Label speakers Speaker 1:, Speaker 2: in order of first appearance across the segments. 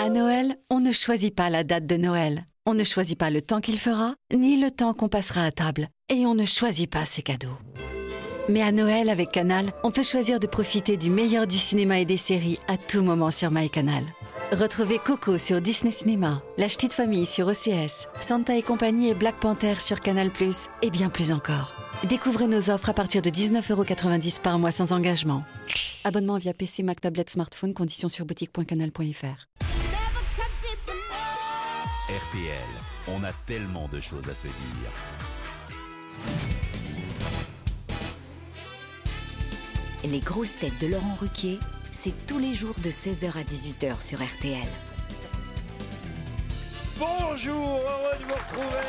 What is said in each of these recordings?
Speaker 1: À Noël, on ne choisit pas la date de Noël. On ne choisit pas le temps qu'il fera, ni le temps qu'on passera à table. Et on ne choisit pas ses cadeaux. Mais à Noël, avec Canal, on peut choisir de profiter du meilleur du cinéma et des séries à tout moment sur MyCanal. Retrouvez Coco sur Disney Cinéma, La Ch'tite Famille sur OCS, Santa et compagnie et Black Panther sur Canal+, et bien plus encore. Découvrez nos offres à partir de 19,90€ par mois sans engagement. Abonnement via PC, Mac, tablette, smartphone, conditions sur boutique.canal.fr.
Speaker 2: RTL, on a tellement de choses à se dire.
Speaker 3: Les grosses têtes de Laurent Ruquier, c'est tous les jours de 16h à 18h sur RTL.
Speaker 4: Bonjour, heureux de vous retrouver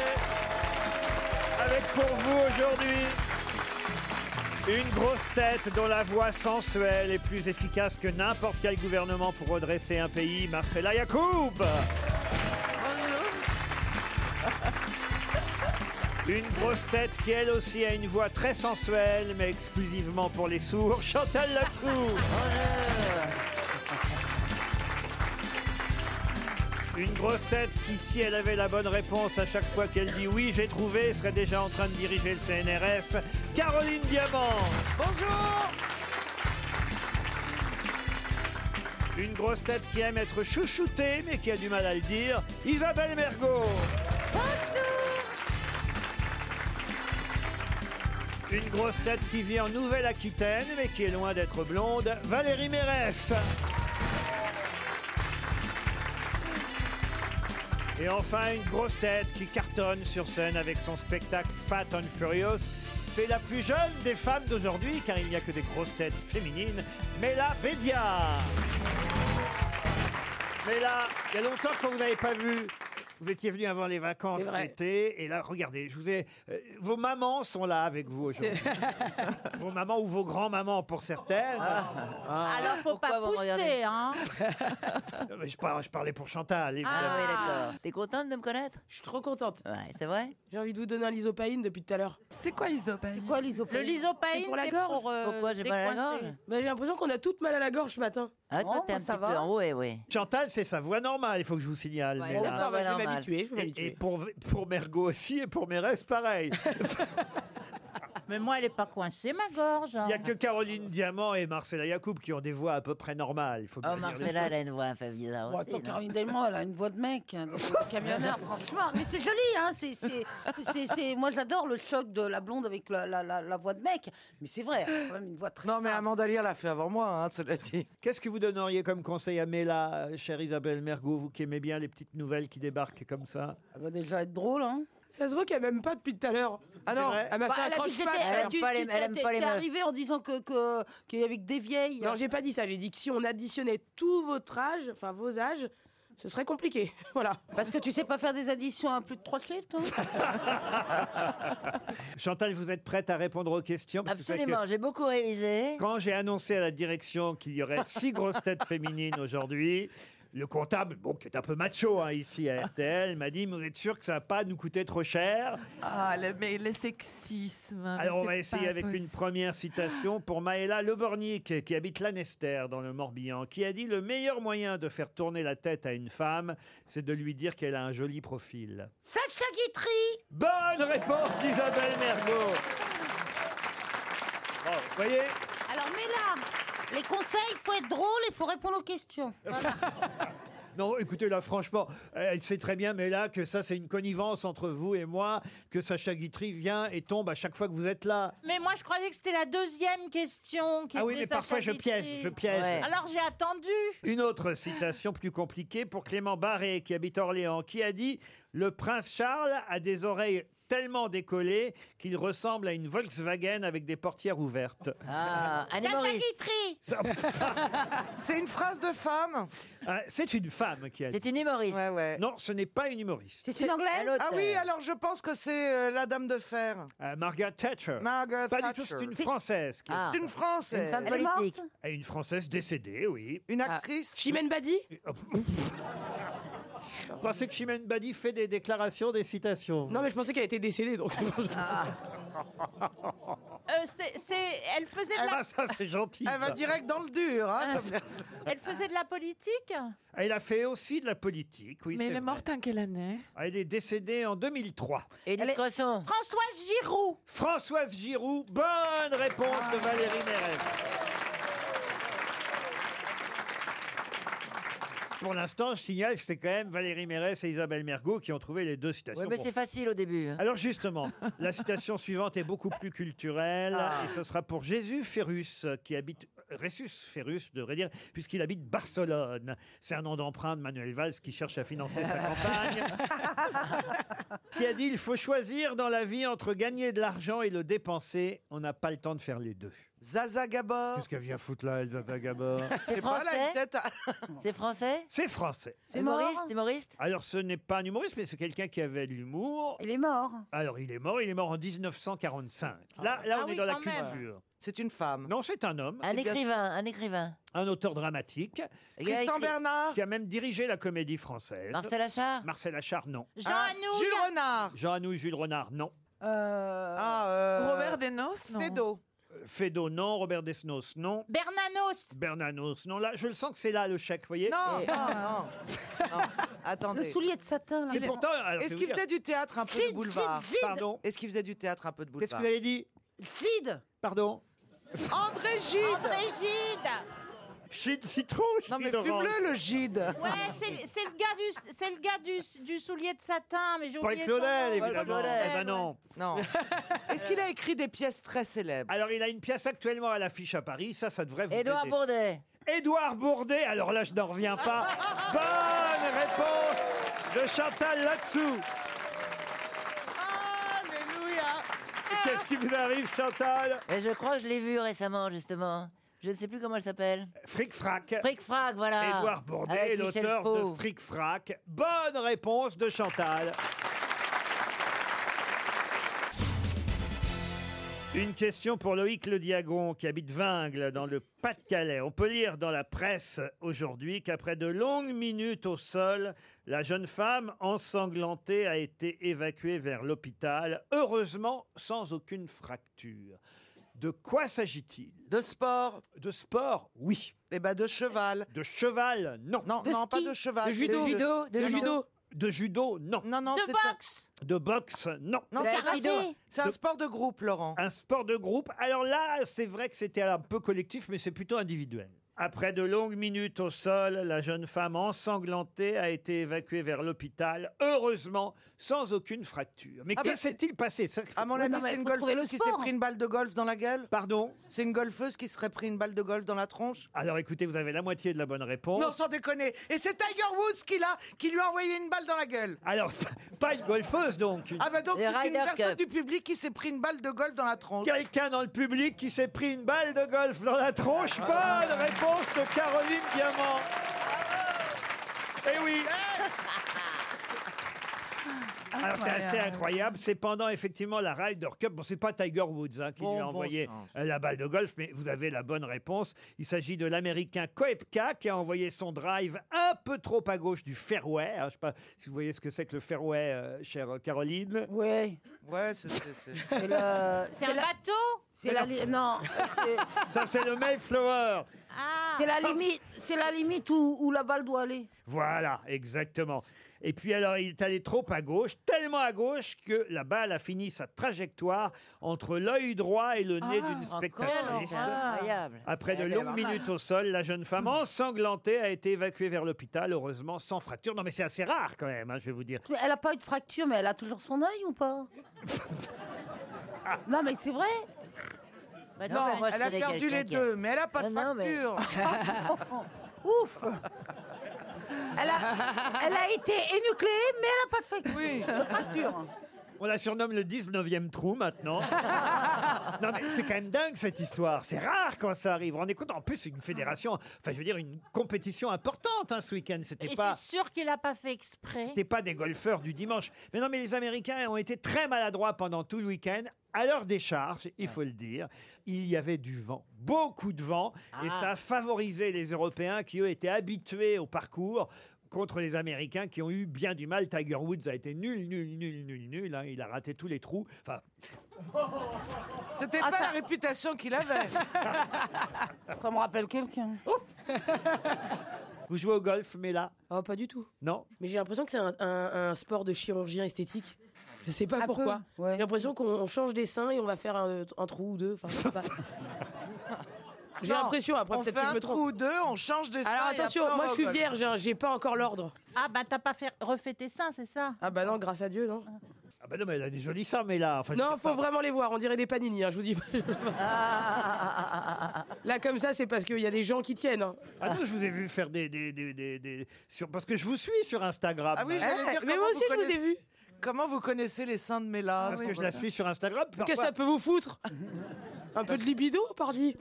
Speaker 4: avec pour vous aujourd'hui une grosse tête dont la voix sensuelle est plus efficace que n'importe quel gouvernement pour redresser un pays, Marcella Yacoub.
Speaker 5: Oh,
Speaker 4: Une grosse tête qui elle aussi a une voix très sensuelle mais exclusivement pour les sourds, Chantal Latsou. Une grosse tête qui, si elle avait la bonne réponse à chaque fois qu'elle dit oui, j'ai trouvé, serait déjà en train de diriger le CNRS, Caroline Diamant. Bonjour Une grosse tête qui aime être chouchoutée, mais qui a du mal à le dire, Isabelle Mergot. Une grosse tête qui vit en Nouvelle-Aquitaine, mais qui est loin d'être blonde, Valérie Mérès. Et enfin, une grosse tête qui cartonne sur scène avec son spectacle Fat and Furious. C'est la plus jeune des femmes d'aujourd'hui, car il n'y a que des grosses têtes féminines, Mela Bédia. Mela, il y a longtemps qu'on vous n'avait pas vu. Vous étiez venu avant les vacances
Speaker 6: C'est vrai.
Speaker 4: d'été, et là, regardez, je vous ai. euh, vos mamans sont là avec vous aujourd'hui. vos mamans ou vos grands-mamans pour certaines.
Speaker 7: Ah.
Speaker 8: Alors, faut pas
Speaker 7: vous me
Speaker 8: pousser,
Speaker 7: regardez
Speaker 8: hein
Speaker 4: Non, mais je, par- je parlais pour Chantal. évidemment.
Speaker 7: Ah oui, d'accord. T'es contente de me connaître
Speaker 6: Je suis trop contente.
Speaker 7: Ouais, c'est vrai
Speaker 6: J'ai envie de vous donner un lisopaïne depuis tout à l'heure.
Speaker 5: C'est quoi l'isopaïne
Speaker 8: Quoi, l'isopaïne Le
Speaker 6: C'est
Speaker 8: l'isopaïne,
Speaker 6: pour la
Speaker 8: c'est
Speaker 6: gorge.
Speaker 8: pour, euh,
Speaker 7: Pourquoi j'ai pas la
Speaker 8: décoincer.
Speaker 7: gorge
Speaker 6: Bah, j'ai l'impression qu'on a toutes mal à la gorge ce matin.
Speaker 7: Ah,
Speaker 9: Oh,
Speaker 8: Non,
Speaker 7: toi, t'es
Speaker 8: moi,
Speaker 7: un
Speaker 8: ça
Speaker 7: petit
Speaker 8: va.
Speaker 7: peu en haut, ouais, ouais.
Speaker 4: Chantal, c'est sa voix normale, il faut que je vous signale.
Speaker 7: Ouais,
Speaker 4: mais là-
Speaker 7: d'accord.
Speaker 6: D'accord, bah, je vais
Speaker 7: normal.
Speaker 6: m'habituer, je vais
Speaker 4: Et, et
Speaker 6: m'habituer.
Speaker 4: pour, pour Mergot aussi, et pour Mérès, pareil.
Speaker 8: Mais moi, elle est pas coincée, ma gorge.
Speaker 4: Il n'y a que Caroline Diamant et Marcella Yacoub qui ont des voix à peu près normales. Il faut bien
Speaker 7: Oh,
Speaker 4: dire les
Speaker 7: Marcella, elle a une voix un peu bizarre aussi.
Speaker 5: Bon,
Speaker 4: hein.
Speaker 5: attends,
Speaker 7: non
Speaker 5: Caroline Delmont, elle a une voix de mec, hein, de camionneur.
Speaker 8: Franchement, mais c'est joli, hein. C'est, c'est,
Speaker 5: C'est- c'est- moi, j'adore le choc de la blonde avec la, la- la- la voix de mec. Mais c'est vrai, elle a quand même une voix très.
Speaker 9: Non, mais Amanda Lear l'a fait avant moi, hein, cela dit.
Speaker 4: Qu'est-ce que vous donneriez comme conseil à Mela, euh, chère Isabelle Mergot, vous qui aimez bien les petites nouvelles qui débarquent comme ça
Speaker 9: Ah,
Speaker 5: Elle
Speaker 9: bah,
Speaker 5: va déjà être drôle, hein.
Speaker 6: Ça se voit qu'elle m'aime pas depuis tout à l'heure. Ah non,
Speaker 4: vrai.
Speaker 6: elle m'a
Speaker 5: Bah,
Speaker 6: fait un
Speaker 5: elle a dit que
Speaker 6: croche-patte.
Speaker 5: j'étais-
Speaker 7: Elle aime
Speaker 5: tu-
Speaker 7: pas
Speaker 5: tu-
Speaker 7: les- elle aime
Speaker 5: t'es-
Speaker 7: pas les
Speaker 5: T'es
Speaker 7: meufs.
Speaker 5: arrivée en disant que que- qu'il y avait que des vieilles.
Speaker 6: Non, j'ai pas dit ça. J'ai dit que si on additionnait tout votre âge, enfin vos âges, ce serait compliqué. Voilà.
Speaker 5: Parce que tu sais pas faire des additions à plus de trois chiffres, toi.
Speaker 4: Chantal, vous êtes prête à répondre aux questions Parce que c'est vrai que
Speaker 7: Absolument, j'ai beaucoup révisé.
Speaker 4: Quand j'ai annoncé à la direction qu'il y aurait six grosses têtes féminines aujourd'hui, le comptable, bon, qui est un peu macho hein, ici à RTL, m'a dit, mais vous êtes sûr que ça va pas nous coûter trop cher
Speaker 5: Ah, mais le sexisme.
Speaker 4: Alors on va essayer avec une première citation pour Maëla Lebornic, qui habite Lanester dans le Morbihan, qui a dit le meilleur moyen de faire tourner la tête à une femme, c'est de lui dire qu'elle a un joli profil.
Speaker 8: Sacha Guitry
Speaker 4: Bonne réponse d'Isabelle Mergot. Bon, vous voyez,
Speaker 8: Alors, mais là, les conseils, faut être drôle et faut répondre aux questions.
Speaker 4: non, écoutez, là, franchement, elle sait très bien, mais là, que ça, c'est une connivence entre vous et moi, que Sacha Guitry vient et tombe à chaque fois que vous êtes là.
Speaker 8: Mais moi, je croyais que c'était la deuxième question qui
Speaker 4: Ah oui,
Speaker 8: était
Speaker 4: mais
Speaker 8: Sacha
Speaker 4: parfois, je
Speaker 8: Guitry.
Speaker 4: piège, je piège.
Speaker 7: Ouais.
Speaker 8: Alors, j'ai attendu.
Speaker 4: Une autre citation plus compliquée pour Clément Barré, qui habite Orléans, qui a dit Le prince Charles a des oreilles tellement décollées qu'il ressemble à une Volkswagen avec des portières ouvertes.
Speaker 7: Ah, Anne
Speaker 8: Sacha
Speaker 7: Maurice,
Speaker 8: Guitry
Speaker 4: Ça-
Speaker 9: C'est une phrase de femme
Speaker 4: Ah, C'est une femme qui a dit.
Speaker 7: c'est une humoriste.
Speaker 9: Ouais, ouais.
Speaker 4: Non, ce n'est pas une humoriste.
Speaker 8: C'est une anglaise
Speaker 7: L'autre,
Speaker 9: Ah oui,
Speaker 7: euh,
Speaker 9: alors je pense que c'est euh, la dame de fer.
Speaker 4: Euh, Margaret Thatcher.
Speaker 9: Margaret
Speaker 4: pas du
Speaker 9: Thatcher.
Speaker 4: tout, c'est une Française. qui-
Speaker 7: Ah,
Speaker 9: C'est une Française.
Speaker 7: une femme
Speaker 9: Une,
Speaker 7: politique.
Speaker 4: Et Ah, Une Française décédée, oui.
Speaker 9: actrice.
Speaker 6: Ah. Chimène Badi
Speaker 4: Vous Pensez que Chimène Badi fait des déclarations, des citations. vous
Speaker 9: Ah.
Speaker 6: Non, mais je pensais qu'elle était décédée, donc.
Speaker 8: euh, c'est- c'est- elle, faisait de
Speaker 4: Ah
Speaker 8: la,
Speaker 4: bah, ça, c'est gentil.
Speaker 9: Elle va
Speaker 4: ça.
Speaker 9: direct dans le dur. hein.
Speaker 8: elle faisait de la politique
Speaker 4: Ah, Il a fait aussi de la politique, oui. c'est
Speaker 10: Mais elle est
Speaker 4: vrai.
Speaker 10: morte en quelle année
Speaker 4: Ah, il est décédé en 2003.
Speaker 7: Et des croissants.
Speaker 8: Françoise Giroud
Speaker 4: Françoise Giroud, bonne réponse de Valérie Mérez. Pour l'instant, je signale que c'est quand même Valérie Mérès et Isabelle Mergot qui ont trouvé les deux citations.
Speaker 7: Oui, mais
Speaker 4: Bon.
Speaker 7: c'est facile au début. hein.
Speaker 4: Alors justement, la citation suivante est beaucoup plus culturelle et ce sera pour Jésus Ferrus euh, qui habite Ressus Ferrus, je devrais dire, puisqu'il habite Barcelone. C'est un nom d'emprunt de Manuel Valls qui cherche à financer sa campagne. qui a dit il faut choisir dans la vie entre gagner de l'argent et le dépenser. On n'a pas le temps de faire les deux.
Speaker 9: Zaza Gabor.
Speaker 4: Qu'est-ce qu'elle vient foutre là, Elsa Tagabor
Speaker 7: C'est
Speaker 9: Et voilà, une
Speaker 7: français
Speaker 9: tête à-
Speaker 7: C'est français
Speaker 4: C'est français.
Speaker 7: C'est humoriste Humoriste
Speaker 4: Alors ce n'est pas un humoriste, mais c'est quelqu'un qui avait de l'humour.
Speaker 5: Il est mort.
Speaker 4: Alors il est mort, il est mort en 1945. Là, là
Speaker 8: Ah
Speaker 4: on est
Speaker 8: oui,
Speaker 4: dans la
Speaker 8: quand même.
Speaker 4: culture.
Speaker 9: C'est une femme.
Speaker 4: Non, c'est un homme,
Speaker 7: Un
Speaker 9: Eh bien,
Speaker 7: écrivain, un écrivain.
Speaker 4: un auteur dramatique,
Speaker 7: Il a
Speaker 9: Tristan
Speaker 7: écrit-
Speaker 9: Bernard.
Speaker 4: qui a même dirigé la comédie française.
Speaker 7: Marcel Achard
Speaker 4: Marcel Achard, non.
Speaker 8: Jean
Speaker 9: Ah,
Speaker 8: Anouilh
Speaker 9: Jules Renard.
Speaker 4: Jean Anouilh, Jules Renard, non.
Speaker 5: Euh,
Speaker 9: Ah, euh,
Speaker 10: Robert Desnos, non
Speaker 9: Fédo.
Speaker 4: Euh, Feydeau, non. Robert Desnos, non.
Speaker 8: Bernanos
Speaker 4: Bernanos, non. Là, je le sens que c'est là le chèque, vous voyez
Speaker 9: Non,
Speaker 7: Et-
Speaker 9: non, non. Non,
Speaker 5: Le
Speaker 9: Attendez.
Speaker 5: soulier de satin. là.
Speaker 4: C'est pourtant.
Speaker 6: Ah,
Speaker 4: alors, je
Speaker 9: Est-ce
Speaker 4: vais
Speaker 9: qu'il
Speaker 4: vous
Speaker 9: faisait du théâtre un peu de boulevard
Speaker 4: dire- Pardon.
Speaker 9: Est-ce qu'il faisait du théâtre un peu de
Speaker 4: Qu'est-ce que
Speaker 9: boulevard
Speaker 4: vous avez dit
Speaker 5: Vide.
Speaker 4: Pardon
Speaker 9: André Gide
Speaker 8: André Gide
Speaker 4: Chine citron,
Speaker 9: Non mais
Speaker 4: Gide orange.
Speaker 9: fume-le le Gide Ah,
Speaker 8: Ouais, c'est le- c'est le gars du, c'est le gars du, du soulier de satin, mais j'ai
Speaker 4: Paul
Speaker 8: oublié son
Speaker 4: Claudel,
Speaker 8: nom.
Speaker 4: évidemment.
Speaker 7: Paul Claudel,
Speaker 4: Eh ben non.
Speaker 9: Non. Est-ce qu'il a écrit des pièces très célèbres
Speaker 4: Alors, il a une pièce actuellement à l'affiche à Paris. Ça, ça devrait vous
Speaker 7: Édouard
Speaker 4: aider.
Speaker 7: Bourdet.
Speaker 4: Édouard Bourdet. Alors là, je n'en reviens pas. Bonne réponse de Chantal là-dessous.
Speaker 9: Alléluia
Speaker 4: Qu'est-ce qui vous arrive, Chantal
Speaker 7: Et je crois que je l'ai vu récemment, justement. Je ne sais plus comment elle s'appelle.
Speaker 4: Fric Frac.
Speaker 7: Frick Frag, voilà.
Speaker 4: Édouard Bourdet,
Speaker 7: Avec Michel
Speaker 4: l'auteur de
Speaker 7: Faux.
Speaker 4: Fric Frac. Bonne réponse de Chantal. Une question pour Loïc Le Diagon qui habite Vingles dans le Pas-de-Calais. On peut lire dans la presse aujourd'hui qu'après de longues minutes au sol, la jeune femme ensanglantée a été évacuée vers l'hôpital, heureusement sans aucune fracture. De quoi s'agit-il
Speaker 9: De sport
Speaker 4: De sport, oui.
Speaker 9: Eh ben de cheval.
Speaker 4: De cheval, non.
Speaker 9: Non, non, pas de cheval.
Speaker 5: De judo.
Speaker 9: De-
Speaker 7: de judo.
Speaker 4: De judo, non.
Speaker 9: Non, non,
Speaker 8: De
Speaker 9: c'est un-
Speaker 8: boxe
Speaker 4: De boxe, non.
Speaker 9: non,
Speaker 7: De
Speaker 9: c'est
Speaker 7: karaté.
Speaker 9: un, c'est un
Speaker 4: De-
Speaker 9: sport de groupe, Laurent.
Speaker 4: Un sport de groupe. Alors là, c'est vrai que c'était un peu collectif, mais c'est plutôt individuel. Après de longues minutes au sol, la jeune femme ensanglantée a été évacuée vers l'hôpital, heureusement sans aucune fracture. Mais
Speaker 9: Ah bah,
Speaker 4: que s'est-il passé ça qu'il faut-
Speaker 9: À mon avis,
Speaker 5: non, mais
Speaker 9: c'est une
Speaker 5: faut trouver le
Speaker 9: golfeuse qui s'est
Speaker 5: sport.
Speaker 9: pris une balle de golf dans la gueule.
Speaker 4: Pardon
Speaker 9: C'est une golfeuse qui serait pris une balle de golf dans la tronche.
Speaker 4: hein. Alors écoutez, vous avez la moitié de la bonne réponse.
Speaker 9: Non, sans déconner. Et c'est Tiger Woods qui l'a, qui lui a envoyé une balle dans la gueule.
Speaker 4: Alors, pas une golfeuse donc. une-
Speaker 9: Ah bah donc
Speaker 7: Le
Speaker 9: c'est une
Speaker 7: Ryder
Speaker 9: personne
Speaker 7: Cup.
Speaker 9: du public qui s'est pris une balle de golf dans la tronche.
Speaker 4: Quelqu'un dans le public qui s'est pris une balle de golf dans la tronche.
Speaker 9: Ah.
Speaker 4: Bonne réponse de Caroline Diamant. Eh oui. Alors c'est assez incroyable. C'est pendant effectivement la Ryder Cup. Bon, c'est pas Tiger Woods hein, qui
Speaker 9: Bon,
Speaker 4: lui a
Speaker 9: bon
Speaker 4: envoyé
Speaker 9: sens.
Speaker 4: euh, la balle de golf, mais vous avez la bonne réponse. Il s'agit de l'Américain Koepka qui a envoyé son drive un peu trop à gauche du fairway. hein. Je sais pas si vous voyez ce que c'est que le fairway, euh, chère Caroline.
Speaker 5: Ouais.
Speaker 9: Ouais, c'est- c'est- c'est-
Speaker 5: C'est le-
Speaker 8: C'est un
Speaker 5: la-
Speaker 8: bateau
Speaker 5: c'est la, li- non, c'est-
Speaker 4: Ça c'est le Mayflower.
Speaker 8: Ah
Speaker 5: c'est la limite, c'est la limite où, où la balle doit aller.
Speaker 4: Voilà, exactement. Et puis alors, il est allé trop à gauche, tellement à gauche que la balle a fini sa trajectoire entre l'œil droit et
Speaker 11: Ah,
Speaker 4: le
Speaker 6: Ah,
Speaker 4: nez d'une spectatrice.
Speaker 7: Incroyable.
Speaker 4: Après de
Speaker 7: Elle
Speaker 4: longues
Speaker 7: a
Speaker 4: minutes au sol, la jeune femme ensanglantée a été évacuée vers l'hôpital, heureusement sans fracture. Non mais c'est assez rare quand même, hein, je vais vous dire.
Speaker 5: Mais Elle a pas eu de fracture, mais elle a toujours son œil ou pas Non, mais c'est vrai.
Speaker 7: Bah
Speaker 9: Non,
Speaker 7: mais moi, je
Speaker 9: elle a
Speaker 7: connais
Speaker 9: perdu
Speaker 7: quelqu'un
Speaker 9: les
Speaker 7: qui a-
Speaker 9: deux, mais elle a pas de
Speaker 7: Non, non, mais-
Speaker 9: fracture.
Speaker 5: Ouf. Elle a, elle a été énucléée, mais elle a pas de fracture. De fracture.
Speaker 4: On la surnomme le 19e trou maintenant. non mais c'est quand même dingue cette histoire. C'est rare quand ça arrive. On écoute en plus une fédération, enfin je veux dire une compétition importante hein, ce week-end. C'était
Speaker 8: Et
Speaker 4: pas...
Speaker 8: c'est sûr qu'il a pas fait exprès.
Speaker 4: C'était pas des golfeurs du dimanche. Mais non, mais les Américains ont été très maladroits pendant tout le week-end. À leur décharge, il faut le dire, il y avait du vent, beaucoup de vent, et
Speaker 6: Ah.
Speaker 4: ça a favorisé les Européens qui, eux, étaient habitués au parcours contre les Américains qui ont eu bien du mal. Tiger Woods a été nul, nul, nul, nul, nul. hein. Il a raté tous les trous. Enfin,
Speaker 9: C'était
Speaker 6: Ah,
Speaker 9: pas
Speaker 6: ça-
Speaker 9: la réputation qu'il avait.
Speaker 6: Ça me rappelle quelqu'un.
Speaker 7: Oh.
Speaker 4: Vous jouez au golf, mais là
Speaker 6: Oh, pas du tout.
Speaker 4: Non
Speaker 6: Mais j'ai l'impression que c'est un, un- un sport de chirurgien esthétique. Je sais pas
Speaker 5: Un
Speaker 6: pourquoi.
Speaker 5: peu, ouais.
Speaker 6: J'ai l'impression qu'on on change des seins et on va faire un, un trou ou deux. Enfin, je sais pas. J'ai
Speaker 9: Non,
Speaker 6: l'impression, après
Speaker 9: on fait
Speaker 6: peut-être que je
Speaker 9: un
Speaker 6: me
Speaker 9: trou
Speaker 6: trompe.
Speaker 9: ou deux, on change de
Speaker 6: Alors
Speaker 9: sein et
Speaker 6: attention,
Speaker 9: après, on
Speaker 6: moi
Speaker 9: va
Speaker 6: je
Speaker 9: au
Speaker 6: suis
Speaker 9: golf.
Speaker 6: vierge, hein, j'ai pas encore l'ordre.
Speaker 8: Ah bah t'as pas fait refait tes seins, c'est ça
Speaker 6: Ah bah non, grâce à Dieu, non.
Speaker 4: Ah bah non, mais elle a des jolis seins, mais là. Enfin, je
Speaker 6: Non,
Speaker 4: sais
Speaker 6: faut
Speaker 4: pas.
Speaker 6: vraiment les voir, on dirait des panini, hein, je vous dis.
Speaker 7: Ah,
Speaker 6: Là comme ça, c'est parce qu'il y a des gens qui tiennent. hein.
Speaker 4: Ah non, je vous ai vu faire des. des, des, des- des- sur... Parce que je vous suis sur Instagram. Hein
Speaker 9: Ah oui, j'allais
Speaker 6: Eh,
Speaker 9: dire
Speaker 6: mais
Speaker 9: comment
Speaker 6: moi aussi, je vous ai
Speaker 9: connaissez-
Speaker 6: vu.
Speaker 9: Comment vous connaissez les seins de Mela
Speaker 4: Parce que je la suis sur Instagram.
Speaker 6: Ah Qu'est-ce que
Speaker 4: parfois,
Speaker 6: ça peut vous foutre Un peu de libido, pardi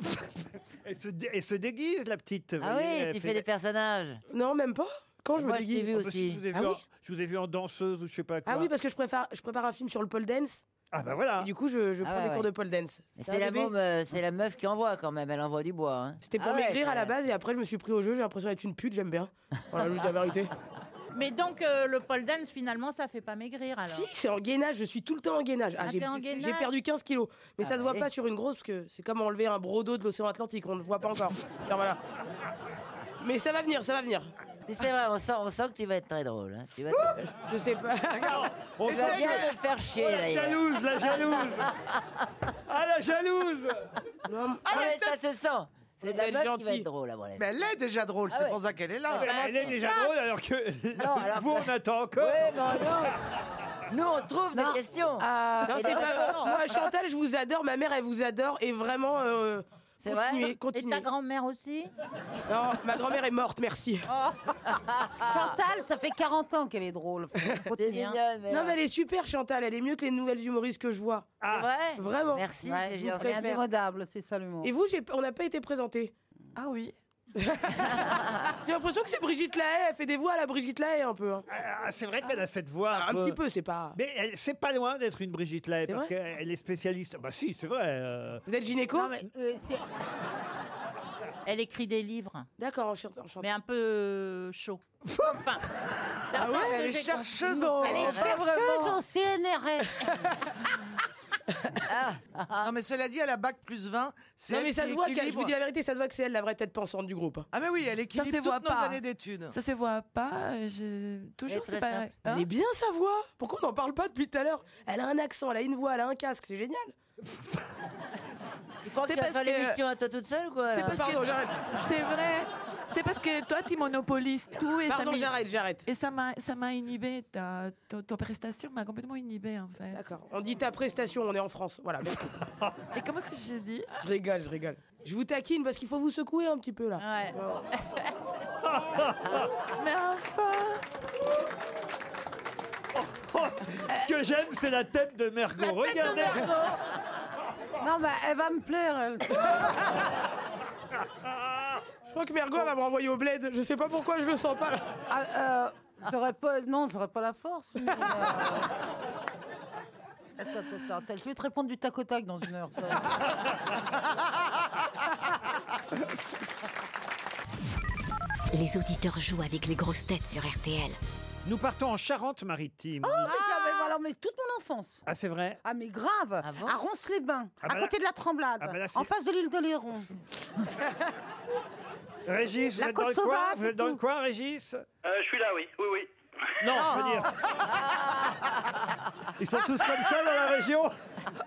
Speaker 4: elle, se dé- elle se déguise, la petite. vous
Speaker 7: Ah
Speaker 4: voyez, elle
Speaker 7: oui, tu
Speaker 4: fait-
Speaker 7: fais des personnages.
Speaker 6: Non, même pas. Quand je
Speaker 7: Moi,
Speaker 6: me
Speaker 7: je
Speaker 6: déguise
Speaker 7: t'ai vu
Speaker 4: Ah bah si, Je
Speaker 7: aussi.
Speaker 4: vous, ai vu
Speaker 6: Ah
Speaker 4: en,
Speaker 6: oui
Speaker 4: je vous ai vu en danseuse ou je sais pas quoi.
Speaker 6: Ah oui, parce que je prépare, je prépare un film sur le pole dance.
Speaker 4: Ah bah voilà.
Speaker 6: Et du coup, je, je
Speaker 7: Ah
Speaker 6: prends
Speaker 7: ouais,
Speaker 6: des
Speaker 7: ouais.
Speaker 6: cours de pole dance.
Speaker 7: Mais
Speaker 6: C'est
Speaker 7: C'est
Speaker 6: un
Speaker 7: la,
Speaker 6: bébé.
Speaker 7: môme, euh, c'est la meuf qui envoie quand même, elle envoie du bois. hein.
Speaker 6: C'était pour
Speaker 7: Ah ouais,
Speaker 6: maigrir
Speaker 7: quand
Speaker 6: à la
Speaker 7: même.
Speaker 6: base et après je me suis pris au jeu, j'ai l'impression d'être une pute, j'aime bien. Voilà, je vous dis la vérité.
Speaker 8: Mais donc euh, le pole dance finalement ça fait pas maigrir alors.
Speaker 6: Si, c'est en gainage, je suis tout le temps en gainage. Ah,
Speaker 8: Ah,
Speaker 6: j'ai
Speaker 8: t'es en
Speaker 6: j'ai
Speaker 8: gainage.
Speaker 6: perdu 15 kilos. Mais
Speaker 7: Ah,
Speaker 6: ça se voit
Speaker 7: allez.
Speaker 6: pas sur une grosse parce que c'est comme enlever un brodo de l'océan Atlantique, on ne voit pas encore. Alors, voilà. Mais ça va venir, ça va venir.
Speaker 7: Mais C'est vrai, on sent, on sent que tu vas être très drôle. hein. Tu vas te,
Speaker 6: Je sais pas.
Speaker 4: On
Speaker 7: tu
Speaker 4: va-
Speaker 7: vas bien te faire chier
Speaker 4: Oh, la
Speaker 7: d'ailleurs.
Speaker 4: jalouse, la jalouse Ah la jalouse
Speaker 6: Non,
Speaker 7: Ah, mais ça se sent. C'est de la
Speaker 6: Elle est
Speaker 7: meuf qui va
Speaker 6: gentille.
Speaker 7: être drôle. à mon avis.
Speaker 9: Mais elle est déjà drôle,
Speaker 7: Ah
Speaker 9: c'est
Speaker 7: ouais.
Speaker 9: pour ça qu'elle est là.
Speaker 7: Ah ouais.
Speaker 4: Elle est déjà drôle alors que
Speaker 7: Non, alors
Speaker 4: vous
Speaker 7: que-
Speaker 4: on attend encore.
Speaker 7: Ouais, mais non. Nous, on trouve
Speaker 6: Non. Ah.
Speaker 7: des questions.
Speaker 6: non,
Speaker 7: Et
Speaker 6: c'est
Speaker 7: non,
Speaker 6: pas.
Speaker 7: non.
Speaker 6: euh, Moi, Chantal, je vous adore, ma mère, elle vous adore et vraiment. euh,
Speaker 7: C'est vrai
Speaker 6: continuez,
Speaker 8: Et
Speaker 6: continuez.
Speaker 8: ta grand-mère aussi
Speaker 6: Non, ma grand-mère est morte, merci.
Speaker 5: Chantal, ça fait 40 ans qu'elle est
Speaker 7: Oh,
Speaker 5: drôle. Faut
Speaker 7: T'es
Speaker 5: continuer, hein.
Speaker 7: mignonne. mais
Speaker 6: Non,
Speaker 7: là.
Speaker 6: mais elle est super, Chantal. Elle est mieux que les nouvelles humoristes que je vois.
Speaker 7: Ah. C'est vrai
Speaker 6: Vraiment.
Speaker 7: Merci,
Speaker 5: Ouais,
Speaker 7: c'est
Speaker 5: je vous
Speaker 7: gentil.
Speaker 5: préviens.
Speaker 6: préfère.
Speaker 5: Indémodable, c'est ça l'humour.
Speaker 6: Et vous, j'ai- on n'a pas été présenté.
Speaker 10: Ah oui.
Speaker 6: J'ai l'impression que c'est Brigitte Lahaye. Elle fait des voix à la Brigitte Lahaye un peu. hein.
Speaker 4: Ah, c'est vrai qu'elle a cette voix.
Speaker 6: Un petit peu, c'est pas.
Speaker 4: Mais elle- c'est pas loin d'être une Brigitte Lahaye
Speaker 6: C'est
Speaker 4: parce
Speaker 6: vrai
Speaker 4: qu'elle est spécialiste. Bah si, c'est vrai. euh.
Speaker 6: Vous êtes gynéco
Speaker 8: Non, mais, euh, c'est- Elle écrit des livres,
Speaker 6: D'accord, en chantant. en chantant.
Speaker 8: mais un peu euh, chaud. Enfin,
Speaker 9: Ah ouais, elle est chercheuse au Ah,
Speaker 8: elle
Speaker 9: cerveau.
Speaker 8: est chercheuse au CNRS.
Speaker 9: Ah, Non, mais cela dit, elle a bac plus 20. c'est
Speaker 6: Non,
Speaker 9: elle
Speaker 6: mais ça
Speaker 9: qui
Speaker 6: se voit, qu'elle- je
Speaker 9: équilibre.
Speaker 6: vous dis la vérité, ça se voit que c'est elle la vraie tête pensante du groupe. hein.
Speaker 9: Ah, mais oui, elle équilibre
Speaker 10: se voit
Speaker 9: toutes nos
Speaker 10: pas.
Speaker 9: années d'études.
Speaker 10: Ça se voit pas. J'ai Ah, toujours
Speaker 7: très
Speaker 10: c'est pas.
Speaker 7: simple.
Speaker 10: hein
Speaker 6: Elle est bien sa voix. Pourquoi on n'en parle pas depuis tout à l'heure Elle a un accent, elle a une voix, elle a un casque, c'est génial.
Speaker 7: Tu crois que
Speaker 10: C'est
Speaker 7: tu vas
Speaker 10: parce
Speaker 7: faire
Speaker 10: que-
Speaker 7: l'émission à toi toute seule ou quoi
Speaker 10: C'est
Speaker 7: là
Speaker 10: parce
Speaker 6: Pardon,
Speaker 10: que
Speaker 6: j'arrête.
Speaker 10: c'est vrai. C'est parce que toi, tu monopolises tout et
Speaker 6: Pardon,
Speaker 10: ça m'a-
Speaker 6: j'arrête, j'arrête.
Speaker 10: et ça m'a ça m'a inhibé. Ta ton, ton prestation m'a complètement inhibé en fait.
Speaker 6: D'accord. On dit ta prestation, on est en France. Voilà, merci.
Speaker 10: Et comment est-ce que j'ai dit
Speaker 6: je rigole, je rigole. Je vous taquine parce qu'il faut vous secouer un petit peu là.
Speaker 8: Ouais.
Speaker 10: Mais enfin.
Speaker 4: Oh, ce que j'aime, c'est la tête de Mergo. Regardez.
Speaker 5: Non, bah, elle va me plaire. elle.
Speaker 6: Je crois que Mergo elle va me renvoyer au bled. Je sais pas pourquoi je le sens pas là.
Speaker 5: Ah, euh, j'aurais pas, non, j'aurais pas la force. Mais, euh, Attends, attends, attends, je vais te répondre du tac au tac dans une heure. tu vois.
Speaker 12: Ah,
Speaker 5: Oh,
Speaker 3: Les auditeurs jouent avec les grosses têtes sur RTL.
Speaker 4: Nous partons en Charente-Maritime.
Speaker 5: Ah, mais ça, mais alors, mais toute mon enfance.
Speaker 4: Ah, c'est vrai.
Speaker 5: Ah, mais grave.
Speaker 7: Ah bon
Speaker 5: à Ronces-les-Bains,
Speaker 4: Ah,
Speaker 5: à
Speaker 4: bah là-
Speaker 5: côté de la Tremblade,
Speaker 4: Ah, bah là, c'est-
Speaker 5: en face de l'île de Léron.
Speaker 4: Régis, vous
Speaker 5: La
Speaker 4: êtes dans
Speaker 5: côte
Speaker 4: le coin
Speaker 5: sauvage
Speaker 4: Vous
Speaker 5: et
Speaker 4: êtes dans le
Speaker 5: tout.
Speaker 4: coin, Régis
Speaker 13: Euh, je suis là, oui, oui, oui.
Speaker 4: Non, je veux dire. Ils sont tous comme ça dans la région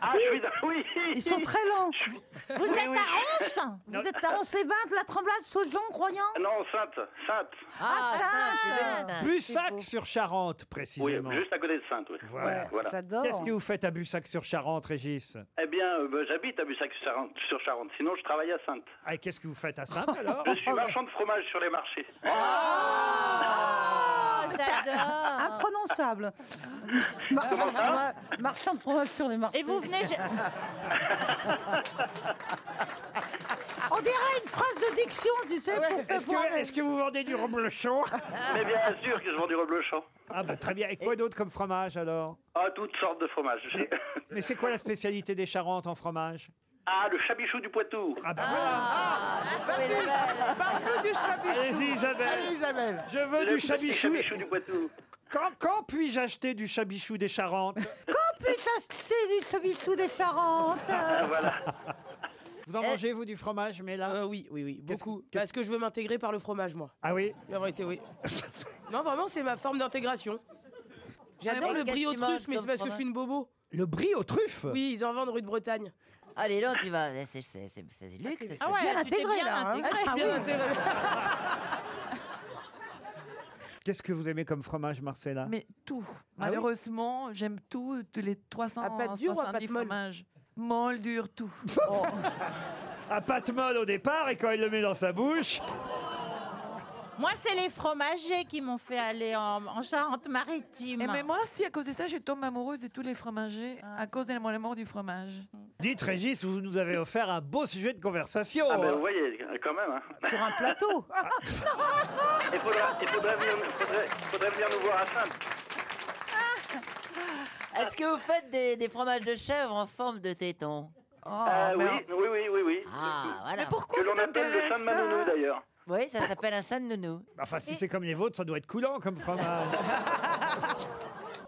Speaker 13: Ah, je suis dans... Oui
Speaker 5: Ils sont très lents.
Speaker 8: Vous êtes à Ronce
Speaker 5: Vous êtes à Ronces-les-Bains, de la Tremblade, Saujon, Croyant
Speaker 13: Non, Sainte, Sainte.
Speaker 7: Ah,
Speaker 5: ça,
Speaker 7: ça, ça.
Speaker 4: Bussac-sur-Charente,
Speaker 13: Oui,
Speaker 4: précisément.
Speaker 13: juste à côté de Sainte, oui.
Speaker 4: Voilà.
Speaker 13: Voilà.
Speaker 5: J'adore.
Speaker 4: Qu'est-ce que vous faites à Bussac-sur-Charente, Régis
Speaker 13: Eh bien, euh, ben, j'habite à Bussac-sur-Charente, sur Charente. sinon je travaille à Sainte.
Speaker 4: Ah, et qu'est-ce que vous faites à Sainte, alors
Speaker 13: Je suis marchand de fromage sur les marchés.
Speaker 4: Ah
Speaker 5: Ah,
Speaker 7: Oh, j'adore.
Speaker 5: Imprononçable. Mar- mar- marchand de fromage sur les marchés.
Speaker 8: Et vous venez je-
Speaker 5: On dirait une phrase de diction, tu sais, pour faire
Speaker 4: Est-ce
Speaker 5: pour-
Speaker 4: que, est-ce que vous vendez du reblochon
Speaker 13: Mais bien sûr que je vends du reblochon.
Speaker 4: Ah bah très bien. Et quoi d'autre comme fromage alors
Speaker 13: Ah, toutes sortes de fromages.
Speaker 4: Mais c'est quoi la spécialité des Charentes en fromage
Speaker 13: Ah, le chabichou du Poitou.
Speaker 4: Ah bah Parle-nous du chabichou. Allez-y, Isabelle. Allez,
Speaker 9: Isabelle.
Speaker 4: Je veux du chabichou.
Speaker 13: du Poitou.
Speaker 4: Quand, quand puis-je acheter du chabichou des Charentes
Speaker 5: Quand puis acheter du chabichou des Charentes
Speaker 4: Vous en mangez, vous, du fromage, mais là
Speaker 6: Eh. Euh, Oui, oui, oui, beaucoup. Parce que je veux m'intégrer par le fromage, moi.
Speaker 4: Ah oui
Speaker 6: La vérité, oui. non, vraiment, c'est ma forme d'intégration. J'adore
Speaker 7: Ouais,
Speaker 6: le
Speaker 7: mais
Speaker 6: brie aux
Speaker 7: qu'est-ce qu'il mange
Speaker 6: truffes, mais
Speaker 7: comme
Speaker 6: c'est parce que je
Speaker 7: fromage
Speaker 6: suis une bobo.
Speaker 4: Le brie aux truffes
Speaker 6: Oui, ils en vendent rue de Bretagne.
Speaker 7: Allez, là, tu vas. Eh, C'est c'est- c'est- c'est du luxe. ça.
Speaker 6: Ah ouais,
Speaker 5: bien
Speaker 6: tu t'es
Speaker 5: intégré,
Speaker 6: bien
Speaker 5: là, hein.
Speaker 6: intégré. Ah, je suis
Speaker 5: Ah
Speaker 6: bien
Speaker 5: oui.
Speaker 6: intégré.
Speaker 4: Qu'est-ce que vous aimez comme fromage, Marcella
Speaker 10: Mais tout.
Speaker 4: Ah oui
Speaker 10: Malheureusement, j'aime tout, tous les 370
Speaker 6: pâte dure ou à pâte molle
Speaker 10: fromages. Molle, dur, tout.
Speaker 4: À pâte molle au départ, et quand il le met dans sa bouche...
Speaker 8: Moi, c'est les fromagers qui m'ont fait aller en, en Charente-Maritime.
Speaker 10: Et mais moi aussi, à cause de ça, je tombe amoureuse de tous les fromagers,
Speaker 6: Ah.
Speaker 10: à cause de la mort du fromage.
Speaker 4: Dites, Régis, vous nous avez offert un beau sujet de conversation.
Speaker 13: Ah ben,
Speaker 4: hein.
Speaker 13: vous voyez, quand même. hein.
Speaker 5: Sur un
Speaker 6: Oh.
Speaker 5: plateau.
Speaker 6: Ah.
Speaker 13: Il faudra, il faudra venir, faudrait- faudrait venir nous voir à Sainte.
Speaker 7: Est-ce que vous faites des, des fromages de chèvre en forme de téton
Speaker 6: Ah,
Speaker 5: Oh,
Speaker 13: Euh, oui, oui, oui, oui, oui.
Speaker 7: Ah, voilà.
Speaker 10: Mais pourquoi
Speaker 13: que
Speaker 10: ça
Speaker 13: l'on appelle le
Speaker 10: t'intéresse
Speaker 13: Saint de Manounou,
Speaker 10: ça
Speaker 13: d'ailleurs.
Speaker 7: Oui, ça s'appelle un san nounou.
Speaker 4: Enfin, si c'est comme les vôtres, ça doit être coulant comme fromage.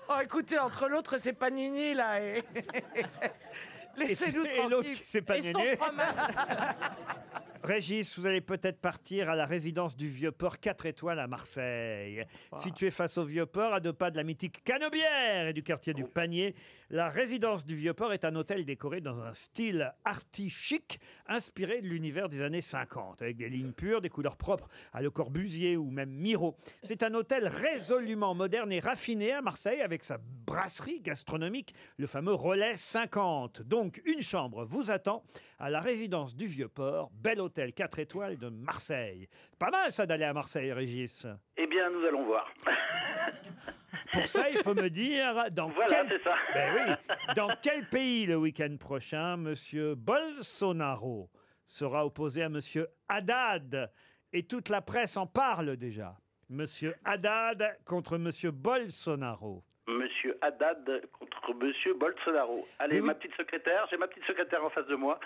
Speaker 9: Oh, écoutez, entre l'autre et ses panini, là. et-
Speaker 4: Et c'est-
Speaker 9: Laissez-nous
Speaker 4: et l'autre
Speaker 9: tranquille.
Speaker 4: qui s'est pas niainé. Régis, vous allez peut-être partir à la résidence du Vieux-Port 4 étoiles à Marseille. Située face au Vieux-Port, à deux pas de la mythique Canebière et du quartier du Panier, la résidence du Vieux-Port est un hôtel décoré dans un style arty chic inspiré de l'univers des années 50, avec des lignes pures, des couleurs propres à Le Corbusier ou même Miro. C'est un hôtel résolument moderne et raffiné à Marseille avec sa brasserie gastronomique, le fameux Relais 50. Donc, une chambre vous attend à la résidence du Vieux-Port, bel hôtel 4 étoiles de Marseille. Pas mal ça d'aller à Marseille, Régis.
Speaker 13: Eh bien, nous allons voir.
Speaker 4: Pour ça, il faut me dire dans,
Speaker 13: Voilà,
Speaker 4: quel...
Speaker 13: c'est ça.
Speaker 4: Ben oui, dans quel pays le week-end prochain Monsieur Bolsonaro sera opposé à Monsieur Haddad et toute la presse en parle déjà. Monsieur Haddad contre Monsieur Bolsonaro.
Speaker 13: Monsieur Haddad contre Monsieur Bolsonaro. Allez,
Speaker 4: Mais oui. Ah,
Speaker 13: ma petite secrétaire, j'ai ma petite secrétaire en face de moi.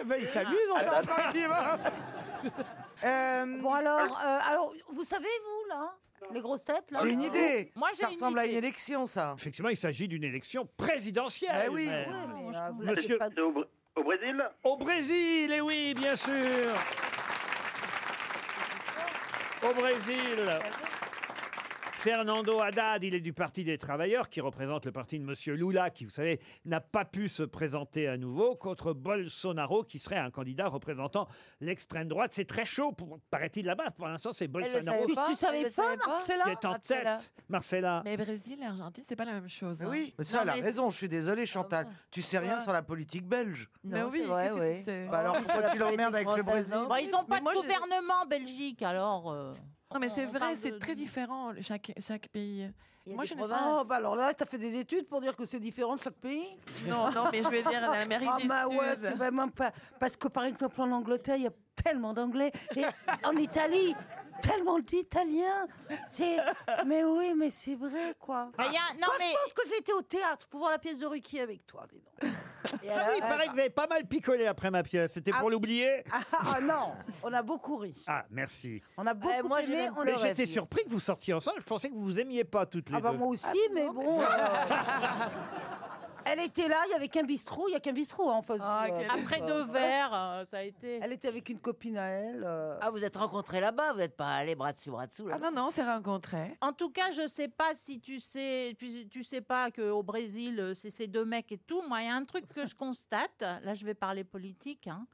Speaker 9: Eh ben, il
Speaker 6: Ah,
Speaker 9: s'amuse
Speaker 13: Ah,
Speaker 9: en Charente-Maritime. hein. Euh,
Speaker 5: Bon alors, euh, alors, vous savez vous là, les grosses têtes là.
Speaker 9: j'ai une idée.
Speaker 8: Moi, j'ai
Speaker 9: ça
Speaker 8: une
Speaker 9: ressemble à
Speaker 8: idée.
Speaker 9: une élection, ça.
Speaker 4: Effectivement, il s'agit d'une élection présidentielle.
Speaker 9: Eh oui.
Speaker 4: même.
Speaker 5: Ouais, mais, euh, vous l'avez
Speaker 4: Monsieur
Speaker 5: pas-
Speaker 13: C'est au, Br- au Brésil
Speaker 4: Au Brésil, et oui, bien sûr. Au Brésil. Fernando Haddad, il est du Parti des Travailleurs, qui représente le parti de Monsieur Lula, qui, vous savez, n'a pas pu se présenter à nouveau, contre Bolsonaro, qui serait un candidat représentant l'extrême droite. C'est très chaud, pour- paraît-il, là-bas. Pour l'instant, c'est
Speaker 7: le savait
Speaker 4: Bolsonaro
Speaker 5: Tu,
Speaker 7: pas,
Speaker 5: tu savais
Speaker 7: elle le savait
Speaker 5: pas,
Speaker 7: pas.
Speaker 5: Marcella
Speaker 4: qui est en
Speaker 7: Marcella.
Speaker 4: tête.
Speaker 7: Ah.
Speaker 4: Marcella.
Speaker 10: Mais Brésil et Argentine, c'est pas la même chose. hein.
Speaker 9: Oui, mais ça,
Speaker 7: Non,
Speaker 9: elle a
Speaker 7: mais-
Speaker 9: raison, je suis désolé, Chantal. Tu sais rien
Speaker 7: Ouais.
Speaker 9: sur la politique belge.
Speaker 10: Mais
Speaker 7: Non,
Speaker 10: oui,
Speaker 7: c'est vrai,
Speaker 10: qu'est-ce que tu
Speaker 7: oui.
Speaker 10: sais
Speaker 9: Bah alors,
Speaker 7: En plus,
Speaker 9: pourquoi
Speaker 7: la
Speaker 9: tu l'emmerdes
Speaker 7: politique
Speaker 9: avec le
Speaker 7: française,
Speaker 9: Brésil
Speaker 7: non
Speaker 8: hein. Bon, ils n'ont pas
Speaker 10: Mais moi,
Speaker 8: de
Speaker 10: je-
Speaker 8: gouvernement en Belgique, alors. euh.
Speaker 10: Non, mais
Speaker 8: On-
Speaker 10: c'est
Speaker 8: on parle
Speaker 10: vrai,
Speaker 8: de-
Speaker 10: c'est très différent, chaque, chaque pays.
Speaker 7: Il y a
Speaker 10: Moi,
Speaker 7: des
Speaker 10: je ne sais
Speaker 7: provinces.
Speaker 5: Oh bah alors là, t'as fait des études pour dire que c'est différent de chaque pays.
Speaker 10: Non, non, mais je vais dire l'Amérique
Speaker 5: Ah
Speaker 10: du
Speaker 5: bah ouais,
Speaker 10: Sud.
Speaker 5: c'est vraiment pas. Parce que par exemple en Angleterre, il y a tellement d'anglais. Et en Italie, tellement d'italiens. C'est. Mais oui, mais c'est vrai quoi.
Speaker 8: Mais il y a- non,
Speaker 5: Moi,
Speaker 8: mais.
Speaker 5: Je pense que j'étais au théâtre pour voir la pièce de Ruquier avec toi, dis donc.
Speaker 7: Et alors,
Speaker 4: Ah Il paraît que vous avez pas mal picolé après ma pièce. C'était pour l'oublier
Speaker 5: Ah, ah, non, on a beaucoup ri.
Speaker 4: Ah, merci.
Speaker 5: On a beaucoup
Speaker 7: moi, j'ai
Speaker 5: aimé.
Speaker 7: même
Speaker 5: On
Speaker 4: Mais
Speaker 5: le
Speaker 7: pleuré.
Speaker 4: j'étais
Speaker 7: rêve.
Speaker 4: surpris que vous sortiez ensemble. Je pensais que vous vous aimiez pas toutes les
Speaker 5: Ah bah
Speaker 4: deux.
Speaker 5: moi aussi, mais bon. euh, Elle était là, il y avait qu'un bistrot, il y a qu'un bistrot hein, en face.
Speaker 10: Ah,
Speaker 5: du- euh,
Speaker 10: quelle
Speaker 8: Après deux verres, euh, ça a été.
Speaker 5: Elle était avec une copine à elle. euh.
Speaker 7: Ah, vous êtes rencontrés là-bas, vous n'êtes pas allés bras dessus, bras dessous.
Speaker 10: Ah
Speaker 7: Là
Speaker 10: non, non, on s'est rencontrés.
Speaker 8: En tout cas, je sais pas si tu sais, tu, tu sais pas qu'au Brésil, euh, c'est ces deux mecs et tout. Moi, il y a un truc que je constate. Là, je vais parler politique. hein.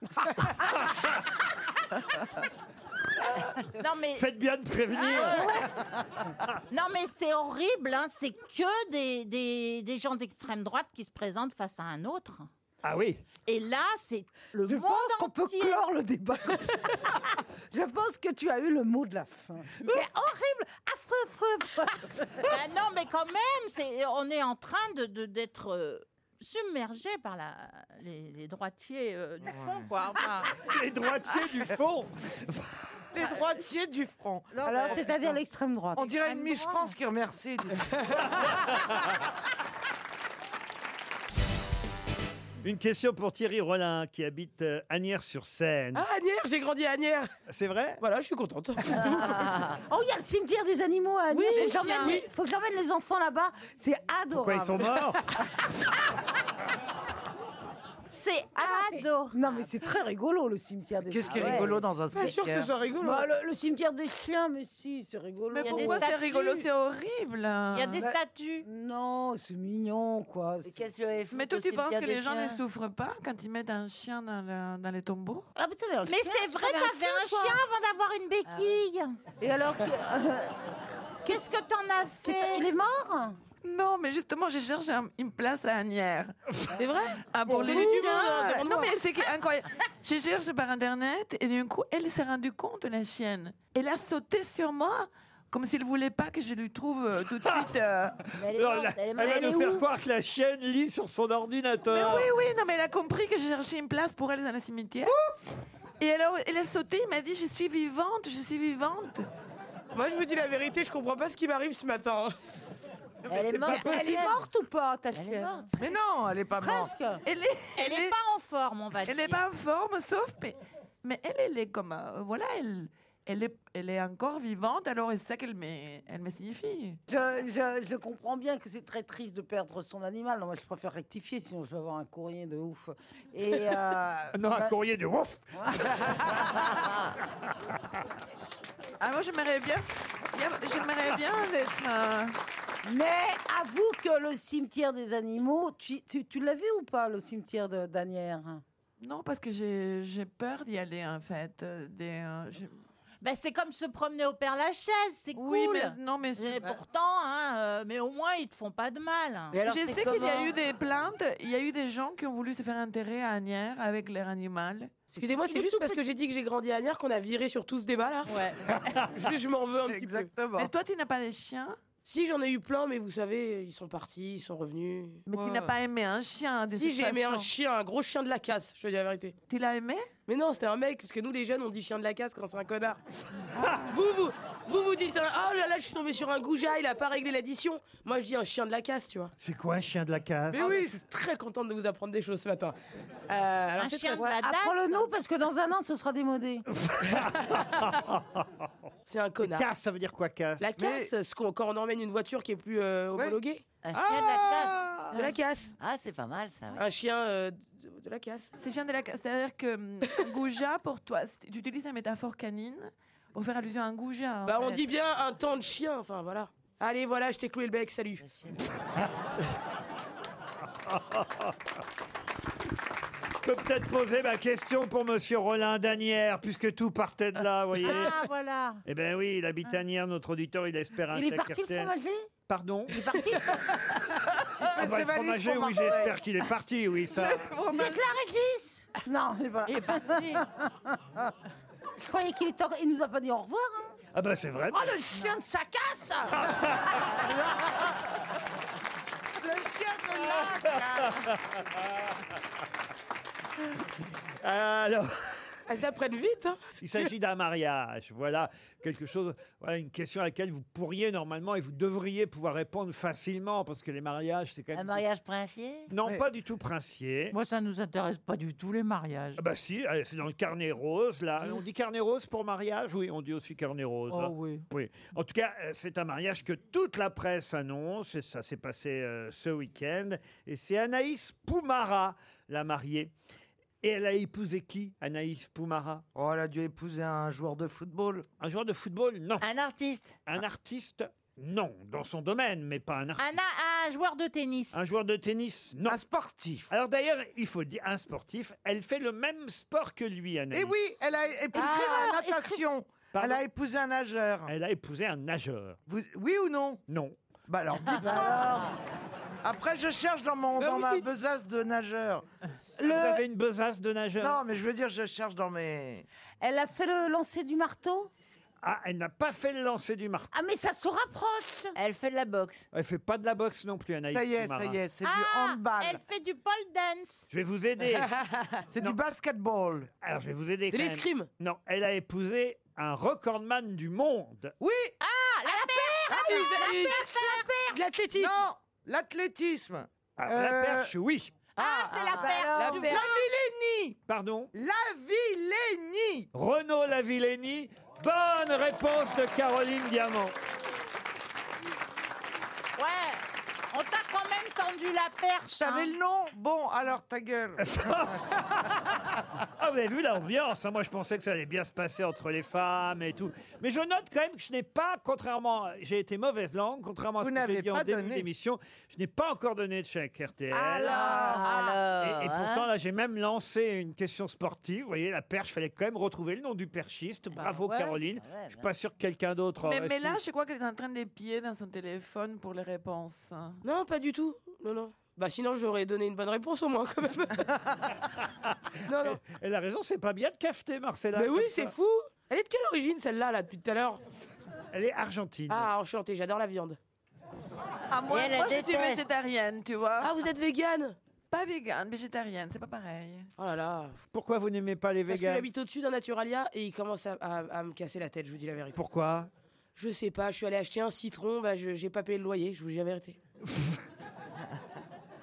Speaker 8: non mais euh, Ah,
Speaker 4: Faites bien de prévenir.
Speaker 8: non mais c'est horrible. hein. C'est que des, des, des gens d'extrême droite qui se présentent face à un autre.
Speaker 4: Ah oui.
Speaker 8: Et là, c'est le
Speaker 5: Je
Speaker 8: monde
Speaker 5: pense qu'on peut
Speaker 8: entier.
Speaker 5: clore le débat. comme ça. Je pense que tu as eu le mot de la fin. Mais horrible, affreux, affreux, affreux.
Speaker 8: Bah non, mais quand même, c'est, on est en train de, de- d'être euh, submergé par la, les, les droitiers euh, du fond, quoi. Enfin,
Speaker 4: Les droitiers du fond.
Speaker 9: Les droitiers du front. bah,
Speaker 8: non,
Speaker 5: Alors,
Speaker 8: mais-
Speaker 5: c'est-à-dire l'extrême droite.
Speaker 9: On dirait une
Speaker 8: extrême
Speaker 9: Miss
Speaker 8: droite.
Speaker 9: France qui remercie.
Speaker 4: Une question pour Thierry Rollin qui habite euh, Agnières-sur-Seine.
Speaker 6: Ah, Agnières, j'ai grandi à Agnières.
Speaker 4: C'est vrai
Speaker 6: Voilà, je suis contente.
Speaker 5: Oh, il y a le cimetière des animaux à
Speaker 6: Oui,
Speaker 5: Agnières.
Speaker 6: les
Speaker 5: Faut que j'emmène
Speaker 6: chiens.
Speaker 5: les- faut que j'emmène les enfants là-bas. C'est
Speaker 4: Pourquoi
Speaker 5: adorable.
Speaker 4: ils sont morts
Speaker 5: Ah, bah, C'est adorable. Non, mais c'est très rigolo le cimetière des
Speaker 9: Qu'est-ce qui est
Speaker 5: Ah ouais.
Speaker 9: rigolo dans un Pas sûr que ce cimetière soit rigolo.
Speaker 5: Bah, le, le cimetière des chiens, mais si, c'est rigolo.
Speaker 10: Mais
Speaker 5: Il y a des
Speaker 10: pourquoi c'est
Speaker 5: statues.
Speaker 10: rigolo C'est horrible.
Speaker 5: Il y a des
Speaker 10: Bah,
Speaker 5: statues. Non, c'est mignon, quoi. C'est-
Speaker 10: Mais toi, tu penses que les gens ne souffrent pas quand ils mettent un chien dans, le- dans les tombeaux
Speaker 14: Ah, Mais c'est vrai, t'avais un chien avant d'avoir une béquille.
Speaker 5: Et alors
Speaker 14: Qu'est-ce que t'en as fait
Speaker 5: Il est mort
Speaker 10: Non, mais justement, j'ai cherché un- une place à Agnières.
Speaker 6: C'est vrai
Speaker 10: Ah, pour
Speaker 6: Pour
Speaker 10: les
Speaker 6: vous, euh,
Speaker 10: chiens.
Speaker 6: demande-moi.
Speaker 10: Non, mais c'est que- incroyable. J'ai cherché par Internet et d'un coup, elle s'est rendue compte, la chienne. Elle a sauté sur moi comme s'il ne voulait pas que je lui trouve euh, tout de suite. euh,
Speaker 4: Non, la- Elle va nous faire croire que la chienne lit sur son
Speaker 10: Mais
Speaker 4: ordinateur.
Speaker 10: oui, oui, non, mais elle a compris que je cherchais une place pour elle dans le cimetière. Et alors, elle a sauté, il m'a dit Je suis vivante, je suis vivante.
Speaker 6: Moi, je vous dis la vérité, je comprends pas ce qui m'arrive ce matin.
Speaker 9: Elle est morte,
Speaker 6: pas
Speaker 9: elle est
Speaker 6: possible.
Speaker 9: morte
Speaker 5: ou pas, ta
Speaker 9: chienne Mais non, elle est pas morte.
Speaker 10: Elle est,
Speaker 9: Elle est
Speaker 10: pas
Speaker 5: en forme, on va
Speaker 10: elle est pas en forme, sauf. Mais, mais elle, elle est comme. euh, voilà, elle, elle, est, elle est encore vivante, alors c'est ça qu'elle me, elle me signifie.
Speaker 5: Je, je- je comprends bien que c'est très triste de perdre son animal. Non, moi, je préfère rectifier, sinon je vais avoir un courrier de ouf. Et euh,
Speaker 4: Non, un
Speaker 5: bah-
Speaker 4: courrier de ouf
Speaker 10: Ah, moi, j'aimerais bien. bien- J'aimerais bien être. euh,
Speaker 5: Mais avoue que le cimetière des animaux, tu, tu, tu l'as vu ou pas, le cimetière de d'Anières
Speaker 10: Non, parce que j'ai j'ai peur d'y aller, en fait. euh, Des, euh, je-
Speaker 8: Ben, c'est comme se promener au Père Lachaise, c'est
Speaker 10: Oui,
Speaker 8: cool.
Speaker 10: mais- non, mais
Speaker 8: Et pourtant, hein, euh, mais au moins ils te font pas de mal.
Speaker 10: je sais qu'il y a eu des plaintes, il y a eu des gens qui ont voulu se faire enterrer à Agnières avec leur animal.
Speaker 6: Excusez-moi, c'est juste parce que j'ai dit que j'ai grandi à Agnières qu'on a viré sur tout ce débat là. Ouais. je je m'en veux un petit peu.
Speaker 10: Mais toi, tu n'as pas des chiens
Speaker 6: Si, j'en ai eu plein, mais vous savez, ils sont partis, ils sont revenus.
Speaker 10: Mais tu n'as pas aimé un chien, de
Speaker 6: Si,
Speaker 10: toute
Speaker 6: j'ai aimé un
Speaker 10: façon.
Speaker 6: chien, un gros chien de la casse, je te dis la vérité.
Speaker 10: Tu l'as aimé
Speaker 6: Mais non, c'était un mec, parce que nous les jeunes, on dit chien de la casse quand c'est un connard.
Speaker 10: Ah.
Speaker 6: vous, vous, vous vous dites, ah oh là là, je suis tombé sur un goujat, il a pas réglé l'addition. Moi, je dis un chien de la casse, tu vois.
Speaker 4: C'est quoi un chien de la case
Speaker 6: Mais oui, je suis très contente de vous apprendre des choses ce matin. Euh, alors, c'est très-
Speaker 5: Apprends-le nous, parce que dans un an, ce sera démodé.
Speaker 6: C'est un connard.
Speaker 4: Casse, ça veut dire quoi casse
Speaker 6: La casse, ce qu'on, quand on emmène une voiture qui est plus euh, homologuée.
Speaker 7: Un chien de la
Speaker 6: De la casse.
Speaker 7: Ah, c'est pas mal ça.
Speaker 6: Un chien euh, de, de la casse.
Speaker 10: C'est chien de la casse. C'est-à-dire que hum, un goujat, pour toi, c'est- tu utilises la métaphore canine pour faire allusion à un goujat. en
Speaker 6: Bah, on
Speaker 10: fait.
Speaker 6: dit bien un temps de chien, enfin voilà. Allez, voilà, je t'ai cloué le bec, salut.
Speaker 4: Ah, Je peux peut-être poser ma question pour Monsieur Rollin Danière, puisque tout partait de là, vous voyez.
Speaker 8: Ah voilà.
Speaker 4: Eh ben oui, il habite Agnières, notre auditeur, il espère un
Speaker 8: Il est
Speaker 4: chèque
Speaker 8: parti, le
Speaker 4: RTL.
Speaker 8: fromager
Speaker 4: Pardon Ah, Il est parti Ah, bah,
Speaker 5: fait ses valises
Speaker 4: fromager,
Speaker 5: pour
Speaker 4: oui,
Speaker 5: Marseille.
Speaker 4: j'espère qu'il est parti, oui, ça.
Speaker 5: C'est Claire et Glisse Non, il est pas
Speaker 7: Eh
Speaker 5: là.
Speaker 7: ben,
Speaker 5: Je croyais qu'il était en- Il nous a pas dit au revoir. hein.
Speaker 4: Ah ben c'est vrai.
Speaker 5: Oh, le chien de sa casse
Speaker 9: Le chien de
Speaker 4: Alors,
Speaker 6: elles apprennent vite.
Speaker 4: Il s'agit d'un mariage, voilà quelque chose, voilà une question à laquelle vous pourriez normalement et vous devriez pouvoir répondre facilement parce que les mariages c'est quand
Speaker 7: Un
Speaker 4: même.
Speaker 7: mariage princier
Speaker 4: Non, pas du tout princier.
Speaker 15: Moi, ça nous intéresse pas du tout, les mariages.
Speaker 4: Ah bah si, euh, c'est dans le carnet rose, là. On dit carnet rose pour mariage Oui, on dit aussi carnet rose.
Speaker 15: Oh
Speaker 4: hein.
Speaker 15: oui.
Speaker 4: En tout cas, euh, c'est un mariage que toute la presse annonce, et ça s'est passé euh, ce week-end. Et c'est Anaïs Poumara, la mariée. Et elle a épousé qui, Anaïs Poumara Oh, elle a dû épouser un joueur de football. Un joueur de football Non.
Speaker 7: Un artiste
Speaker 4: Un artiste Non, dans son domaine, mais pas un artiste.
Speaker 8: Un, un joueur de tennis.
Speaker 4: Un joueur de tennis Non. Un sportif. Alors d'ailleurs, il faut dire un sportif. Elle fait le même sport que lui, Anaïs.
Speaker 9: Et oui, elle a épousé
Speaker 8: Ah,
Speaker 4: Ah,
Speaker 9: la natation. Elle a épousé un nageur.
Speaker 4: Elle a épousé un nageur.
Speaker 9: Oui ou non
Speaker 4: Non.
Speaker 9: Bah alors, dites-moi. Après, je cherche dans, mon,
Speaker 4: Bah
Speaker 9: dans
Speaker 4: oui.
Speaker 9: ma besace de nageur.
Speaker 4: Vous avez une besace de nageur
Speaker 9: Non, mais je veux dire, je cherche dans mes...
Speaker 5: Elle a fait le lancer du marteau
Speaker 4: Ah, elle n'a pas fait le lancer du marteau.
Speaker 5: Ah, mais ça se rapproche
Speaker 7: Elle fait de la boxe.
Speaker 4: Elle fait pas de la boxe non plus, Anaïs.
Speaker 9: Ça y est,
Speaker 4: Poumara.
Speaker 9: ça y est, c'est
Speaker 8: Ah,
Speaker 9: du handball.
Speaker 8: elle fait du pole dance.
Speaker 4: Je vais vous aider.
Speaker 9: c'est du basketball.
Speaker 4: Alors, je vais vous aider.
Speaker 9: De
Speaker 4: quand même.
Speaker 9: l'escrime.
Speaker 4: Non, elle a épousé un recordman du monde.
Speaker 9: Oui
Speaker 8: Ah, la, paire,
Speaker 9: Ah oui,
Speaker 8: la
Speaker 9: la
Speaker 8: paire,
Speaker 9: paire,
Speaker 8: la paire.
Speaker 9: L'athlétisme Non, l'athlétisme.
Speaker 4: Ah. Alors, la perche, oui.
Speaker 5: Euh,
Speaker 14: Ah, c'est
Speaker 5: bah
Speaker 14: la
Speaker 4: la
Speaker 14: paire.
Speaker 4: paire.
Speaker 9: Villénie
Speaker 4: Pardon
Speaker 9: La Villénie
Speaker 4: Renaud Lavillény. Bonne réponse de Caroline Diamant.
Speaker 8: Ouais, on t'a quand même tendu la perche.
Speaker 9: T'avais le nom Bon, alors ta gueule.
Speaker 4: Ah, vous avez vu l'ambiance. hein. Moi, je pensais que ça allait bien se passer entre les femmes et tout. Mais je note quand même que je n'ai pas, contrairement, à- j'ai été mauvaise langue, contrairement à ce que j'ai dit en
Speaker 9: pas
Speaker 4: début
Speaker 9: donné.
Speaker 4: d'émission, je n'ai pas encore donné de chèque RTL.
Speaker 9: Alors,
Speaker 4: Ah, et, et
Speaker 9: hein.
Speaker 4: pourtant, là, j'ai même lancé une question sportive. Vous voyez, la perche, fallait quand même retrouver le nom du perchiste. Bravo,
Speaker 10: ouais,
Speaker 4: Caroline.
Speaker 10: bah ouais,
Speaker 4: je suis pas sûr que quelqu'un d'autre.
Speaker 10: Mais,
Speaker 4: aurait
Speaker 10: mais
Speaker 4: su.
Speaker 10: là, je crois qu'elle est en train d'épier dans son téléphone pour les réponses.
Speaker 6: Non, pas du tout. Non, non. Bah sinon j'aurais donné une bonne réponse au moins quand même. non, non.
Speaker 4: Elle a raison, c'est pas bien de cafeter Marcella.
Speaker 6: Mais oui,
Speaker 4: comme
Speaker 6: c'est
Speaker 4: ça.
Speaker 6: fou. Elle est de quelle origine celle-là là depuis tout à l'heure
Speaker 4: Elle est argentine.
Speaker 6: Ah enchantée, j'adore la viande.
Speaker 10: Ah, moi,
Speaker 6: Et elle
Speaker 10: moi,
Speaker 6: la
Speaker 10: je suis
Speaker 6: déteste.
Speaker 10: végétarienne, tu vois.
Speaker 6: Ah, vous êtes végane
Speaker 10: Pas végane, végétarienne, c'est pas pareil.
Speaker 6: Oh là là.
Speaker 4: Pourquoi vous n'aimez pas les
Speaker 6: Parce que
Speaker 4: végans
Speaker 6: j'habite au-dessus d'un Naturalia et il commence à, à- à me casser la tête, je vous dis la vérité.
Speaker 4: Pourquoi
Speaker 6: Je sais pas, je suis allé acheter un citron, bah je- j'ai pas payé le loyer, je vous dis la vérité.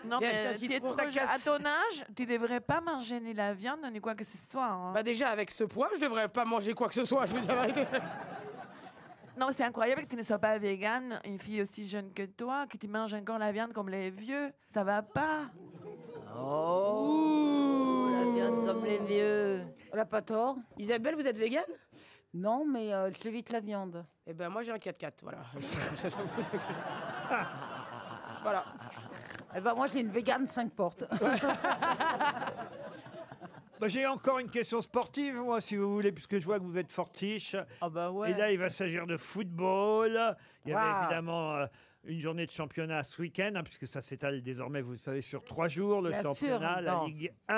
Speaker 10: Non,
Speaker 6: J'ai
Speaker 10: mais
Speaker 6: acheté un
Speaker 10: tu es
Speaker 6: citron,
Speaker 10: trop
Speaker 6: ça
Speaker 10: jeune. à
Speaker 6: casse.
Speaker 10: ton âge, tu devrais pas manger ni la viande ni quoi que ce soit. hein.
Speaker 6: Bah déjà avec ce poids, je devrais pas manger quoi que ce soit, je vous dis la vérité.
Speaker 10: Non, c'est incroyable que tu ne sois pas végane, une fille aussi jeune que toi, que tu manges encore la viande comme les vieux. Ça va pas.
Speaker 7: Oh, la viande comme les vieux.
Speaker 5: Elle a pas tort.
Speaker 6: Isabelle, vous êtes végane
Speaker 5: Non, mais euh, je évite la viande.
Speaker 6: Eh ben moi j'ai un 4x4, voilà. voilà.
Speaker 5: Eh ben moi j'ai une végane 5 portes.
Speaker 4: Bah, J'ai encore une question sportive, moi, si vous voulez, puisque je vois que vous êtes fortiche. Et là, il va s'agir de football. Il y avait
Speaker 12: Waouh.
Speaker 4: évidemment euh, une journée de championnat ce week-end, hein, puisque ça s'étale désormais, vous le savez, sur trois jours, le
Speaker 12: Bien sûr,
Speaker 4: championnat, la
Speaker 12: non.
Speaker 4: Ligue 1.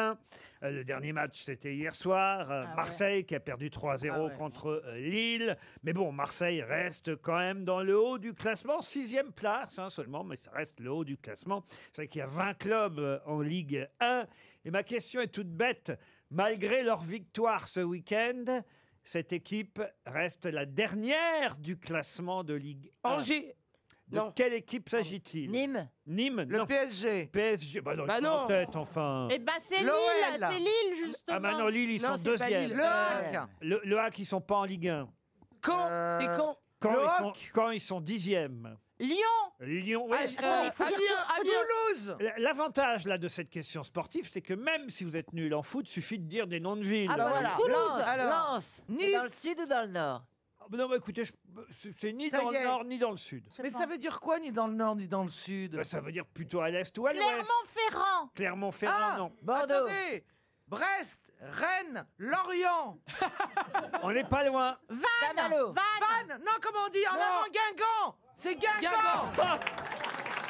Speaker 4: Euh, le dernier match, c'était hier soir. Euh,
Speaker 12: Ah ouais.
Speaker 4: Marseille qui a perdu 3-0
Speaker 12: Ah ouais.
Speaker 4: contre euh, Lille. Mais bon, Marseille reste quand même dans le haut du classement, sixième place hein, seulement, mais ça reste le haut du classement. C'est vrai qu'il y a 20 clubs euh, en Ligue 1. Et ma question est toute bête. Malgré leur victoire ce week-end, cette équipe reste la dernière du classement de Ligue 1.
Speaker 6: Angers.
Speaker 4: De quelle équipe s'agit-il Nîmes. Nîmes. Le
Speaker 9: PSG.
Speaker 4: PSG. Bah non,
Speaker 6: Bah
Speaker 4: ils sont en
Speaker 6: non.
Speaker 4: tête enfin.
Speaker 8: Eh
Speaker 5: bah,
Speaker 8: ben, c'est
Speaker 4: L'OL.
Speaker 8: Lille, c'est Lille, justement.
Speaker 4: Ah bah non, Lille, ils sont deuxième.
Speaker 9: Lille. Le Euh, Hack.
Speaker 4: Le, le Hack, ils sont pas en Ligue 1.
Speaker 6: Quand C'est quand
Speaker 4: quand
Speaker 9: Le
Speaker 4: ils, sont,
Speaker 9: Hack.
Speaker 4: quand ils sont dixième.
Speaker 8: Lyon
Speaker 4: Lyon, oui.
Speaker 6: Ah, euh, Attends, Amiens, Amiens.
Speaker 9: Toulouse.
Speaker 4: L- L'avantage là de cette question sportive, c'est que même si vous êtes nul en foot, suffit de dire des noms de villes.
Speaker 7: Ah bah voilà. Lens, Lens. C'est dans le sud ou dans le nord
Speaker 4: Ah bah Non, bah écoutez, je- c'est c'est ni
Speaker 7: Ça
Speaker 4: dans
Speaker 7: y
Speaker 4: le
Speaker 7: est.
Speaker 4: nord ni dans le sud.
Speaker 9: Mais ça veut dire quoi, ni dans le nord, ni dans le sud
Speaker 4: Bah, ça veut dire plutôt à l'est ou à l'ouest.
Speaker 8: Clermont-Ferrand.
Speaker 4: Clermont-Ferrand,
Speaker 9: Ah,
Speaker 4: non.
Speaker 9: Attendez Brest, Rennes, Lorient,
Speaker 4: On n'est pas loin.
Speaker 9: Vannes, Vannes, non comment on dit en
Speaker 6: Non.
Speaker 9: avant Guingamp, c'est Guingamp.
Speaker 4: Guingamp. Ah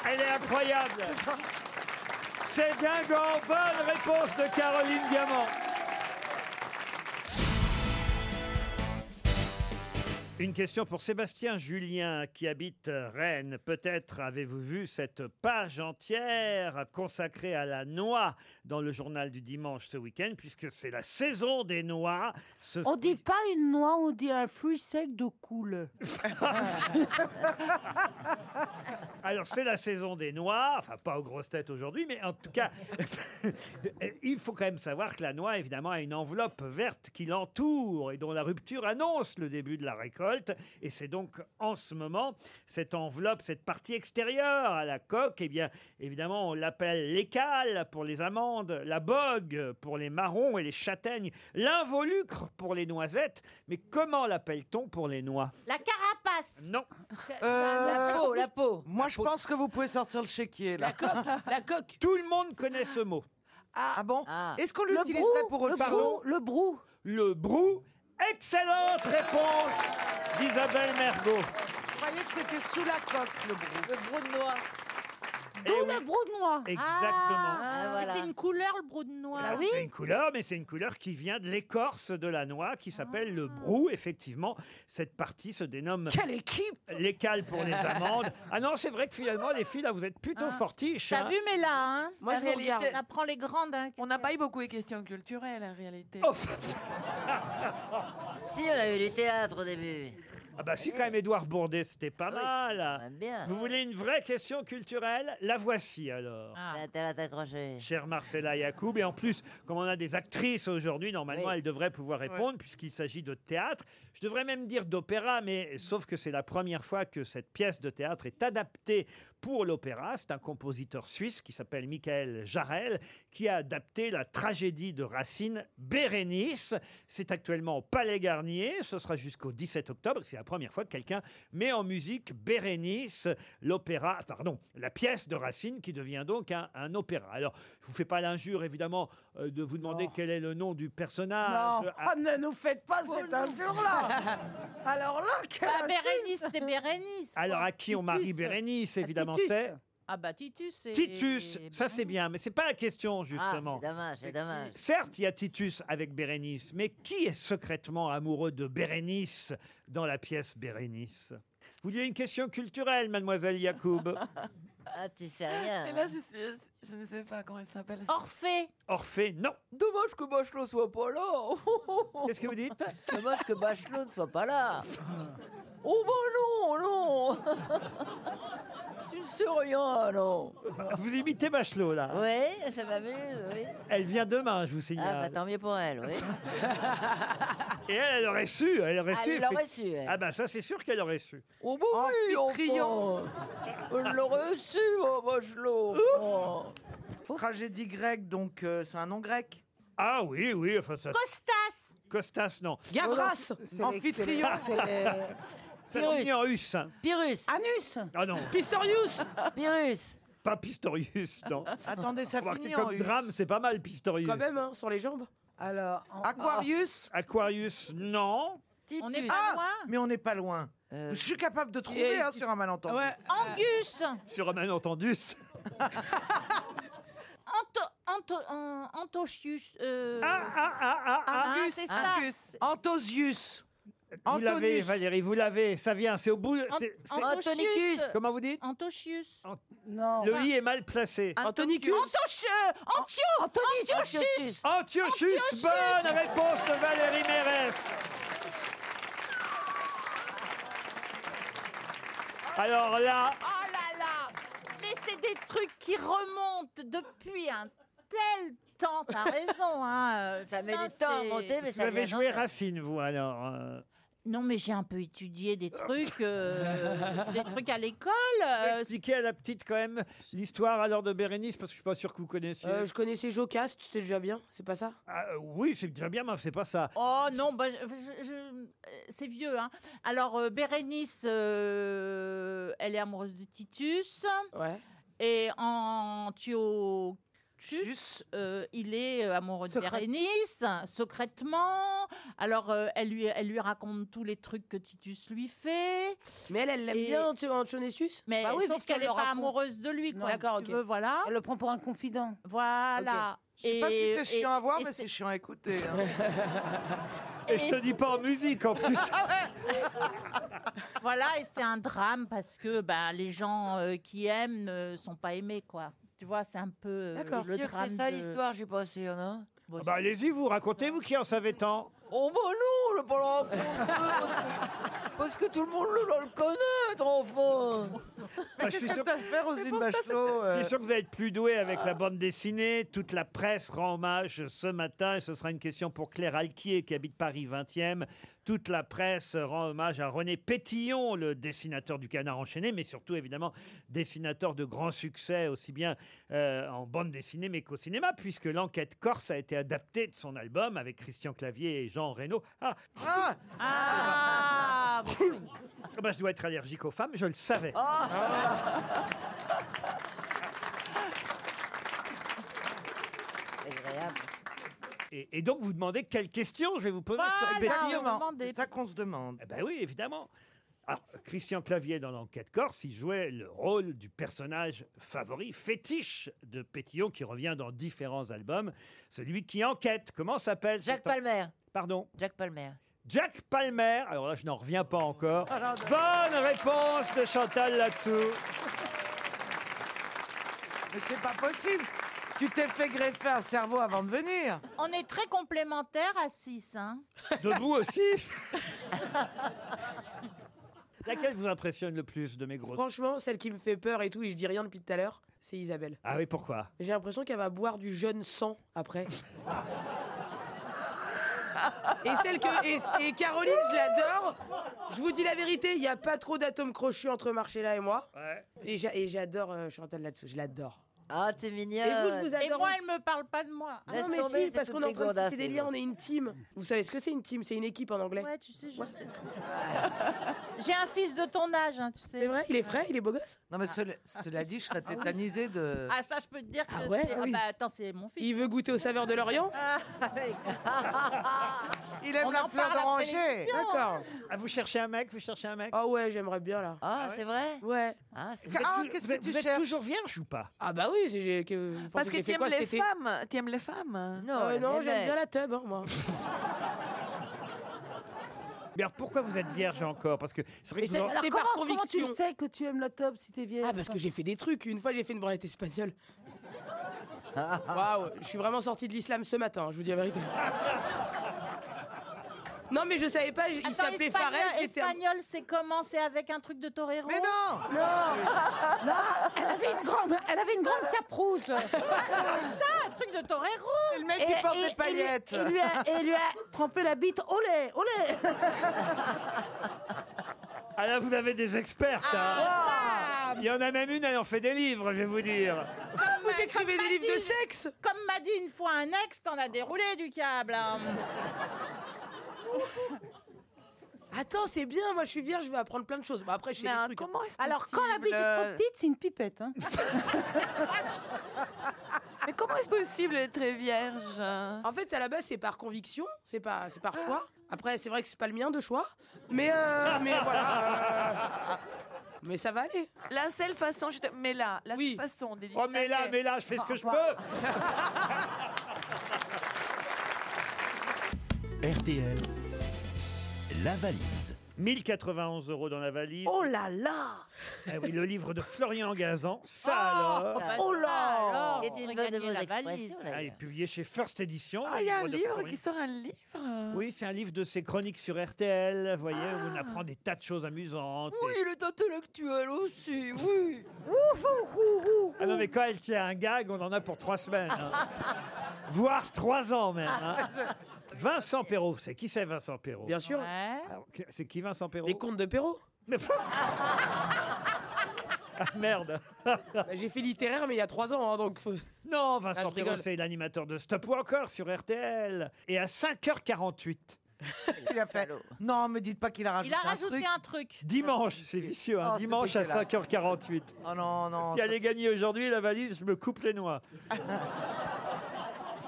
Speaker 4: Elle est incroyable. C'est Guingamp. Bonne réponse de Caroline Diamant. Une question pour Sébastien Julien qui habite Rennes. Peut-être avez-vous vu cette page entière consacrée à la noix dans le journal du dimanche ce week-end, puisque c'est la saison des noix. Ce
Speaker 5: On dit pas une noix, on dit un fruit sec de coule.
Speaker 4: Ah. Alors, c'est la saison des noix, enfin, pas aux grosses têtes aujourd'hui, mais en tout cas, il faut quand même savoir que la noix, évidemment, a une enveloppe verte qui l'entoure et dont la rupture annonce le début de la récolte. Et c'est donc en ce moment, cette enveloppe, cette partie extérieure à la coque, eh bien, évidemment, on l'appelle l'écale pour les amandes, la bogue pour les marrons et les châtaignes, l'involucre pour les noisettes. Mais comment l'appelle-t-on pour les noix
Speaker 8: La carapace. Euh,
Speaker 4: Non. Euh,
Speaker 8: La peau,
Speaker 9: la peau. Moi, je pense que vous pouvez sortir le chéquier, là.
Speaker 6: La coque.
Speaker 4: Tout le monde connaît ce mot.
Speaker 9: Ah, bon Est-ce qu'on
Speaker 4: Le
Speaker 9: l'utiliserait
Speaker 4: brou,
Speaker 9: pour autre
Speaker 4: le brou,
Speaker 9: chose Le brou.
Speaker 4: Le brou. Excellente réponse d'Isabelle Mergot.
Speaker 9: Je croyais que c'était sous
Speaker 5: Ah,
Speaker 9: la coque, le brou. Le brou de noix.
Speaker 4: D'où
Speaker 8: le brou de noix.
Speaker 4: Eh Exactement.
Speaker 8: Ah,
Speaker 4: Ah, voilà.
Speaker 8: mais C'est une couleur, le brou de
Speaker 5: Ah,
Speaker 8: noix.
Speaker 4: Alors, C'est une couleur, mais c'est une couleur qui vient de l'écorce de la noix, qui s'appelle le brou. Effectivement, cette partie se dénomme.
Speaker 9: Quelle équipe
Speaker 4: L'écale pour les amandes. Ah non, c'est vrai que finalement, les filles, là, vous êtes plutôt fortiches.
Speaker 8: T'as
Speaker 4: hein.
Speaker 8: vu, mais là, hein
Speaker 10: Moi,
Speaker 8: La
Speaker 10: je vous
Speaker 8: réalité-
Speaker 10: regarde.
Speaker 8: Ça prend les grandes. hein.
Speaker 10: On n'a pas eu beaucoup de questions culturelles en réalité.
Speaker 7: Si, on a eu du théâtre au début.
Speaker 4: Ah bah si, quand même, Édouard Bourdet, c'était pas
Speaker 7: Oui,
Speaker 4: mal.
Speaker 7: bien.
Speaker 4: Vous voulez une vraie question culturelle La voici alors.
Speaker 7: Ah. T'as intérêt à t'accrocher.
Speaker 4: Chère Marcella Yacoub, et en plus, comme on a des actrices aujourd'hui, normalement,
Speaker 7: Oui.
Speaker 4: elles devraient pouvoir répondre, puisqu'il s'agit de théâtre. Je devrais même dire d'opéra, mais sauf que c'est la première fois que cette pièce de théâtre est adaptée pour l'opéra. C'est un compositeur suisse qui s'appelle Michael Jarel, qui a adapté la tragédie de Racine, Bérénice. C'est actuellement au Palais Garnier, ce sera jusqu'au 17 octobre. C'est la première fois que quelqu'un met en musique Bérénice, l'opéra, pardon, la pièce de Racine qui devient donc un, un opéra. Alors, je vous fais pas l'injure, évidemment, euh, de vous demander quel est le nom du personnage.
Speaker 9: Non,
Speaker 4: Ah,
Speaker 9: oh, ne nous faites pas
Speaker 8: Oh
Speaker 9: cet
Speaker 8: non.
Speaker 9: injure-là. Alors là, quelle
Speaker 8: Ah,
Speaker 9: insulte.
Speaker 8: Bérénice, c'était Bérénice.
Speaker 4: Alors, à qui on marie
Speaker 8: Titus.
Speaker 4: Bérénice, évidemment,
Speaker 8: Titus.
Speaker 4: c'est
Speaker 8: Ah bah Titus, c'est...
Speaker 4: Titus. Ça, c'est bien, mais c'est pas la
Speaker 7: Ah,
Speaker 4: question, justement.
Speaker 7: C'est dommage, c'est dommage.
Speaker 4: Certes, il y a Titus avec Bérénice, mais qui est secrètement amoureux de Bérénice dans la pièce Bérénice Vous vouliez une question culturelle, mademoiselle Yacoub
Speaker 7: Ah, tu sais rien.
Speaker 10: Et là, je, sais- je ne sais pas comment il s'appelle.
Speaker 8: Orphée.
Speaker 4: Orphée, non.
Speaker 10: Dommage que Bachelot soit pas là.
Speaker 4: Qu'est-ce que vous dites
Speaker 7: Dommage que Bachelot ne soit pas là.
Speaker 10: Oh bah non, non
Speaker 7: Tu ne sais rien, non.
Speaker 4: Vous imitez Bachelot, là. hein
Speaker 7: Oui, ça m'amuse, oui.
Speaker 4: Elle vient demain, je vous signale.
Speaker 7: Ah, bah tant mieux pour elle, oui.
Speaker 4: Et elle, elle aurait su. Elle aurait
Speaker 7: Ah,
Speaker 4: su.
Speaker 7: elle aurait
Speaker 4: effect-
Speaker 7: su, elle.
Speaker 4: Ah, bah ça, c'est sûr qu'elle aurait su.
Speaker 10: Oh bah oui,
Speaker 9: Amphitryon.
Speaker 10: enfin. Je l'aurais su, oh Bachelot. Oh.
Speaker 9: Tragédie grecque, donc euh, c'est un nom grec.
Speaker 4: Ah oui, oui, enfin ça.
Speaker 9: Costas
Speaker 4: Costas, non.
Speaker 9: Gavras.
Speaker 4: Oh, non.
Speaker 9: Amphitryon.
Speaker 4: Ça finit en us. hein.
Speaker 7: Pyrrhus.
Speaker 9: Anus.
Speaker 4: Ah non.
Speaker 9: Pistorius.
Speaker 7: Pyrrhus.
Speaker 4: Pas Pistorius, non.
Speaker 9: Attendez, ça
Speaker 4: Remarquez,
Speaker 9: finit en
Speaker 4: comme
Speaker 9: us.
Speaker 4: drame, c'est pas mal, Pistorius. Ah,
Speaker 6: Quand même, hein, sur les jambes.
Speaker 9: Alors, Aquarius.
Speaker 4: Aquarius, non.
Speaker 9: On n'est pas loin. Ah, Mais on n'est pas loin. Je suis capable de trouver
Speaker 6: Euh, Et-
Speaker 9: hein, sur un malentendu.
Speaker 6: Ouais.
Speaker 4: Euh.
Speaker 6: euh,
Speaker 14: Angus
Speaker 4: Sur un malentendu.
Speaker 14: Anto, Anto, An- Antocius. euh,
Speaker 4: Ah, ah, ah, ah,
Speaker 14: ah,
Speaker 9: Angus,
Speaker 14: c'est ça.
Speaker 9: Angus. Antosius.
Speaker 4: Vous l'avez,
Speaker 9: Antonius.
Speaker 4: Valérie, vous l'avez. Ça vient, c'est au bout. de-
Speaker 14: An-
Speaker 4: c'est- c'est-
Speaker 14: Antonicus.
Speaker 4: Comment vous dites
Speaker 14: Antocius.
Speaker 9: Non.
Speaker 4: Le i est mal placé.
Speaker 6: Antonicus.
Speaker 14: Antoche, euh, Antio,
Speaker 5: Oh,
Speaker 4: Ah,
Speaker 14: Antiochus.
Speaker 4: Antiochus, bonne réponse de Valérie Mérès. Alors là,
Speaker 14: Oh là là Mais c'est des trucs qui remontent depuis un tel temps. T'as raison, hein.
Speaker 7: Ça met du temps à remonter, mais
Speaker 4: vous avez joué Racine, vous, alors. euh.
Speaker 8: Non, mais j'ai un peu étudié des trucs, euh, des trucs à l'école.
Speaker 4: Vous
Speaker 8: euh,
Speaker 4: expliquez à la petite, quand même, l'histoire alors de Bérénice, parce que je suis pas sûr que vous connaissiez.
Speaker 6: Euh, je connaissais Jocaste, c'était déjà bien, c'est pas ça
Speaker 4: Ah, euh, oui, c'est déjà bien, mais c'est pas ça.
Speaker 8: Oh non, bah, je- je- euh, c'est vieux. Hein. Alors, euh, Bérénice, euh, elle est amoureuse de Titus.
Speaker 6: Ouais.
Speaker 8: Et Antiochus, euh, il est euh, amoureux de
Speaker 9: Secrète-
Speaker 8: Bérénice, secrètement. Alors, euh, elle, lui, elle lui raconte tous les trucs que Titus lui fait.
Speaker 6: Mais elle, elle l'aime
Speaker 8: Et-
Speaker 6: bien, Anti- Antonestus
Speaker 8: Mais
Speaker 6: Bah oui,
Speaker 8: sauf
Speaker 6: puisqu'elle
Speaker 8: qu'elle n'est
Speaker 6: le
Speaker 8: pas
Speaker 6: raconte.
Speaker 8: amoureuse de lui.
Speaker 6: Non.
Speaker 8: quoi, si
Speaker 6: D'accord,
Speaker 8: tu
Speaker 6: ok.
Speaker 8: veux, voilà.
Speaker 5: Elle le prend pour un confident.
Speaker 8: Voilà.
Speaker 9: Je sais pas si
Speaker 8: Et-
Speaker 9: c'est
Speaker 8: et-
Speaker 9: chiant à voir,
Speaker 8: et
Speaker 9: mais
Speaker 8: c'est-
Speaker 9: c'est chiant à écouter. hein.
Speaker 4: Et je te dis pas en musique, en plus.
Speaker 6: Ah,
Speaker 8: Ah Voilà, et c'est un drame parce que ben, les gens euh, qui aiment ne sont pas aimés, quoi. Tu vois, c'est un peu euh,
Speaker 7: D'accord.
Speaker 8: le
Speaker 7: Sûr que
Speaker 8: drame.
Speaker 7: c'est ça,
Speaker 8: de-
Speaker 7: l'histoire, je suis pas hein. sûre, non
Speaker 4: Ah bah, allez-y, vous racontez, vous qui en savez tant.
Speaker 7: Oh bah non, le parlant Parce que tout le monde le doit le connaître, enfin
Speaker 4: Bah, je
Speaker 9: Qu'est-ce
Speaker 4: suis
Speaker 9: que
Speaker 4: sûr-
Speaker 9: t'as fait, Roselyne Bachelot
Speaker 4: Je
Speaker 9: euh,
Speaker 4: suis sûr que vous allez être plus doué avec la bande dessinée. Toute la presse rend hommage ce matin. Et ce sera une question pour Claire Alquier, qui habite Paris 20e. Toute la presse rend hommage à René Pétillon, le dessinateur du canard enchaîné, mais surtout, évidemment, dessinateur de grands succès, aussi bien euh, en bande dessinée, mais qu'au cinéma, puisque l'enquête corse a été adaptée de son album avec Christian Clavier et Jean Reno. Ah,
Speaker 9: Ah,
Speaker 8: Ah bon, oui.
Speaker 4: bah, je dois être allergique aux femmes, je le
Speaker 10: Oh.
Speaker 4: savais.
Speaker 7: Agréable.
Speaker 4: Et, et donc, vous demandez quelle question je vais vous poser sur Pétillon.
Speaker 9: Exactement. C'est ça qu'on se demande.
Speaker 4: Eh Ben oui, évidemment. Alors, Christian Clavier, dans l'enquête corse, il jouait le rôle du personnage favori, fétiche de Pétillon, qui revient dans différents albums. Celui qui enquête. Comment s'appelle ce
Speaker 7: Jacques
Speaker 4: temps-
Speaker 7: Palmer.
Speaker 4: Pardon
Speaker 7: Jacques Palmer.
Speaker 4: Jack Palmer. Alors là, je n'en reviens pas encore. Bonne réponse de Chantal là-dessous.
Speaker 9: Mais c'est pas possible. Tu t'es fait greffer un cerveau avant de venir.
Speaker 8: On est très complémentaires à 6. Hein.
Speaker 4: Debout aussi. Laquelle vous impressionne le plus de mes grosses
Speaker 6: Franchement, celle qui me fait peur et tout, et je dis rien depuis tout à l'heure, c'est Isabelle.
Speaker 4: Ah oui, pourquoi
Speaker 6: J'ai l'impression qu'elle va boire du jeune sang après. Et celle que. Et, et Caroline, je l'adore. Je vous dis la vérité, il n'y a pas trop d'atomes crochus entre Marcella et moi. Et j'a- et j'adore euh, Chantal là-dessous, je l'adore.
Speaker 7: Ah, t'es mignonne.
Speaker 6: Et vous, je vous adore.
Speaker 14: Et moi, elle me parle pas de moi.
Speaker 6: Ah non, mais si, parce qu'on est en train de tisser des liens, on est une team. Vous savez ce que c'est une team C'est une équipe en anglais.
Speaker 14: Ouais, tu sais, je sais. J'ai un fils de ton âge, hein, tu sais.
Speaker 6: C'est vrai, il est vrai, il est beau gosse.
Speaker 9: Non, mais cela, cela dit, je serais tétanisée de.
Speaker 14: Ah, ça, je peux te dire que
Speaker 6: Euh. Ah ouais,
Speaker 14: c'est...
Speaker 6: oui.
Speaker 14: bah, attends, c'est mon fils.
Speaker 6: Il veut goûter aux saveurs de l'Orient
Speaker 8: Ah,
Speaker 9: Il aime la fleur d'oranger.
Speaker 6: D'accord.
Speaker 4: Ah, vous cherchez un mec Vous cherchez un mec
Speaker 6: Ah ouais, j'aimerais bien là.
Speaker 7: Ah, c'est vrai
Speaker 6: Ouais.
Speaker 7: Ah, c'est
Speaker 4: Vous êtes tou- vous êtes- vous êtes toujours vierge ou pas
Speaker 6: Ah bah oui, c'est- j'ai- que- vous pensez
Speaker 10: Parce
Speaker 6: j'ai
Speaker 10: que
Speaker 6: fait
Speaker 10: t'aimes
Speaker 6: quoi cet
Speaker 10: les
Speaker 6: été
Speaker 10: femmes. T'aimes les femmes.
Speaker 6: Euh, non, j'aime bien la teub, hein, moi.
Speaker 4: Mais alors pourquoi vous êtes vierge encore Parce que c'est vrai
Speaker 6: Mais
Speaker 4: que vous
Speaker 6: ça,
Speaker 4: en-
Speaker 6: c'était par
Speaker 5: comment, comment tu le
Speaker 6: conviction.
Speaker 5: sais que tu aimes la top si t'es vieille
Speaker 6: Ah, parce que j'ai fait des trucs. Une fois, j'ai fait une branlette espagnole. Waouh, je suis vraiment sortie de l'islam ce matin, hein, je vous dis la vérité. Non, mais je savais pas, j- il
Speaker 14: Attends,
Speaker 6: s'appelait
Speaker 14: espagnol,
Speaker 6: Farel. j'étais un-
Speaker 14: espagnol, c'est comment C'est avec un truc de torero Mais non
Speaker 5: Non, elle avait une grande, Oh, bah, elle avait une grande cape rouge.
Speaker 14: Ça, un truc de torero
Speaker 9: C'est le mec qui porte des paillettes.
Speaker 5: Et, lui a, et lui a trempé la bite. Olé, olé.
Speaker 4: Ah là, vous avez des expertes. hein.
Speaker 10: Ah.
Speaker 4: Il y en a même une, elle en fait des livres, je vais vous dire.
Speaker 14: Vous
Speaker 6: écrivez des livres de sexe
Speaker 14: Comme m'a dit une fois un ex, t'en as déroulé du câble. hein.
Speaker 6: Attends, c'est bien, moi je suis vierge, je vais apprendre plein de choses. Bah, après, je sais
Speaker 10: Mais
Speaker 6: des
Speaker 10: hein,
Speaker 6: trucs.
Speaker 10: comment est-ce
Speaker 5: Alors quand la bite est trop
Speaker 10: possible
Speaker 5: petite, c'est une pipette. hein.
Speaker 10: Mais comment est-ce possible d'être vierge
Speaker 6: En fait, à la base, c'est par conviction, c'est pas, c'est par choix.
Speaker 10: Ah.
Speaker 6: Après, c'est vrai que c'est pas le mien de choix, mais euh, mais voilà. euh, mais ça va aller.
Speaker 10: La seule façon, je te... mais là, la seule façon. de- Ah, bah.
Speaker 4: Oh mais là, mais là, je fais ce que je peux.
Speaker 2: RTL, la valise.
Speaker 4: 1091 euros dans la valise.
Speaker 5: Oh là là.
Speaker 4: Eh oui, le livre de Florian Gazan. Ça
Speaker 10: Ah,
Speaker 4: alors.
Speaker 5: Oh là.
Speaker 7: C'est une bonne de vos expressions, là.
Speaker 4: Ah, il est publié chez First Edition.
Speaker 10: Ah,
Speaker 4: le
Speaker 10: il y a un
Speaker 4: de
Speaker 10: livre
Speaker 4: Florian.
Speaker 10: qui sort un livre.
Speaker 4: Oui, c'est un livre de ses chroniques sur RTL, vous voyez, où
Speaker 10: Ah.
Speaker 4: on apprend des tas de choses amusantes.
Speaker 7: Oui, il est intellectuel aussi, oui.
Speaker 4: Ah non, mais quand elle tient un gag, on en a pour trois semaines. hein. Voire trois ans même.
Speaker 10: Ah,
Speaker 4: hein. Vincent Perrault, c'est qui c'est Vincent Perrault
Speaker 6: Bien sûr.
Speaker 4: Alors, que- C'est qui Vincent Perrault
Speaker 6: Les contes de Perrault.
Speaker 4: Mais Ah, merde
Speaker 6: Bah, J'ai fait littéraire, mais il y a trois ans, hein, donc. faut-
Speaker 4: Non,
Speaker 6: Ah,
Speaker 4: Vincent
Speaker 6: je
Speaker 4: Perrault,
Speaker 6: rigole.
Speaker 4: c'est l'animateur de Stop ou encore sur RTL. Et à 5h48,
Speaker 9: Il a fait. Non, me dites pas qu'il
Speaker 6: Ah,
Speaker 9: a
Speaker 14: Il
Speaker 9: rajouté
Speaker 14: a
Speaker 9: un
Speaker 14: rajouté
Speaker 9: truc.
Speaker 14: un truc.
Speaker 4: dimanche, c'est vicieux, hein,
Speaker 9: Oh, c'est
Speaker 4: dimanche à
Speaker 9: dégueulasse.
Speaker 4: 5h48.
Speaker 9: Oh non, non.
Speaker 4: Si elle est gagnée aujourd'hui, la valise, je me coupe les noix.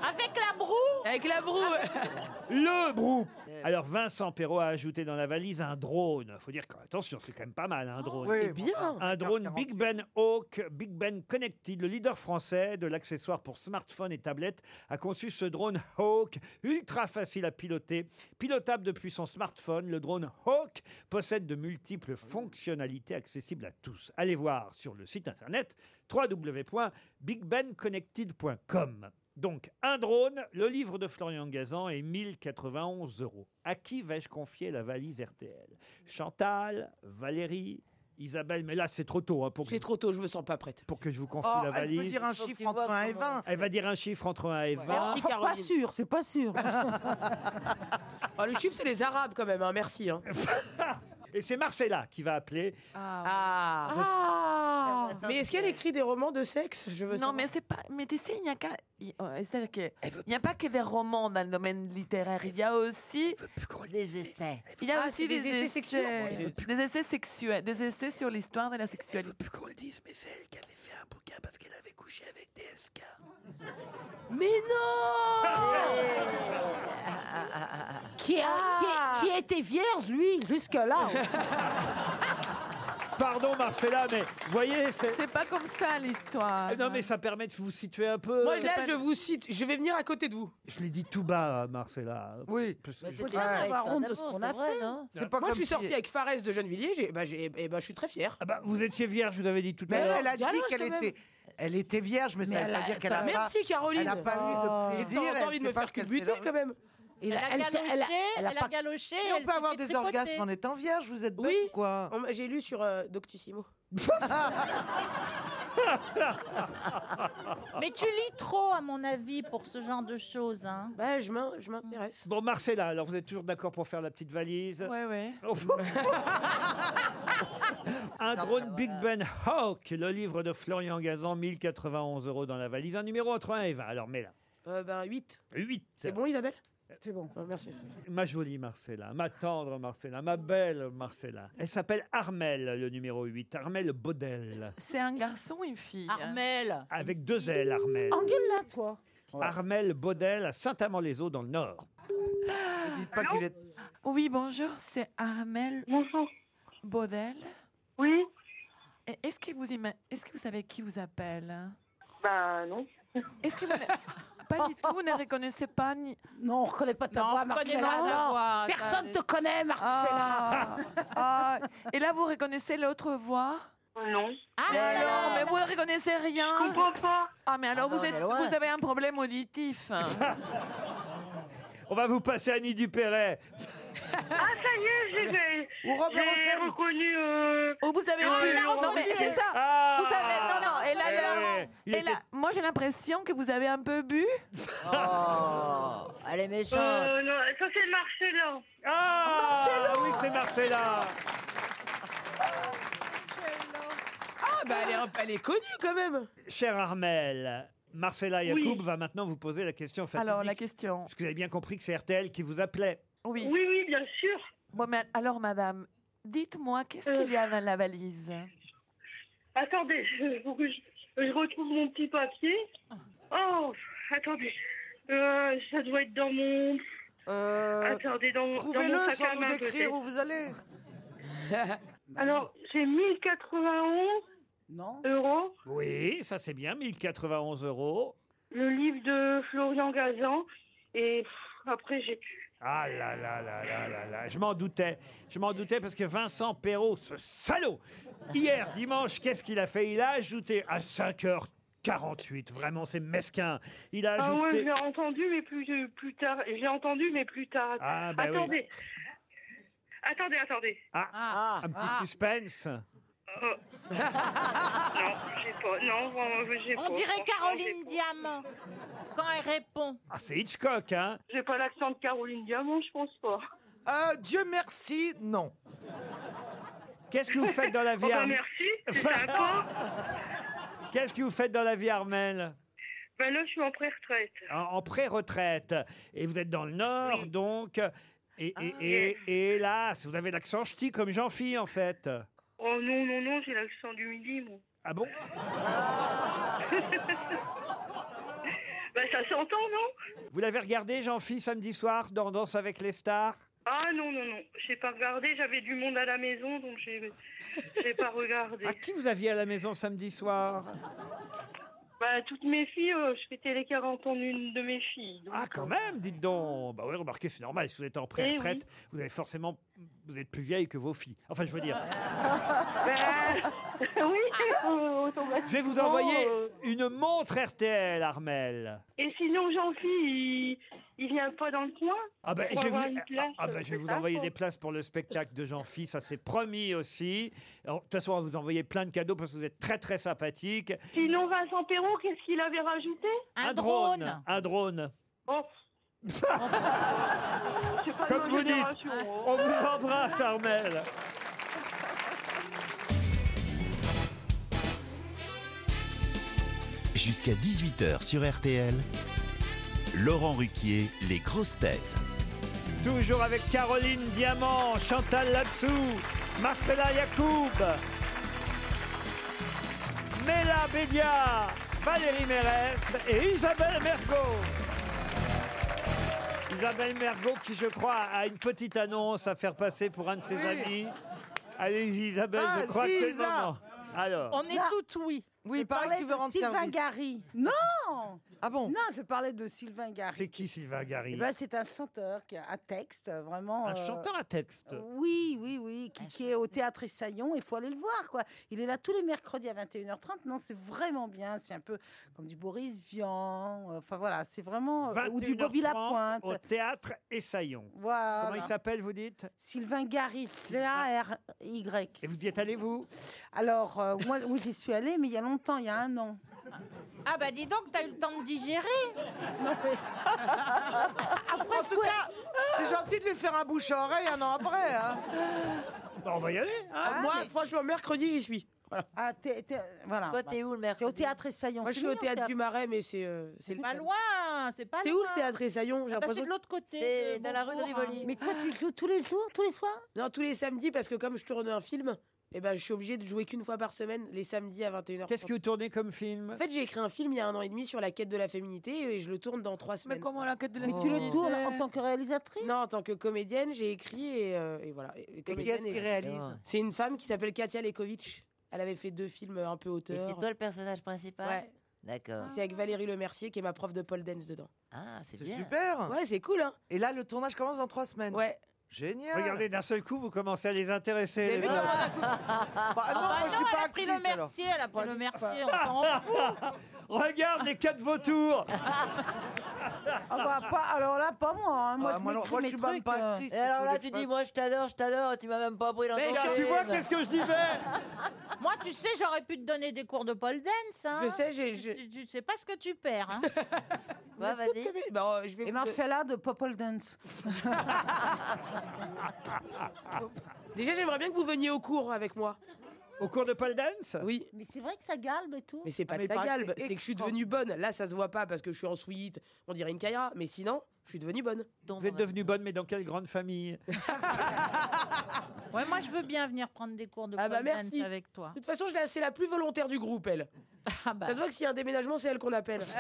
Speaker 14: Avec la broue
Speaker 6: Avec la broue.
Speaker 4: Le brou Alors Vincent Perrault a ajouté dans la valise un drone. Faut dire que, attention, c'est quand même pas mal un drone.
Speaker 9: Oh. Oui,
Speaker 6: C'est
Speaker 9: bon,
Speaker 6: bien.
Speaker 4: Un drone Big Ben Hawk, Big Ben Connected, le leader français de l'accessoire pour smartphone et tablette, a conçu ce drone Hawk, ultra facile à piloter. Pilotable depuis son smartphone, le drone Hawk possède de multiples fonctionnalités accessibles à tous. Allez voir sur le site internet www.bigbenconnected.com. Donc, un drone, le livre de Florian Gazan et 1091 euros. À qui vais-je confier la valise RTL Chantal, Valérie, Isabelle, mais là c'est trop tôt hein, pour, que,
Speaker 6: C'est trop tôt, je me sens pas prête.
Speaker 4: pour que je vous confie
Speaker 9: Oh,
Speaker 4: la
Speaker 9: elle peut
Speaker 4: valise.
Speaker 9: dire un
Speaker 7: Faut que
Speaker 9: chiffre
Speaker 7: tu
Speaker 9: entre
Speaker 7: vois
Speaker 9: 1 et
Speaker 7: comment-
Speaker 9: 20.
Speaker 4: Elle va dire un chiffre entre 1 et 20.
Speaker 6: Merci,
Speaker 5: Pas
Speaker 6: Caroline.
Speaker 5: sûr, c'est pas sûr.
Speaker 6: Ah, le chiffre, c'est les Arabes quand même, hein, merci. hein.
Speaker 4: Et c'est Marcella qui va appeler.
Speaker 6: Ah.
Speaker 10: Ah
Speaker 6: Mais est-ce qu'elle écrit des romans de sexe Je veux
Speaker 10: Non,
Speaker 6: savoir.
Speaker 10: mais c'est pas. Mais tu sais, il n'y a qu'à. il- euh, c'est-à-dire que il n'y a pas que des romans dans le domaine littéraire. Il y a aussi,
Speaker 7: Des essais.
Speaker 10: il y a
Speaker 6: Ah,
Speaker 10: aussi
Speaker 6: c'est des essais sexuels.
Speaker 10: essais- des essais sexuels, des essais sur l'histoire de la sexualité.
Speaker 2: Plus qu'on le dise, mais c'est elle qui avait fait un bouquin parce qu'elle avait couché avec des SK.
Speaker 6: Mais non
Speaker 11: Ah,
Speaker 5: Qui, a- qui, qui était vierge, lui, jusque-là.
Speaker 4: Pardon Marcella, mais vous voyez, c'est. Eh,
Speaker 10: C'est pas comme ça l'histoire.
Speaker 4: Non mais ça permet de vous situer un peu.
Speaker 6: Moi là, je vous cite, je vais venir à côté de vous. Bah,
Speaker 4: Je l'ai dit tout bas, hein, Marcella.
Speaker 9: Oui.
Speaker 4: Parce que
Speaker 7: Mais
Speaker 4: je-
Speaker 7: c'est
Speaker 5: Faut
Speaker 7: bien
Speaker 5: bien
Speaker 7: la
Speaker 5: avoir
Speaker 7: histoire
Speaker 5: honte de ce
Speaker 7: d'amour,
Speaker 5: qu'on
Speaker 7: c'est
Speaker 5: a
Speaker 7: vrai,
Speaker 5: fait.
Speaker 7: non
Speaker 9: Ah, C'est pas
Speaker 6: Moi, je
Speaker 9: comme
Speaker 6: suis sortie
Speaker 9: si-
Speaker 6: avec Fares de Gennevilliers, j'ai- bah, j'ai- eh ben, je suis très fière.
Speaker 4: Ah bah, vous étiez vierge, je vous avais dit tout
Speaker 9: Mais
Speaker 4: à
Speaker 9: elle,
Speaker 4: l'heure.
Speaker 9: elle a dit
Speaker 6: Galinge,
Speaker 9: qu'elle
Speaker 6: quand même.
Speaker 9: était. Elle était vierge, mais ça
Speaker 6: Mais
Speaker 9: veut
Speaker 6: elle
Speaker 9: pas
Speaker 6: a-
Speaker 9: dire qu'elle
Speaker 6: ça-
Speaker 9: a pas.
Speaker 6: Merci, Caroline. Oh.
Speaker 9: Elle a pas eu de
Speaker 6: J'ai
Speaker 9: plaisir.
Speaker 6: encore
Speaker 9: elle
Speaker 6: envie de
Speaker 9: sait
Speaker 6: me
Speaker 9: pas
Speaker 6: faire
Speaker 9: ce qu'elle
Speaker 6: culbuter
Speaker 9: s'est
Speaker 6: quand même.
Speaker 9: Il
Speaker 8: Elle
Speaker 9: a-
Speaker 8: a
Speaker 9: elle s'est-
Speaker 8: galoché,
Speaker 9: elle a- elle a
Speaker 8: elle a
Speaker 9: pas-
Speaker 8: galoché,
Speaker 9: Et on
Speaker 8: elle
Speaker 9: peut
Speaker 8: s'est
Speaker 9: avoir
Speaker 8: fait
Speaker 9: des
Speaker 8: tripoter.
Speaker 9: orgasmes en étant vierge, vous êtes bête ou quoi
Speaker 6: On- J'ai lu sur euh, Doctissimo.
Speaker 8: Mais tu lis trop, à mon avis, pour ce genre de choses. Hein.
Speaker 6: Bah, je m'intéresse.
Speaker 4: Bon, Marcella, alors vous êtes toujours d'accord pour faire la petite valise
Speaker 10: Ouais, ouais.
Speaker 4: Un drone Big Ben Hawk, le livre de Florian Gazan, 1091 euros dans la valise. Un numéro entre 1 et 20. Alors, mets là.
Speaker 6: Euh, ben, 8.
Speaker 4: 8.
Speaker 6: C'est bon, Isabelle
Speaker 4: C'est bon.
Speaker 6: merci.
Speaker 4: Ma jolie Marcella, ma tendre Marcella, ma belle Marcella. Elle s'appelle Armel, le numéro 8. Armel Baudel.
Speaker 10: C'est un garçon ou une fille
Speaker 8: Armel
Speaker 4: Avec deux L, Armel.
Speaker 10: Engueule-la, toi
Speaker 4: Armel Baudel à Saint-Amand-les-Eaux, dans le Nord.
Speaker 10: Dites pas qu'il est... Oui, bonjour, c'est Armel.
Speaker 12: Bonjour.
Speaker 10: Baudel.
Speaker 12: Oui.
Speaker 10: Est-ce que, vous ima- est-ce que vous savez qui vous appelle hein?
Speaker 12: Bah non.
Speaker 10: Est-ce que vous ne- pas du tout, vous ne reconnaissez pas ni... Non, on ne reconnaît pas
Speaker 15: ta Non, on voix, reconnaît Marcella, pas ta non. voix, Personne ça- te connaît, Marcella.
Speaker 10: Ah, ah, Et là, vous reconnaissez l'autre voix
Speaker 12: Non.
Speaker 10: mais alors, mais vous ne reconnaissez rien.
Speaker 12: Je comprends pas.
Speaker 10: Ah, mais alors
Speaker 12: Ah, non,
Speaker 10: vous, êtes,
Speaker 12: mais ouais.
Speaker 10: vous avez un problème auditif.
Speaker 4: On va vous passer Annie Dupéret.
Speaker 12: Ah ça y est, j'ai- j'ai
Speaker 10: Ou Robert
Speaker 12: j'ai
Speaker 10: Hossein.
Speaker 12: reconnu. euh,
Speaker 10: Oh, vous avez
Speaker 12: Ah,
Speaker 10: pu.
Speaker 12: il a
Speaker 10: Non,
Speaker 12: reconnu.
Speaker 10: mais c'est ça.
Speaker 12: Ah.
Speaker 10: vous savez, non, non. Et là,
Speaker 12: Eh
Speaker 10: là,
Speaker 12: ouais, il
Speaker 10: et
Speaker 12: était-
Speaker 10: là, moi, j'ai l'impression que vous avez un peu bu.
Speaker 7: Oh, elle est méchante.
Speaker 12: euh, non, ça c'est Marcella.
Speaker 4: Ah oui, c'est Marcella.
Speaker 6: Ah, bah, elle est, elle est connue quand même.
Speaker 4: Cher Armel, Marcella
Speaker 6: Oui.
Speaker 4: Yacoub va maintenant vous poser la question fatidique.
Speaker 10: Alors, la question.
Speaker 4: Parce que vous avez bien compris que c'est RTL qui vous appelait.
Speaker 10: Oui.
Speaker 12: Oui, oui, bien sûr.
Speaker 10: Bon, mais alors, madame, dites-moi, qu'est-ce qu'il y a dans la valise
Speaker 12: Attendez, il faut que je, je retrouve mon petit papier. Oh, attendez. Euh, ça doit être dans mon. attendez, dans, mon- dans mon
Speaker 9: Euh, Trouvez-le
Speaker 12: sac à
Speaker 9: sans nous
Speaker 12: main.
Speaker 9: décrire
Speaker 12: peut-être.
Speaker 9: où vous allez.
Speaker 12: Alors, j'ai 1091 euros.
Speaker 4: Oui, ça c'est bien, 1091 euros.
Speaker 12: Le livre de Florian Gazan. Et pff, après, j'ai.
Speaker 4: Ah là là là là là là, je m'en doutais. Je m'en doutais parce que Vincent Perrault, ce salaud, hier dimanche, qu'est-ce qu'il a fait Il a ajouté à 5h48, vraiment c'est mesquin. Il a
Speaker 12: Ah ouais, je
Speaker 4: ajouté...
Speaker 12: l'ai entendu, mais plus, euh, plus tard. Je l'ai entendu, mais plus tard.
Speaker 4: Ah, bah oui.
Speaker 12: attendez. Attendez, attendez.
Speaker 4: Ah, un petit suspense.
Speaker 12: Euh, non, j'ai pas. Non, vraiment, j'ai pas.
Speaker 8: On dirait
Speaker 12: Franchement, j'ai
Speaker 8: Caroline
Speaker 12: pas.
Speaker 8: Diamant quand elle répond.
Speaker 4: Ah, c'est Hitchcock, hein
Speaker 12: J'ai pas l'accent de Caroline Diamant, je pense pas.
Speaker 9: Ah, Dieu merci, non.
Speaker 4: Qu'est-ce que vous faites dans la vie,
Speaker 12: Oh bah
Speaker 4: Armel
Speaker 12: merci, c'est sympa.
Speaker 4: Qu'est-ce que vous faites dans la vie, Armel
Speaker 12: Ben là, je suis en pré-retraite.
Speaker 4: en, en pré-retraite. Et vous êtes dans le Nord, donc. Et, et, et, et hélas, vous avez l'accent ch'ti comme Jean-Fille, en fait.
Speaker 12: Oh non, non, non, j'ai l'accent du midi, moi.
Speaker 4: Ah bon
Speaker 12: Ben ça s'entend, non
Speaker 4: Vous l'avez regardé, Jean-Fille, samedi soir, dans Danse avec les stars
Speaker 12: Ah non, non, non, j'ai pas regardé, j'avais du monde à la maison, donc j'ai j'ai pas regardé.
Speaker 4: À qui vous aviez à la maison samedi soir
Speaker 12: Bah, toutes mes filles, euh, je fêtais les 40 ans d'une de mes filles. donc,
Speaker 4: Ah, quand même, dites donc Bah oui, remarquez, c'est normal, si vous êtes en
Speaker 12: Eh
Speaker 4: pré-retraite, vous avez forcément... Vous êtes plus vieille que vos filles. Enfin, je veux dire...
Speaker 12: Euh, Ben, oui, euh, automatiquement,
Speaker 4: Je vais vous envoyer
Speaker 12: euh,
Speaker 4: une montre RTL, Armel
Speaker 12: et sinon, Jean-Phil, il... il vient pas dans le coin
Speaker 4: Ah ben,
Speaker 12: pour
Speaker 4: je vais
Speaker 12: avoir
Speaker 4: vous,
Speaker 12: une place,
Speaker 4: ah ben, je vais
Speaker 12: c'est
Speaker 4: vous
Speaker 12: ça,
Speaker 4: envoyer
Speaker 12: quoi.
Speaker 4: des places pour le spectacle de Jean-Phi, ça c'est promis aussi. Alors, De toute façon, on va vous envoyer plein de cadeaux parce que vous êtes très très sympathique.
Speaker 12: Sinon, Vincent Perrault, qu'est-ce qu'il avait rajouté
Speaker 4: Un drone
Speaker 12: Oh.
Speaker 4: Comme vous dites,
Speaker 12: hein.
Speaker 4: on vous embrasse Armel
Speaker 2: Jusqu'à 18h sur RTL, Laurent Ruquier, les grosses têtes.
Speaker 4: Toujours avec Caroline Diamant, Chantal Latsou, Marcella Yacoub, Mela Bédia, Valérie Mérès et Isabelle Mergot. Isabelle Mergot qui, je crois, a une petite annonce à faire passer pour un de ses
Speaker 9: Oui.
Speaker 5: Ah,
Speaker 4: amis. Allez, Isabelle, je crois que c'est le
Speaker 9: Vas-y, Isa.
Speaker 4: moment. Alors,
Speaker 8: On est toutes oui.
Speaker 9: Oui, il
Speaker 5: Je
Speaker 9: paraît que
Speaker 5: parlais
Speaker 9: tu veux
Speaker 5: de
Speaker 9: rendre
Speaker 5: Sylvain
Speaker 9: service.
Speaker 5: Gary. Non Ah bon Non, je parlais de Sylvain Gary.
Speaker 4: C'est qui Sylvain Gary
Speaker 5: Eh ben, C'est un chanteur qui a un texte, euh, vraiment.
Speaker 4: Un
Speaker 5: euh,
Speaker 4: chanteur à texte.
Speaker 5: Oui, oui, oui, qui, qui est au théâtre Essaillon, il faut aller le voir, quoi. Il est là tous les mercredis à 21h30. Non, c'est vraiment bien. C'est un peu comme du Boris Vian, euh, enfin voilà, c'est vraiment. euh, Ou du Bobby
Speaker 4: 21h30
Speaker 5: Lapointe.
Speaker 4: Au théâtre Essaillon.
Speaker 5: Voilà.
Speaker 4: Comment il s'appelle, vous dites
Speaker 5: Sylvain Gary, G-A-R-Y.
Speaker 4: Et vous y êtes allé, vous
Speaker 5: Alors, euh, moi, oui, j'y suis allée, mais il y a longtemps, il y a un an.
Speaker 14: Ah bah dis donc, t'as eu le temps de digérer.
Speaker 5: Non, mais-
Speaker 9: en tout cas, c'est gentil de lui faire un bouche à oreille un an après. hein.
Speaker 4: Bah, on va y aller.
Speaker 9: Ah,
Speaker 6: moi,
Speaker 9: mais-
Speaker 6: franchement, mercredi, j'y suis. Voilà.
Speaker 5: Ah, t'es, voilà.
Speaker 6: Toi, t'es où le mercredi
Speaker 5: C'est au théâtre
Speaker 9: Bah,
Speaker 5: Essaillon.
Speaker 6: Moi, je
Speaker 5: C'est
Speaker 6: suis au
Speaker 5: mignon,
Speaker 6: théâtre
Speaker 5: ça.
Speaker 6: du Marais, mais c'est euh, c'est le
Speaker 14: Pas
Speaker 6: fun.
Speaker 14: loin, c'est pas
Speaker 6: C'est où
Speaker 14: loin.
Speaker 6: le théâtre Essaillon J'ai
Speaker 14: Ah bah, C'est
Speaker 6: l'impression
Speaker 14: de l'autre côté.
Speaker 6: C'est
Speaker 14: de
Speaker 6: dans la rue de
Speaker 14: Beaubourg, hein.
Speaker 6: Rivoli.
Speaker 5: Mais toi, tu joues tous les jours, tous les soirs
Speaker 6: Non, tous les samedis, parce que comme je tourne un film, eh ben, je suis obligée de jouer qu'une fois par semaine, les samedis à 21h.
Speaker 4: Qu'est-ce que vous tournez comme film
Speaker 6: En fait, j'ai écrit un film il y a un an et demi sur la quête de la féminité et je le tourne dans trois semaines. Mais
Speaker 10: comment la quête de la
Speaker 5: Mais tu le tournes en tant que réalisatrice
Speaker 6: Non, en tant que comédienne, j'ai écrit et, euh, et voilà. Et comédienne
Speaker 9: est-ce qui
Speaker 6: et-
Speaker 9: réalise
Speaker 6: C'est une femme qui s'appelle Katia Lekovic. Elle avait fait deux films euh, un peu
Speaker 11: Et
Speaker 6: auteurs.
Speaker 11: c'est toi le personnage principal
Speaker 6: Ouais.
Speaker 11: D'accord.
Speaker 6: C'est avec Valérie Lemercier qui est ma prof de pole dance dedans.
Speaker 11: Ah, c'est
Speaker 9: C'est super.
Speaker 6: Ouais, c'est cool. Hein.
Speaker 9: Et là, le tournage commence dans trois semaines.
Speaker 6: Ouais.
Speaker 9: Génial.
Speaker 4: Regardez, d'un seul coup, vous commencez à les intéresser. Euh, les gens.
Speaker 14: Ah,
Speaker 9: Bah,
Speaker 11: Ah,
Speaker 9: non, moi, je suis pas
Speaker 14: elle a pris le
Speaker 9: actrice, alors.
Speaker 14: mercier, elle a pris le mercier, on s'en fout.
Speaker 4: Regarde les quatre vautours
Speaker 5: Ah bah, pas- alors là, pas moi. hein. Moi,
Speaker 11: Ah,
Speaker 5: je
Speaker 11: moi, non,
Speaker 5: m'écris
Speaker 11: moi, je
Speaker 5: mes
Speaker 11: suis
Speaker 5: trucs,
Speaker 11: même pas
Speaker 5: euh,
Speaker 11: actrice, Et alors là, tu dis, moi, je t'adore, je t'adore, et tu m'as même pas pris dans
Speaker 14: Mais
Speaker 11: ton
Speaker 14: tu
Speaker 11: film.
Speaker 14: vois qu'est-ce que je
Speaker 4: disais
Speaker 14: Moi, tu sais, j'aurais pu te donner des cours de pole dance. hein.
Speaker 6: Je sais, j'ai-
Speaker 14: Tu-
Speaker 6: j'ai-
Speaker 14: Tu, tu sais pas ce que tu perds. hein.
Speaker 6: Ouais, vas-y. Bah, euh, je vais
Speaker 5: Et
Speaker 6: vous de-
Speaker 5: Marcella de Popol Dance.
Speaker 6: Déjà, j'aimerais bien que vous veniez au cours avec moi.
Speaker 4: Au cours de pole dance
Speaker 6: Oui.
Speaker 5: Mais c'est vrai que ça galbe et tout.
Speaker 6: Mais c'est pas
Speaker 5: Ah,
Speaker 6: de ta
Speaker 5: il paraît que
Speaker 6: galbe, c'est que je suis devenue bonne. Là, ça se voit pas parce que je suis en suite, on dirait une caïra, mais sinon, je suis devenue bonne.
Speaker 4: Vous êtes devenue bonne, mais dans quelle grande famille
Speaker 14: Ouais, moi, je veux bien venir prendre des cours de
Speaker 6: Ah bah
Speaker 14: pole dance
Speaker 6: merci.
Speaker 14: avec toi.
Speaker 6: De toute façon, je la- c'est la plus volontaire du groupe, elle. Ça se voit que s'il y a un déménagement, c'est elle qu'on appelle.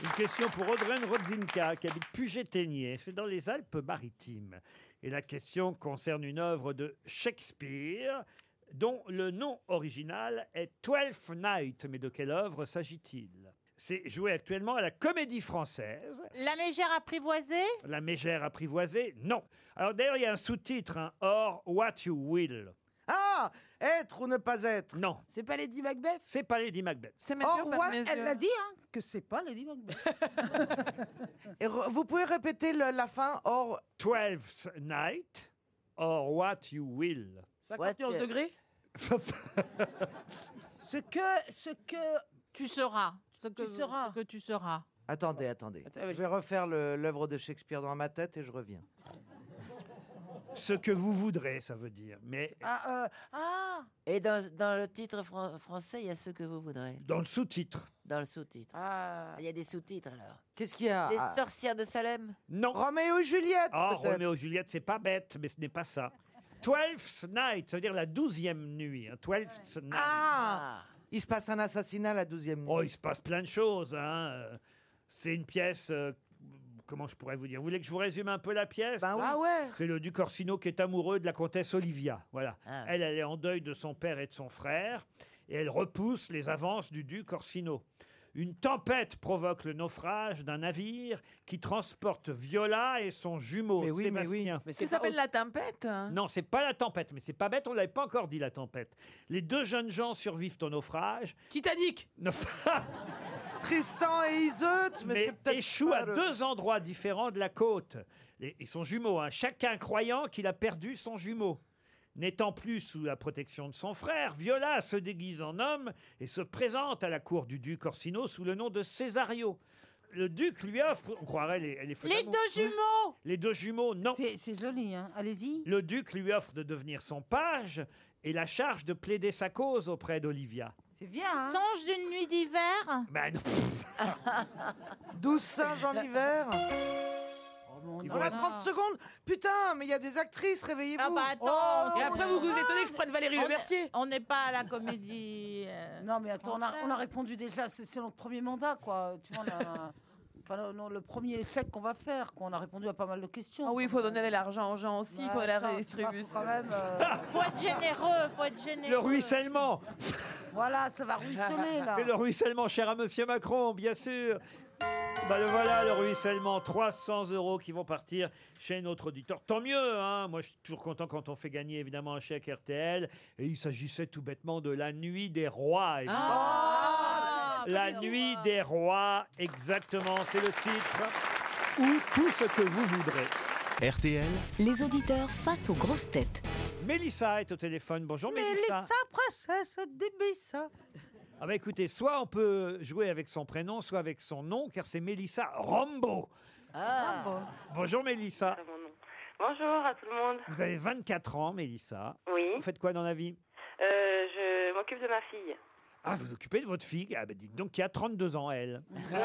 Speaker 4: Une question pour Audrey Rodzinka, qui habite Puget-Ténier. C'est dans les Alpes-Maritimes. Et la question concerne une œuvre de Shakespeare, dont le nom original est Twelfth Night. Mais de quelle œuvre s'agit-il C'est joué actuellement à la Comédie Française.
Speaker 14: La mégère apprivoisée
Speaker 4: La mégère apprivoisée Non. Alors d'ailleurs, il y a un sous-titre, hein, Or What You Will.
Speaker 9: Ah Être ou ne pas être
Speaker 4: Non.
Speaker 6: C'est pas Lady Macbeth
Speaker 4: C'est pas Lady Macbeth.
Speaker 10: C'est
Speaker 9: mesure
Speaker 5: Or,
Speaker 9: par
Speaker 5: what-
Speaker 9: mesure.
Speaker 5: elle l'a dit, hein, que c'est pas Lady Macbeth.
Speaker 9: Et re- vous pouvez répéter le- la fin Or,
Speaker 4: Twelfth Night, Or What You Will.
Speaker 6: 51 degrés
Speaker 5: Ce que, ce que
Speaker 14: tu seras. Ce que
Speaker 5: tu seras.
Speaker 14: ce que tu seras.
Speaker 9: Attendez, attendez. je vais refaire le- l'œuvre de Shakespeare dans ma tête et je reviens.
Speaker 4: Ce que vous voudrez, ça veut dire. Mais
Speaker 5: Ah, euh, ah
Speaker 11: Et dans, dans le titre fran- français, il y a ce que vous voudrez.
Speaker 4: dans le sous-titre.
Speaker 11: Dans le sous-titre. Il y a des sous-titres alors.
Speaker 9: Qu'est-ce qu'il y a
Speaker 11: Les
Speaker 9: Ah,
Speaker 11: sorcières de Salem
Speaker 4: Non.
Speaker 9: Roméo et Juliette
Speaker 4: Ah,
Speaker 9: peut-être.
Speaker 4: Roméo et Juliette, c'est pas bête, mais ce n'est pas ça. Twelfth Night, ça veut dire la douzième nuit. hein, Twelfth Night.
Speaker 9: Ah Il se passe un assassinat la douzième nuit.
Speaker 4: Oh, il se passe plein de choses. hein. Euh, C'est une pièce. euh, comment je pourrais vous dire Vous voulez que je vous résume un peu la pièce
Speaker 9: oui. Ah ouais.
Speaker 4: C'est le duc Orsino qui est amoureux de la comtesse Olivia. Voilà. Elle, elle est en deuil de son père et de son frère, et elle repousse les avances du duc Orsino. Une tempête provoque le naufrage d'un navire qui transporte Viola et son jumeau Sébastien.
Speaker 10: Ça s'appelle la tempête hein.
Speaker 4: Non, c'est pas la tempête, mais c'est pas bête, on l'avait pas encore dit la tempête. Les deux jeunes gens survivent au naufrage.
Speaker 6: Titanic
Speaker 4: Ne-
Speaker 9: Tristan et Iseut,
Speaker 4: mais
Speaker 9: mais, c'est peut-être
Speaker 4: échouent
Speaker 9: pas
Speaker 4: à
Speaker 9: le-
Speaker 4: deux endroits différents de la côte. Les- ils sont jumeaux, hein, chacun croyant qu'il a perdu son jumeau. N'étant plus sous la protection de son frère, Viola se déguise en homme et se présente à la cour du duc Orsino sous le nom de Césario. Le duc lui offre, on croirait les, les, feux
Speaker 5: Les
Speaker 4: d'amour.
Speaker 5: deux jumeaux
Speaker 4: Les deux jumeaux, non.
Speaker 5: C'est joli, hein. Allez-y.
Speaker 4: Le duc lui offre de devenir son page et la charge de plaider sa cause auprès d'Olivia.
Speaker 5: C'est bien, hein.
Speaker 14: Songe d'une nuit d'hiver
Speaker 4: Ben non.
Speaker 9: Douze singes en hiver.
Speaker 4: Ils
Speaker 9: On
Speaker 4: vont-
Speaker 9: a 30 secondes Putain, mais il y a des actrices, réveillez-vous
Speaker 14: Ah bah attends
Speaker 9: Oh,
Speaker 6: Et après, vous vous étonnez que je prenne Valérie Le Mercier
Speaker 14: Lemercier On n'est pas à la comédie. euh,
Speaker 5: Non, mais attends, on a,
Speaker 14: française.
Speaker 5: on a répondu déjà, c'est c'est notre premier mandat, quoi. Tu vois, on a- pas le, non, le premier échec qu'on va faire. Qu'on a répondu à pas mal de questions.
Speaker 10: Ah oui, il faut donner de l'argent aux gens aussi, il faut de la redistribution.
Speaker 5: euh,
Speaker 8: Faut être généreux, faut être généreux.
Speaker 4: Le ruissellement
Speaker 5: Voilà, ça va ruisseler là.
Speaker 4: Mais le ruissellement, cher à Monsieur Macron, bien sûr. Bah le voilà, le ruissellement, 300 euros qui vont partir chez notre auditeur. Tant mieux, hein moi je suis toujours content quand on fait gagner évidemment un chèque RTL. Et il s'agissait tout bêtement de la nuit des rois. évidemment. la nuit des rois, exactement, c'est le titre. Ou tout ce que vous voudrez.
Speaker 2: RTL,
Speaker 3: Les auditeurs face aux grosses têtes.
Speaker 4: Mélissa est au téléphone, bonjour Mélissa.
Speaker 5: Mélissa, princesse d'Ibissa.
Speaker 4: Ah bah écoutez, soit on peut jouer avec son prénom, soit avec son nom, car c'est Mélissa Rambo. Bonjour Mélissa.
Speaker 12: Ah,
Speaker 16: Bonjour à tout le monde.
Speaker 4: Vous avez 24 ans, Mélissa.
Speaker 16: Oui.
Speaker 4: Vous faites quoi dans la vie
Speaker 16: Euh, je m'occupe de ma fille.
Speaker 4: Ah, vous vous occupez de votre fille Ah bah dites donc, qui a 32 ans, elle.
Speaker 16: Non, elle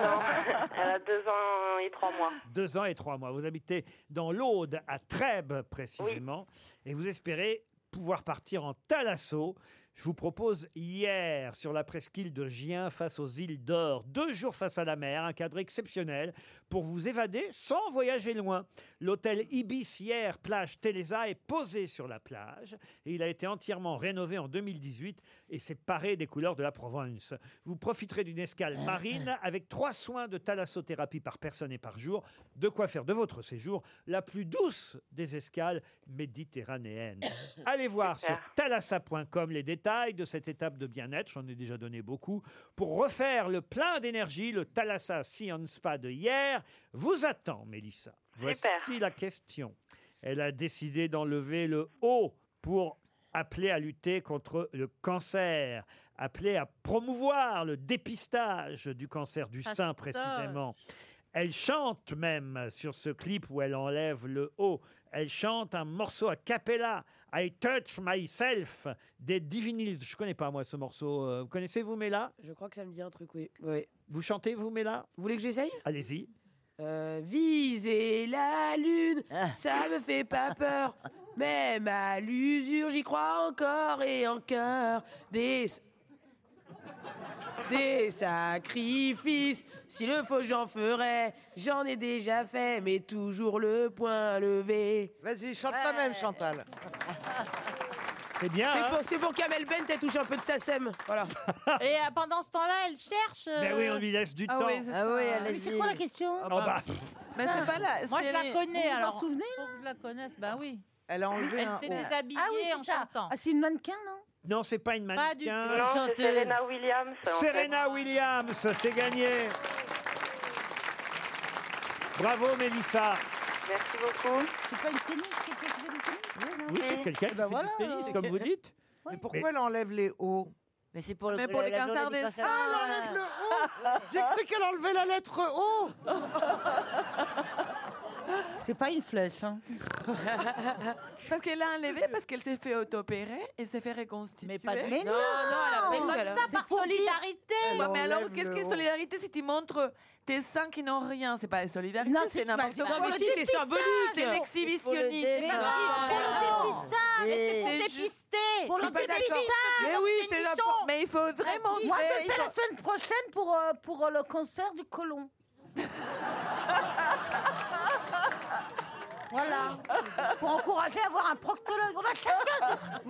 Speaker 16: a deux ans et trois mois.
Speaker 4: Deux ans et trois mois. Vous habitez dans l'Aude, à Trèbes précisément, et vous espérez pouvoir partir en Thalasso. Je vous propose hier sur la presqu'île de Gien face aux îles d'Or, deux jours face à la mer, un cadre exceptionnel pour vous évader sans voyager loin. L'hôtel Ibis hier, plage Télésa, est posé sur la plage et il a été entièrement rénové en 2018 et c'est paré des couleurs de la Provence. Vous profiterez d'une escale marine avec trois soins de thalassothérapie par personne et par jour, de quoi faire de votre séjour la plus douce des escales méditerranéennes. Allez voir sur thalassa.com les détails de cette étape de bien-être, j'en ai déjà donné beaucoup. Pour refaire le plein d'énergie, le Thalassa Science Spa de hier vous attend, Mélissa. Voici la question. Elle a décidé d'enlever le O pour appeler à lutter contre le cancer, appeler à promouvoir le dépistage du cancer du sein
Speaker 17: Pasteur.
Speaker 4: précisément. Elle chante même sur ce clip où elle enlève le haut. Elle chante un morceau a cappella, I Touch Myself, des Divinils. Je connais pas moi ce morceau. Euh, Vous connaissez vous Mela
Speaker 6: Je crois que ça me dit un truc, oui. oui.
Speaker 4: Vous chantez vous Mela
Speaker 6: Vous voulez que j'essaye
Speaker 4: Allez-y.
Speaker 6: Euh, viser la lune, ça me fait pas peur. Même à l'usure, j'y crois encore et encore. Des... Des sacrifices, s'il le faut, j'en ferai. J'en ai déjà fait, mais toujours le point levé.
Speaker 9: Vas-y, chante la même, Chantal.
Speaker 4: C'est bien.
Speaker 6: C'est
Speaker 9: hein
Speaker 6: pour, c'est pour Kamel Bent, elle touche un peu de sa sème. Voilà.
Speaker 8: Et euh, pendant ce temps-là, elle cherche. euh,
Speaker 4: Ben oui, on lui laisse du Ah temps. oui, c'est ça.
Speaker 8: Mais c'est quoi la question
Speaker 4: Oh
Speaker 9: Ah.
Speaker 4: bah,
Speaker 10: Mais c'est pas là,
Speaker 8: Ah Moi,
Speaker 10: c'est
Speaker 8: je la
Speaker 10: les-
Speaker 8: connais.
Speaker 10: Vous vous en
Speaker 8: alors,
Speaker 10: souvenez,
Speaker 8: Faut que je la connaisse, bah oui.
Speaker 9: Elle a enlevé
Speaker 8: Elle
Speaker 9: un
Speaker 8: s'est
Speaker 9: haut.
Speaker 8: déshabillée
Speaker 5: Ah oui, c'est
Speaker 8: en
Speaker 5: ça.
Speaker 8: chantant.
Speaker 5: Ah, c'est une mannequin, non
Speaker 4: Non, c'est pas une mannequin.
Speaker 5: Pas du tout. Non, c'est Chanteuse. Serena
Speaker 16: Williams.
Speaker 5: en fait.
Speaker 4: Serena Williams, c'est gagné. Bravo Mélissa.
Speaker 16: Merci beaucoup.
Speaker 5: C'est pas une tennis qui était jouée du tennis non ben
Speaker 4: Oui, c'est quelqu'un qui
Speaker 9: Bah
Speaker 4: fait
Speaker 9: voilà,
Speaker 4: du tennis,
Speaker 9: alors.
Speaker 4: comme vous dites.
Speaker 9: Mais pourquoi elle enlève les hauts
Speaker 11: Mais c'est pour
Speaker 9: le,
Speaker 11: Mais pour le- le la cancer journée du des cancer. seins.
Speaker 9: Ah, elle enlève le
Speaker 7: Ah.
Speaker 9: haut J'ai cru qu'elle enlevait la lettre O
Speaker 5: C'est pas une flèche. hein.
Speaker 10: Ah, Parce qu'elle a enlevé, parce qu'elle s'est fait auto-opérer et s'est fait reconstituer. Mais pas
Speaker 5: de-
Speaker 8: Mais non, non, elle a pas eu, comme alors. ça, par solidarité. Elle
Speaker 10: Ouais, mais
Speaker 8: enlève
Speaker 10: alors, qu'est-ce
Speaker 8: le
Speaker 10: que
Speaker 8: haut.
Speaker 10: solidarité si tu montres tes seins qui n'ont rien C'est pas la solidarité, c'est n'importe
Speaker 8: pas-
Speaker 10: quoi.
Speaker 8: Non, mais si, c'est symbolique.
Speaker 10: C'est l'exhibitionnisme.
Speaker 8: Mais non, pour le dépistage,
Speaker 10: Et-
Speaker 8: pour
Speaker 5: Ah.
Speaker 10: C'est
Speaker 8: dépister.
Speaker 10: juste-
Speaker 8: Pour
Speaker 10: Je suis
Speaker 8: le
Speaker 10: pas d'accord.
Speaker 8: dépistage,
Speaker 10: Mais
Speaker 8: comme
Speaker 10: oui,
Speaker 8: des
Speaker 10: c'est
Speaker 8: nichons.
Speaker 10: important. Mais il faut vraiment.
Speaker 5: Moi, je le
Speaker 10: il
Speaker 5: fais la
Speaker 10: faut-
Speaker 5: semaine prochaine pour, euh, pour euh, le cancer du côlon. voilà. Pour encourager à avoir un proctologue. On a chacun ce truc.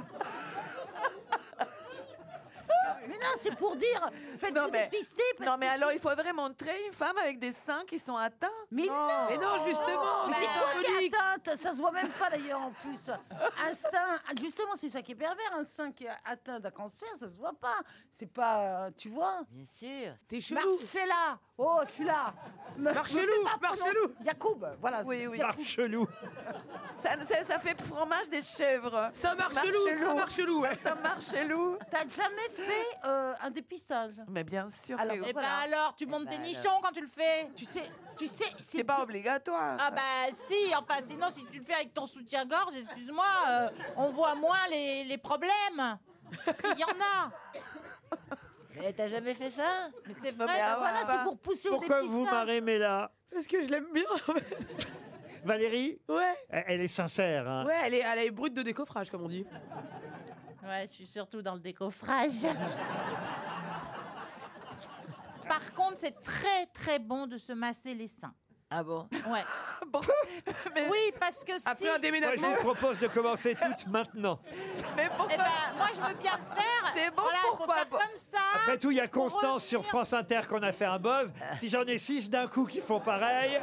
Speaker 5: Mais non, c'est pour dire,
Speaker 10: Non,
Speaker 5: faites-vous
Speaker 10: mais-
Speaker 5: dépister. parce
Speaker 10: Non, mais
Speaker 5: que
Speaker 10: alors,
Speaker 5: si-
Speaker 10: il faudrait montrer une femme avec des seins qui sont atteints.
Speaker 5: Mais non
Speaker 10: Mais non, justement
Speaker 5: Mais c'est toi qui
Speaker 10: symbolique.
Speaker 5: es atteinte Ça se voit même pas d'ailleurs en plus Un sein, ah, justement c'est ça qui est pervers Un sein qui est atteint d'un cancer, ça se voit pas C'est pas, euh, tu vois Bien sûr
Speaker 6: T'es
Speaker 5: chelou Marchez là Oh, je suis là Me-
Speaker 10: Marchez-loup,
Speaker 5: me fais pas
Speaker 10: marchez-loup.
Speaker 5: prononcer- Yacoub, voilà
Speaker 10: Oui, oui.
Speaker 5: Yacoub.
Speaker 4: Chelou.
Speaker 10: Ça, ça, ça fait fromage des chèvres. Ça
Speaker 5: marche loup, ça marche
Speaker 10: loup. Ça marche loup.
Speaker 5: T'as jamais fait euh, un dépistage
Speaker 10: Mais bien sûr.
Speaker 5: Alors,
Speaker 10: que-
Speaker 5: eh ben
Speaker 8: alors, tu montes
Speaker 10: Eh
Speaker 8: tes
Speaker 10: ben
Speaker 8: nichons
Speaker 10: alors.
Speaker 8: quand tu le fais.
Speaker 5: Tu sais, tu sais,
Speaker 10: C'est pas obligatoire.
Speaker 8: Ah bah si, enfin sinon si tu le fais avec ton soutien-gorge, excuse-moi, euh, on voit moins les, les problèmes. S'il y en a.
Speaker 11: Mais Eh, t'as jamais fait ça
Speaker 8: Mais c'est
Speaker 11: Non,
Speaker 8: vrai,
Speaker 11: mais
Speaker 8: bah
Speaker 11: ah,
Speaker 8: voilà,
Speaker 11: bah.
Speaker 8: c'est pour pousser au
Speaker 4: Pourquoi vous vous
Speaker 8: dépistage.
Speaker 4: marrez, Mela
Speaker 6: Parce que je l'aime bien.
Speaker 4: Valérie
Speaker 6: Ouais.
Speaker 4: Elle elle est sincère. hein.
Speaker 6: Ouais, elle est, elle est brute de décoffrage, comme on dit.
Speaker 8: Ouais, je suis surtout dans le décoffrage. Par contre, c'est très très bon de se masser les seins.
Speaker 11: Ah bon
Speaker 8: Ouais. Oui, parce que si...
Speaker 4: Moi, je vous propose de commencer toutes maintenant.
Speaker 8: Mais
Speaker 5: Eh
Speaker 8: pourquoi
Speaker 5: ben,
Speaker 8: Moi, je veux bien le faire. C'est bon, pourquoi comme ça.
Speaker 4: Après tout, il y
Speaker 6: Ah,
Speaker 4: a Constance sur France Inter qu'on a fait un buzz. Si j'en ai six d'un coup qui font pareil,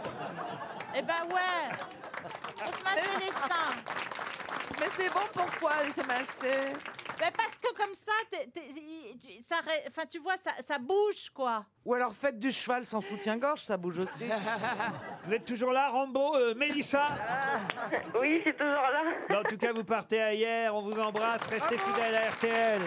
Speaker 8: Eh ben ouais. On se masse les seins.
Speaker 10: Mais c'est bon pourquoi les se masser
Speaker 8: Mais Ben parce que comme ça, t'es- t'es- il- tu- ça ré- enfin, tu vois, ça, ça bouge, quoi.
Speaker 9: Ou alors faites du cheval sans soutien-gorge, ça bouge aussi.
Speaker 4: vous êtes toujours là, Rambo, euh, Mélissa
Speaker 16: Ah. Oui, c'est toujours là.
Speaker 4: Mais en tout cas, vous partez à hier. On vous embrasse. Restez fidèles à RTL.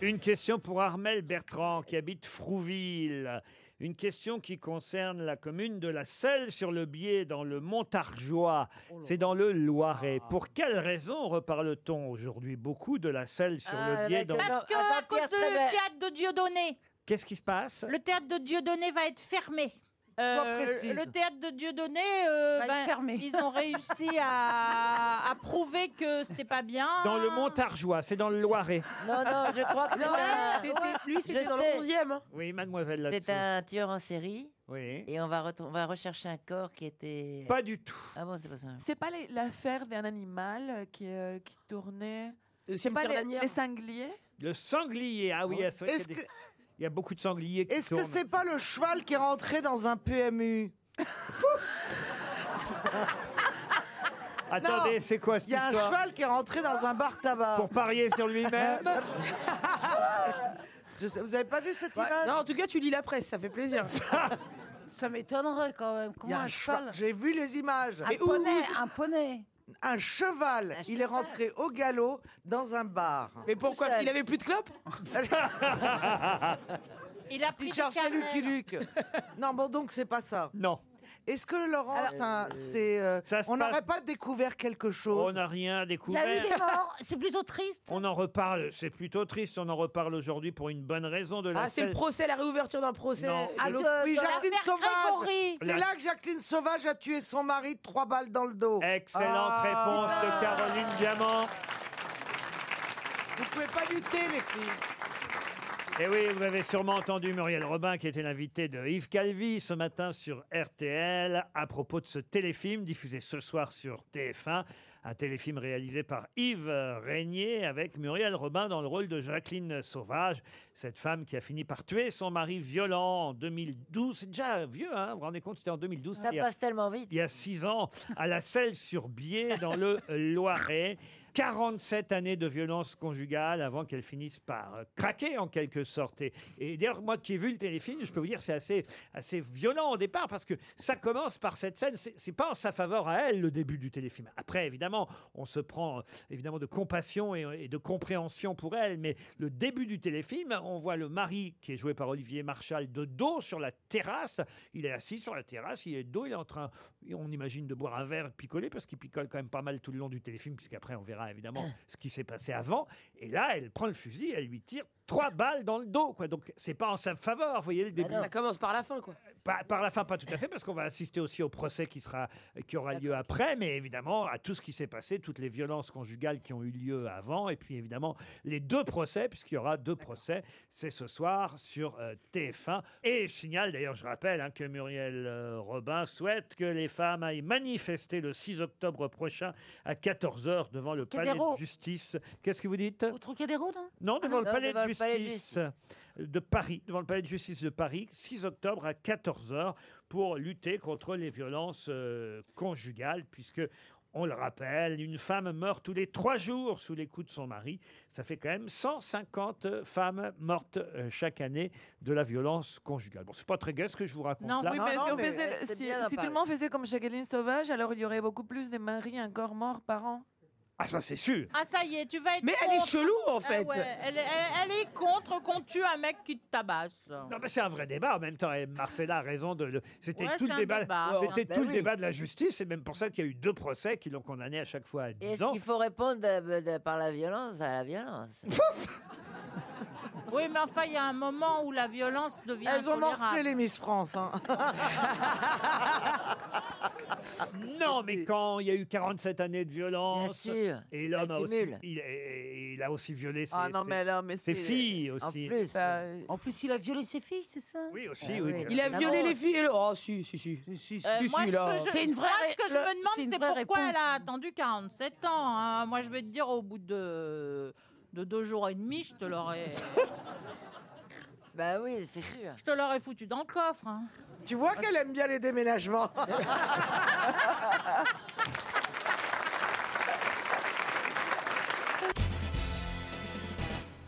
Speaker 4: Une question pour Armel Bertrand qui habite Frouville. Une question qui concerne la commune de La Selle sur le biais dans le Montarjois. C'est dans le Loiret. Pour quelle raison reparle-t-on aujourd'hui beaucoup de La Selle sur
Speaker 8: Euh,
Speaker 11: Euh,
Speaker 4: le biais dans
Speaker 8: Parce que à cause de le théâtre de Dieudonné,
Speaker 4: Qu'est-ce qui se passe
Speaker 8: le théâtre de Dieudonné va être fermé. Euh,
Speaker 4: Sois précise.
Speaker 8: le théâtre de Dieudonné, euh,
Speaker 5: Va être
Speaker 8: ben,
Speaker 5: fermé.
Speaker 8: ils ont réussi à, à prouver que c'était pas bien.
Speaker 4: Dans le Montarjois, c'est dans le Loiret.
Speaker 11: Non, non, je crois que c'est
Speaker 8: Ouais,
Speaker 11: un...
Speaker 8: c'était- lui,
Speaker 11: Je
Speaker 8: c'était dans le
Speaker 11: sais.
Speaker 6: 11e, hein.
Speaker 4: Oui, mademoiselle là-dessous.
Speaker 11: C'est un tueur en série.
Speaker 4: Oui.
Speaker 11: Et on va, retrou- on va rechercher un corps qui était...
Speaker 4: Pas du tout.
Speaker 11: Ah bon, c'est pas ça.
Speaker 10: C'est pas les- l'affaire d'un animal euh, qui, euh, qui tournait.
Speaker 6: Le
Speaker 10: C'est pas
Speaker 6: cimetière
Speaker 10: les,
Speaker 6: d'Asnières.
Speaker 10: les sangliers
Speaker 4: Le sanglier, ah oui,
Speaker 10: Ouais.
Speaker 4: c'est vrai
Speaker 9: Est-ce
Speaker 4: qu'il y a des-
Speaker 9: que-
Speaker 4: il y a beaucoup de sangliers qui
Speaker 9: Est-ce que
Speaker 4: tournent.
Speaker 9: c'est pas le cheval qui est rentré dans un PMU
Speaker 4: Attendez,
Speaker 9: Non.
Speaker 4: c'est quoi cette
Speaker 9: Il y a un
Speaker 4: histoire
Speaker 9: cheval qui est rentré dans un bar tabac.
Speaker 4: Pour parier sur lui-même
Speaker 9: Je sais- Vous avez pas vu cette
Speaker 6: Ouais.
Speaker 9: image
Speaker 6: Non, en tout cas, tu lis la presse, ça fait plaisir.
Speaker 5: Ça m'étonnerait quand même.
Speaker 9: Il y
Speaker 5: Comment
Speaker 9: a
Speaker 5: un,
Speaker 9: un cheval.
Speaker 5: cheval
Speaker 9: J'ai vu les images.
Speaker 5: Un poney, un poney.
Speaker 9: Un cheval. Il est rentré au galop dans un bar.
Speaker 6: Mais pourquoi Il avait plus de clopes
Speaker 8: Il a pris
Speaker 9: Il
Speaker 8: des
Speaker 9: cherchait
Speaker 8: cannelles.
Speaker 9: Lucky Luke. Non, bon, donc c'est pas ça.
Speaker 4: Non.
Speaker 9: Est-ce que Laurent, ça- c'est, euh,
Speaker 4: ça se
Speaker 9: on n'aurait
Speaker 4: passe-
Speaker 9: pas découvert quelque chose
Speaker 4: On n'a
Speaker 14: Il y a
Speaker 4: rien
Speaker 14: eu des
Speaker 4: découvert.
Speaker 14: morts, c'est plutôt triste.
Speaker 4: On en reparle, c'est plutôt triste, on en reparle aujourd'hui pour une bonne raison de la
Speaker 6: Ah, c'est le
Speaker 4: selle-
Speaker 6: procès, la réouverture d'un procès.
Speaker 4: Non.
Speaker 6: de
Speaker 4: Ah,
Speaker 6: l'autre-
Speaker 14: de-
Speaker 9: Oui,
Speaker 14: dans
Speaker 9: Jacqueline
Speaker 14: l'affaire
Speaker 9: Sauvage.
Speaker 14: Grégory.
Speaker 9: C'est
Speaker 4: La-
Speaker 9: là que Jacqueline Sauvage a tué son mari de trois balles dans le dos.
Speaker 4: Excellente
Speaker 9: Ah,
Speaker 4: réponse de
Speaker 9: putain.
Speaker 4: Caroline Diamant.
Speaker 9: Vous pouvez pas lutter, les filles.
Speaker 4: Et Eh oui, vous avez sûrement entendu Muriel Robin qui était l'invité de Yves Calvi ce matin sur RTL à propos de ce téléfilm diffusé ce soir sur TF1. Un téléfilm réalisé par Yves Régnier avec Muriel Robin dans le rôle de Jacqueline Sauvage, cette femme qui a fini par tuer son mari violent en 2012. C'est déjà vieux, hein vous vous rendez compte, c'était en 2012.
Speaker 11: Ça
Speaker 4: il y a-
Speaker 11: passe tellement vite.
Speaker 4: il y a six ans, à la Selle-sur-Biais, dans le Loiret. 47 années de violence conjugale avant qu'elle finisse par euh, craquer en quelque sorte. Et, et d'ailleurs, moi qui ai vu le téléfilm, je peux vous dire c'est assez, assez violent au départ parce que ça commence par cette scène. C'est c'est pas en sa faveur à elle le début du téléfilm. Après, évidemment, on se prend euh, évidemment de compassion et, et de compréhension pour elle. Mais le début du téléfilm, on voit le mari qui est joué par Olivier Marchal de dos sur la terrasse. Il est assis sur la terrasse, il est de dos, il est en train, et on imagine de boire un verre, et de picoler, parce qu'il picole quand même pas mal tout le long du téléfilm, puisqu'après on verra évidemment ce qui s'est passé avant. Et là, elle prend le fusil, elle lui tire trois balles dans le dos, quoi. Donc c'est pas en sa faveur, vous voyez le début.
Speaker 6: Ça commence par la fin, quoi.
Speaker 4: Pas- par la fin, pas tout à fait, parce qu'on va assister aussi au procès qui, sera, qui aura lieu après, mais évidemment à tout ce qui s'est passé, toutes les violences conjugales qui ont eu lieu avant, et puis évidemment les deux procès, puisqu'il y aura deux procès, c'est ce soir sur euh, TF1. Et je signale d'ailleurs, je rappelle hein, que Muriel euh, Robin souhaite que les femmes aillent manifester le 6 octobre prochain à 14h devant le palais
Speaker 14: Trocadéro.
Speaker 4: de justice. Qu'est-ce que vous dites
Speaker 14: Trocadéro,
Speaker 5: hein
Speaker 14: non
Speaker 4: non, devant, le,
Speaker 5: Ah,
Speaker 14: Ah, non,
Speaker 4: palais
Speaker 14: devant
Speaker 4: de
Speaker 14: le palais de
Speaker 4: justice de Paris, devant le palais de justice de Paris, 6 octobre à 14h, pour lutter contre les violences euh, conjugales, puisque, on le rappelle, une femme meurt tous les trois jours sous les coups de son mari. Ça fait quand même 150 femmes mortes euh, chaque année de la violence conjugale. Bon, c'est pas très gai ce que je vous raconte là.
Speaker 10: oui, mais si, on faisait-
Speaker 14: ouais, c'est
Speaker 10: si-
Speaker 14: bien d'en
Speaker 10: si tout le
Speaker 14: parler.
Speaker 10: monde faisait comme Jacqueline Sauvage, alors il y aurait beaucoup plus de maris encore morts par an.
Speaker 4: Ah, ça c'est sûr
Speaker 8: Ah, ça y est, tu vas être
Speaker 6: Mais elle est
Speaker 8: contre.
Speaker 6: chelou, en
Speaker 8: Ah
Speaker 6: fait.
Speaker 8: ouais, elle, est- elle- elle est contre qu'on tue un mec qui te tabasse.
Speaker 4: Non, mais c'est un vrai débat. En même temps, et Marcella a raison de le. C'était
Speaker 8: Ouais,
Speaker 4: tout
Speaker 8: c'est
Speaker 4: le
Speaker 8: un
Speaker 4: débat.
Speaker 8: débat.
Speaker 4: C'était
Speaker 8: Ben
Speaker 4: tout le
Speaker 8: oui.
Speaker 4: débat de la justice. C'est même pour ça qu'il y a eu deux procès qui l'ont condamné à chaque fois à
Speaker 11: Et
Speaker 4: 10
Speaker 11: Est-ce
Speaker 4: ans.
Speaker 11: qu'il faut répondre euh, de- par la violence à la violence
Speaker 8: Oui, mais enfin, il y a un moment où la violence devient
Speaker 9: Elles ont morflé
Speaker 8: intolérable.
Speaker 9: les Miss France. hein.
Speaker 4: Non, mais quand il y a eu 47 années de violence,
Speaker 11: Bien sûr,
Speaker 4: et l'homme a aussi,
Speaker 11: cumule.
Speaker 4: il, et- et il a aussi violé ses,
Speaker 10: Ah non,
Speaker 4: ses-
Speaker 10: mais là, mais
Speaker 4: ses
Speaker 10: c'est-
Speaker 4: filles aussi.
Speaker 10: en plus,
Speaker 5: euh,
Speaker 11: En plus, il a violé ses filles, c'est ça
Speaker 4: Oui, aussi,
Speaker 11: Ah
Speaker 4: oui.
Speaker 11: oui.
Speaker 6: Il a
Speaker 11: D'abord,
Speaker 6: violé les filles et le. Oh, si, si, si.
Speaker 8: Euh,
Speaker 6: Si,
Speaker 8: moi,
Speaker 6: si,
Speaker 8: ce
Speaker 6: là.
Speaker 8: que je- moi, ce que je me demande, c'est pourquoi elle a attendu 47 ans. hein. Moi, je vais te dire, au bout de, de deux jours et demi, je te l'aurais.
Speaker 11: bah oui, c'est sûr.
Speaker 8: Je te l'aurais foutu dans le coffre. hein.
Speaker 9: Tu vois qu'elle aime bien les déménagements.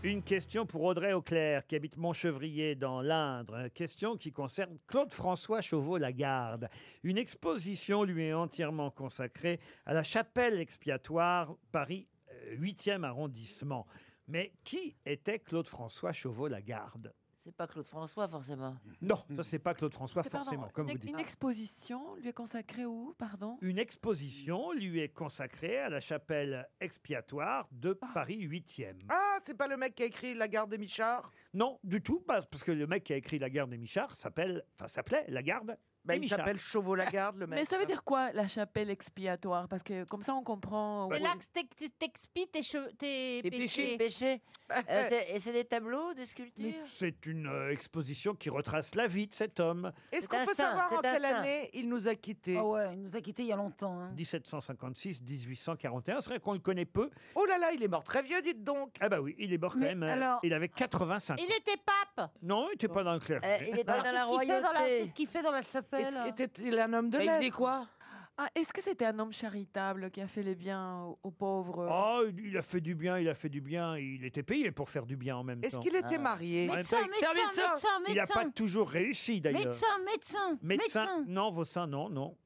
Speaker 4: Une question pour Audrey Auclair, qui habite Montchevrier dans l'Indre. Question qui concerne Claude-François Chauveau-Lagarde. Une exposition lui est entièrement consacrée à la chapelle expiatoire, Paris euh, 8e arrondissement. Mais qui était Claude-François Chauveau-Lagarde
Speaker 11: C'est pas Claude François, forcément.
Speaker 4: Non, ça c'est pas Claude-François,
Speaker 10: C'est, pardon,
Speaker 4: forcément, comme
Speaker 10: une,
Speaker 4: vous dites.
Speaker 10: une exposition lui est consacrée où, pardon
Speaker 4: Une exposition lui est consacrée à la chapelle expiatoire de Paris 8e.
Speaker 9: Ah, c'est pas le mec qui a écrit La garde des Michards
Speaker 4: Non, du tout, pas- parce que le mec qui a écrit La Garde des Michards s'appelle, enfin s'appelait La Garde.
Speaker 9: Bah, il s'appelle Chauveau Lagarde, le mec. hein.
Speaker 10: Mais ça
Speaker 8: euh,
Speaker 10: veut dire quoi, la chapelle expiatoire Parce que comme ça, on comprend.
Speaker 8: C'est
Speaker 10: où-
Speaker 8: là que t'ex- t'ex- t'expies tes, cheveux- tes péchés.
Speaker 11: Euh, c'est- et c'est des tableaux, des sculptures
Speaker 4: C'est une euh, exposition qui retrace la vie de cet homme.
Speaker 9: Est-ce qu'on peut savoir en quelle année il nous a quittés
Speaker 5: Ah ouais, il nous a quittés il y a longtemps. hein.
Speaker 4: 1756-1841, c'est vrai qu'on le connaît peu.
Speaker 9: Oh là là, il est mort très vieux, dites donc.
Speaker 4: Ah bah oui, il est mort quand
Speaker 9: Mais
Speaker 4: même. euh,
Speaker 9: alors-
Speaker 4: Il avait 85 ans.
Speaker 8: Il était pape.
Speaker 4: Non, il n'était pas dans le clergé.
Speaker 8: Alors, qu'est-ce qu'il fait dans la-
Speaker 11: royauté.
Speaker 8: Qu'est-ce qu'il fait dans la chapelle
Speaker 9: Est-ce qu'il était un homme de
Speaker 10: Mais il faisait
Speaker 9: lettres
Speaker 6: Bah, quoi
Speaker 10: Ah, Est-ce que c'était un homme charitable qui a fait les biens aux, aux pauvres
Speaker 6: Oh.
Speaker 4: Ah, il- il a fait du bien, il a fait du bien. Il était payé pour faire du bien en même
Speaker 9: Est-ce
Speaker 4: temps.
Speaker 9: qu'il était Ah. marié
Speaker 4: En même
Speaker 9: Médecin,
Speaker 4: temps, il-
Speaker 9: médecin,
Speaker 4: C'est un
Speaker 9: médecin,
Speaker 4: Il n'a
Speaker 9: médecin.
Speaker 4: pas toujours réussi d'ailleurs.
Speaker 14: Médecin, médecin,
Speaker 4: Médecin.
Speaker 14: médecin.
Speaker 4: Non, vos seins, non, non.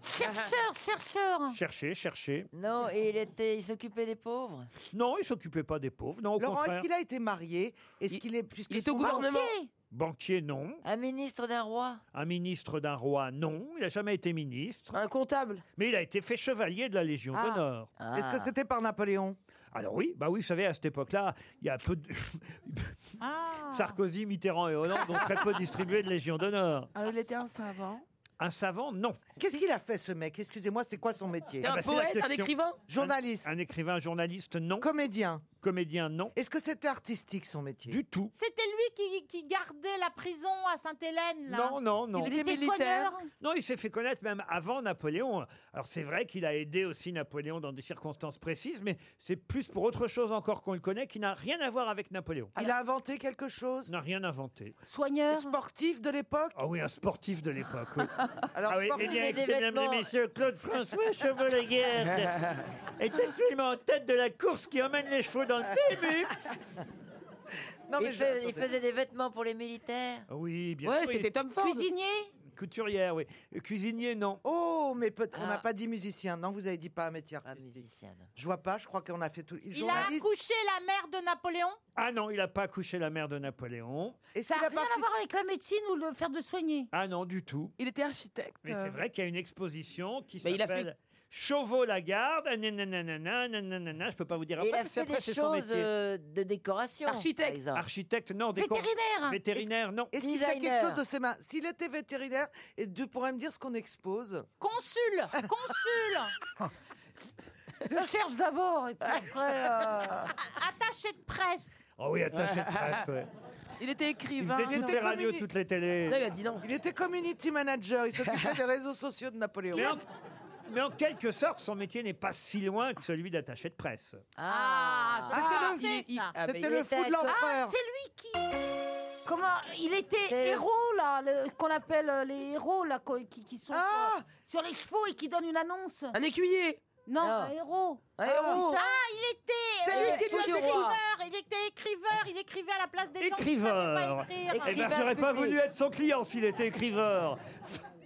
Speaker 14: Chercheur, chercheur.
Speaker 4: Cherchez, cherchez.
Speaker 11: Non, et il était, il s'occupait des pauvres.
Speaker 4: Non, il s'occupait pas des pauvres. Non, au
Speaker 9: Laurent,
Speaker 4: contraire.
Speaker 9: est-ce qu'il a été marié Est-ce qu'il est puisque
Speaker 11: il est au
Speaker 9: son-
Speaker 11: gouvernement.
Speaker 9: Banquier
Speaker 4: Banquier, non.
Speaker 11: Un ministre d'un roi.
Speaker 4: Un ministre d'un roi, non. Il n'a jamais été ministre.
Speaker 6: Un comptable.
Speaker 4: Mais il a été fait chevalier de la Légion
Speaker 9: Ah.
Speaker 4: d'honneur.
Speaker 9: Est-ce que c'était par Napoléon
Speaker 4: Alors oui, bah oui, vous savez, à cette époque-là, il y a peu de...
Speaker 8: Ah.
Speaker 4: Sarkozy, Mitterrand et Hollande ont très peu distribué de Légion d'honneur.
Speaker 10: Alors, il était un savant.
Speaker 4: Un savant, non.
Speaker 9: Qu'est-ce qu'il a fait ce mec Excusez-moi, c'est quoi son métier
Speaker 4: Ah bah, c'est la question.
Speaker 9: Journaliste.
Speaker 4: Un, un écrivain, journaliste, non.
Speaker 9: Comédien.
Speaker 4: Comédien, non.
Speaker 9: Est-ce que c'était artistique son métier
Speaker 4: Du tout.
Speaker 8: C'était lui qui, qui gardait la prison à Sainte-Hélène. là.
Speaker 4: Non, non, non.
Speaker 8: Il était, soigneur.
Speaker 4: Non, il s'est fait connaître même avant Napoléon. Alors c'est vrai qu'il a aidé aussi Napoléon dans des circonstances précises, mais c'est plus pour autre chose encore qu'on le connaît qui n'a rien à voir avec Napoléon.
Speaker 9: Il a inventé quelque chose
Speaker 4: Il n'a rien inventé.
Speaker 9: Soigneur. Sportif de l'époque
Speaker 4: Ah oui, un sportif de l'époque. oui.
Speaker 9: Alors,
Speaker 4: ah oui,
Speaker 9: sportif-
Speaker 4: eh bien,
Speaker 9: Il faisait des
Speaker 4: écoutez, mesdames et
Speaker 9: vêtements.
Speaker 4: messieurs, Claude François Chevaux-Lagarde est actuellement en tête de la course qui emmène les chevaux dans le PMU.
Speaker 9: Non, mais
Speaker 11: il,
Speaker 9: je-
Speaker 11: fais- il
Speaker 9: attendez.
Speaker 11: faisait des vêtements pour les militaires.
Speaker 4: Oui, bien sûr. il-
Speaker 8: Cuisinier
Speaker 4: Couturière, oui. Euh, Cuisinier, non.
Speaker 9: Oh, mais peut- on
Speaker 11: Ah.
Speaker 9: n'a pas dit musicien. Non, vous avez dit pas un métier artistique. Je vois pas, je crois qu'on a fait tout.
Speaker 8: Il a accouché la mère de Napoléon.
Speaker 4: Ah non, il n'a pas couché la mère de Napoléon.
Speaker 9: ça
Speaker 5: n'a rien à voir avec la médecine ou le faire de soigner.
Speaker 4: Ah non, du tout.
Speaker 10: Il était architecte.
Speaker 4: Mais c'est vrai qu'il y a une exposition qui
Speaker 6: Mais il a fait-
Speaker 4: s'appelle Chauveau-Lagarde. Ah, nananana, nananana, Je peux pas vous dire
Speaker 11: Et
Speaker 4: après,
Speaker 11: il a
Speaker 4: parce
Speaker 11: fait
Speaker 4: qu'après,
Speaker 11: des
Speaker 4: c'est son
Speaker 11: choses
Speaker 4: métier.
Speaker 11: euh, de décoration. Par exemple.
Speaker 4: Architecte, non. décor-
Speaker 9: Vétérinaire.
Speaker 4: Vétérinaire, non.
Speaker 9: Est-ce qu'il a quelque chose de ses mains S'il était vétérinaire, et Dieu pourrait me dire ce qu'on expose.
Speaker 8: Consul Consul
Speaker 5: Je cherche d'abord et puis après. euh,
Speaker 8: Attaché de presse.
Speaker 4: Oh oui, attaché de presse, ouais.
Speaker 10: Il était
Speaker 4: Il
Speaker 10: écrivain.
Speaker 4: faisait toutes les radios, toutes les télés.
Speaker 9: Il était community manager. Il s'occupait des réseaux sociaux de Napoléon.
Speaker 4: Mais en, mais en quelque sorte, son métier n'est pas si loin que celui d'attaché de presse.
Speaker 8: Ah,
Speaker 9: C'était
Speaker 8: ah,
Speaker 9: le-
Speaker 8: il est- il- ah,
Speaker 9: c'était
Speaker 8: mais
Speaker 9: le
Speaker 8: il
Speaker 9: fou
Speaker 8: était
Speaker 9: de l'empereur.
Speaker 8: Ah, c'est lui qui.
Speaker 5: Comment Il était
Speaker 8: C'est-
Speaker 5: héros, là, le- qu'on appelle euh, les héros, là, qu'on- qui, qui sont sur, sur les chevaux et qui donnent une annonce.
Speaker 6: Un écuyer.
Speaker 5: Non,
Speaker 6: Non.
Speaker 5: un héros.
Speaker 6: Un héros.
Speaker 5: ça.
Speaker 8: Ah, il était.
Speaker 5: C'est lui
Speaker 8: euh,
Speaker 5: qui
Speaker 8: il était
Speaker 5: était le roi.
Speaker 8: écriveur. Il était écriveur. Il écrivait à la place des gens. qui
Speaker 4: Écriveur.
Speaker 8: savaient pas écrire.
Speaker 4: Eh bien, j'aurais pas voulu être son client s'il était écriveur.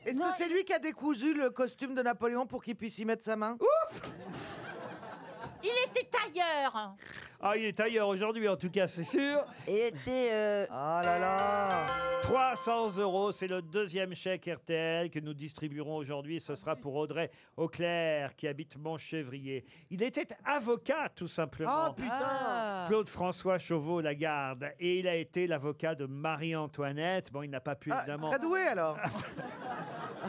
Speaker 9: Est-ce que c'est lui qui a décousu le costume de Napoléon pour qu'il puisse y mettre sa main
Speaker 14: Il était tailleur.
Speaker 4: Ah, il est ailleurs aujourd'hui, en tout cas, c'est sûr. Il était. Ah là là 300 euros, c'est le deuxième chèque RTL que nous distribuerons aujourd'hui. Ce sera pour Audrey Auclair, qui habite Montchevrier. Il était avocat, tout simplement.
Speaker 9: Oh, putain. Ah.
Speaker 4: Claude François Chauveau Lagarde. Et il a été l'avocat de Marie-Antoinette. Bon, il n'a pas pu,
Speaker 9: Ah,
Speaker 4: évidemment.
Speaker 9: Très doué alors.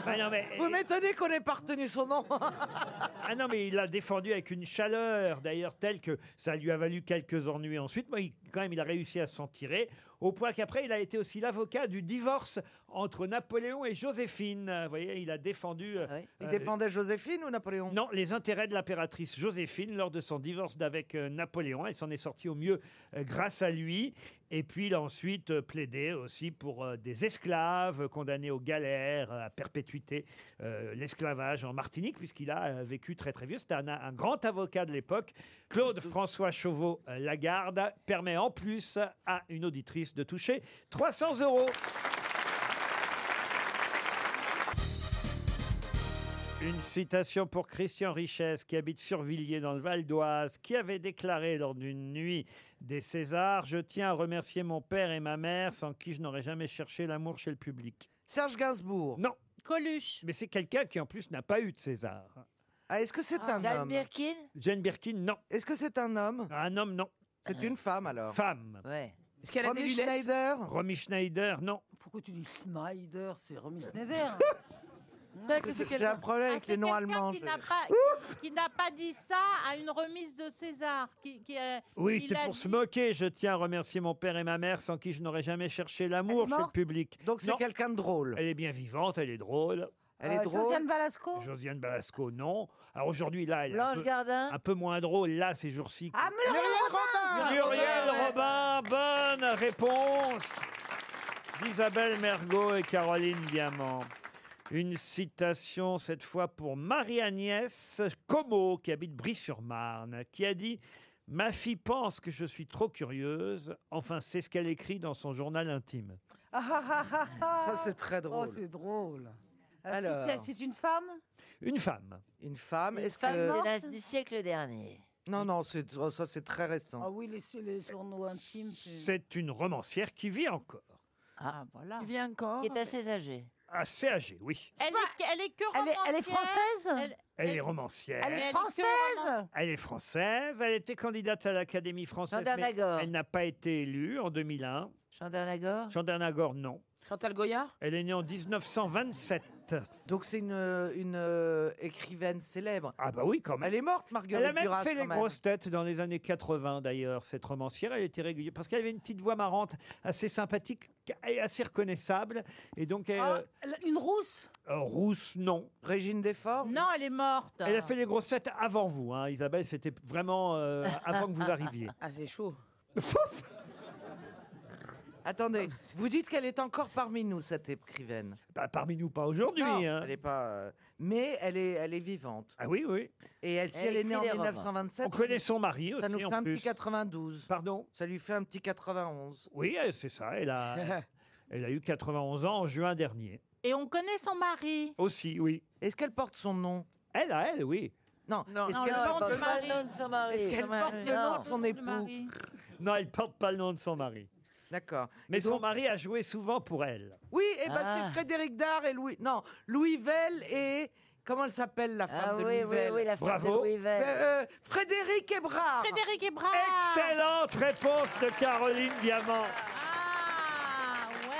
Speaker 4: Ah, non, mais...
Speaker 9: Vous m'étonnez qu'on n'ait pas retenu son nom.
Speaker 4: Ah non, mais il l'a défendu avec une chaleur, d'ailleurs, telle que ça lui a valu quelques ennuis ensuite. Mais il- quand même, il a réussi à s'en tirer. Au point qu'après, il a été aussi l'avocat du divorce entre Napoléon et Joséphine. Vous voyez, il a défendu. euh,
Speaker 9: Ah Il défendait Joséphine ou Napoléon
Speaker 4: Non, les intérêts de l'impératrice Joséphine lors de son divorce d'avec euh, Napoléon. Elle s'en est sortie au mieux euh, grâce à lui. Et puis, il a ensuite euh, plaidé aussi pour euh, des esclaves euh, condamnés aux galères, euh, à perpétuité, euh, l'esclavage en Martinique, puisqu'il a euh, vécu très très vieux. C'était un, un grand avocat de l'époque. Claude François Chauveau euh, Lagarde permet en plus à une auditrice de toucher 300 euros. Une citation pour Christian Richesse, qui habite Survilliers dans le Val d'Oise, qui avait déclaré lors d'une nuit des Césars Je tiens à remercier mon père et ma mère, sans qui je n'aurais jamais cherché l'amour chez le public.
Speaker 9: Serge Gainsbourg.
Speaker 4: Non.
Speaker 14: Coluche.
Speaker 4: Mais c'est quelqu'un qui, en plus, n'a pas eu de César.
Speaker 9: Ah, est-ce que c'est
Speaker 4: Ah.
Speaker 9: un
Speaker 4: Jane
Speaker 9: homme
Speaker 4: Birkin Jane Birkin, non.
Speaker 9: Est-ce que c'est un homme
Speaker 4: Un homme, non.
Speaker 9: C'est une femme alors.
Speaker 4: Femme.
Speaker 9: Est-ce qu'elle a des Romy lunettes Schneider
Speaker 4: Romy Schneider, non.
Speaker 5: Pourquoi tu dis Schneider C'est Romy Schneider.
Speaker 9: J'ai un problème avec les noms allemands.
Speaker 14: Qui
Speaker 9: je-
Speaker 14: n'a pas, qui n'a pas dit ça à une remise de César. Qui, qui, euh,
Speaker 4: Oui,
Speaker 14: il
Speaker 4: c'était
Speaker 14: a
Speaker 4: pour
Speaker 14: dit-
Speaker 4: se moquer. Je tiens à remercier mon père et ma mère, sans qui je n'aurais jamais cherché l'amour chez le
Speaker 5: morte
Speaker 4: public.
Speaker 9: Donc c'est
Speaker 4: Non.
Speaker 9: quelqu'un de drôle.
Speaker 4: Elle est bien vivante, elle est drôle.
Speaker 5: Euh, Josiane Balasco
Speaker 4: Josiane Balasco, non. Alors aujourd'hui, là, elle est
Speaker 5: Blanche
Speaker 4: un peu,
Speaker 5: Gardin
Speaker 4: un peu moins drôle, là, ces jours-ci.
Speaker 5: Ah, Muriel
Speaker 9: Ah,
Speaker 13: Ah,
Speaker 5: Robin
Speaker 4: Muriel Robin, bonne réponse d'Isabelle Mergot et Caroline Diamant. Une citation cette fois pour Marie-Agnès Como, qui habite Brie-sur-Marne, qui a dit « Ma fille pense que je suis trop curieuse. Enfin, c'est ce qu'elle écrit dans son journal intime.
Speaker 9: ah, Ça, ah, c'est très drôle.
Speaker 5: Oh, c'est drôle. Euh,
Speaker 9: Alors.
Speaker 5: c'est- C'est une femme »
Speaker 4: Une femme.
Speaker 9: Une femme. Est-ce
Speaker 5: femme
Speaker 9: que...
Speaker 5: morte C'est la-
Speaker 11: Du siècle dernier.
Speaker 9: Non, non, c'est- oh, ça c'est très
Speaker 5: Ah
Speaker 9: récent.
Speaker 5: oui, les, les journaux intimes. c'est-
Speaker 4: C'est une romancière qui vit encore.
Speaker 11: Ah,
Speaker 14: voilà.
Speaker 11: Qui vient encore Qui est assez âgée.
Speaker 4: Assez âgée, oui.
Speaker 14: Elle est, elle est que
Speaker 5: Elle est- elle est
Speaker 14: romancière.
Speaker 5: française
Speaker 14: Elle-
Speaker 4: Elle est romancière.
Speaker 14: Elle est française
Speaker 4: Elle est française, elle était candidate à l'Académie française,
Speaker 11: Jean
Speaker 4: mais
Speaker 11: Dernagor.
Speaker 4: elle n'a pas été élue en 2001.
Speaker 11: Jean Dernagor
Speaker 4: Jean Dernagor, non.
Speaker 6: Chantal Goyard
Speaker 4: Elle est née en 1927.
Speaker 9: Donc c'est une, une euh, écrivaine célèbre.
Speaker 4: Ah bah oui, quand même.
Speaker 9: Elle est morte, Marguerite
Speaker 4: elle a même
Speaker 9: Duras,
Speaker 4: fait
Speaker 9: quand
Speaker 4: les grosses têtes dans les années 80, d'ailleurs, cette romancière. Elle était régulière parce qu'elle avait une petite voix marrante, assez sympathique et assez reconnaissable. Et donc, elle,
Speaker 14: Ah,
Speaker 5: Une rousse
Speaker 4: euh, rousse, non.
Speaker 9: Régine Desforges
Speaker 14: Non, oh, elle est morte.
Speaker 4: Elle a fait les grosses têtes avant vous, hein, Isabelle. C'était vraiment euh, avant que vous arriviez.
Speaker 6: Ah, c'est chaud.
Speaker 9: Attendez, vous dites qu'elle est encore parmi nous, cette écrivaine.
Speaker 4: Bah, parmi nous, pas aujourd'hui.
Speaker 9: Non,
Speaker 4: hein.
Speaker 9: elle est pas. euh, Mais elle est, elle est vivante.
Speaker 4: Ah oui, oui.
Speaker 9: Et elle, si
Speaker 4: Elle
Speaker 9: elle, est née
Speaker 4: écrit
Speaker 9: en
Speaker 4: des romans.
Speaker 9: 1927.
Speaker 4: On connaît son mari
Speaker 9: Ça
Speaker 4: aussi,
Speaker 9: nous fait
Speaker 4: en
Speaker 9: un
Speaker 4: plus.
Speaker 9: petit 92.
Speaker 4: Pardon
Speaker 9: Ça lui fait un petit 91.
Speaker 4: Oui, euh, c'est ça. Elle a, elle a eu 91 ans en juin dernier.
Speaker 14: Et on connaît son mari.
Speaker 4: Aussi, oui.
Speaker 9: Est-ce qu'elle porte son nom
Speaker 4: Elle, à elle, oui.
Speaker 9: Non, est-ce
Speaker 14: Non,
Speaker 9: qu'elle
Speaker 14: non, elle
Speaker 9: porte,
Speaker 14: porte
Speaker 9: le
Speaker 14: pas
Speaker 9: mari
Speaker 14: le nom de son mari.
Speaker 9: Est-ce qu'elle
Speaker 14: Son mari.
Speaker 9: porte le nom
Speaker 14: Non.
Speaker 9: de son
Speaker 14: Le
Speaker 9: époux
Speaker 14: mari.
Speaker 4: Non, elle porte pas le nom de son mari.
Speaker 9: D'accord.
Speaker 4: Mais
Speaker 9: Et
Speaker 4: son
Speaker 9: donc-
Speaker 4: mari a joué souvent pour elle.
Speaker 9: Oui, et ben
Speaker 4: Ah.
Speaker 9: c'est Frédéric Dard et Louis. Non, Louis Vell et. Comment elle s'appelle la femme
Speaker 11: Ah oui,
Speaker 9: de Louis
Speaker 11: oui,
Speaker 9: Vell
Speaker 11: oui, la femme de Bravo. Louis Vell.
Speaker 9: Euh, euh, Frédéric Ebrard.
Speaker 14: Frédéric Ebrard.
Speaker 4: Excellente réponse de Caroline Diamant.
Speaker 14: Ah ouais.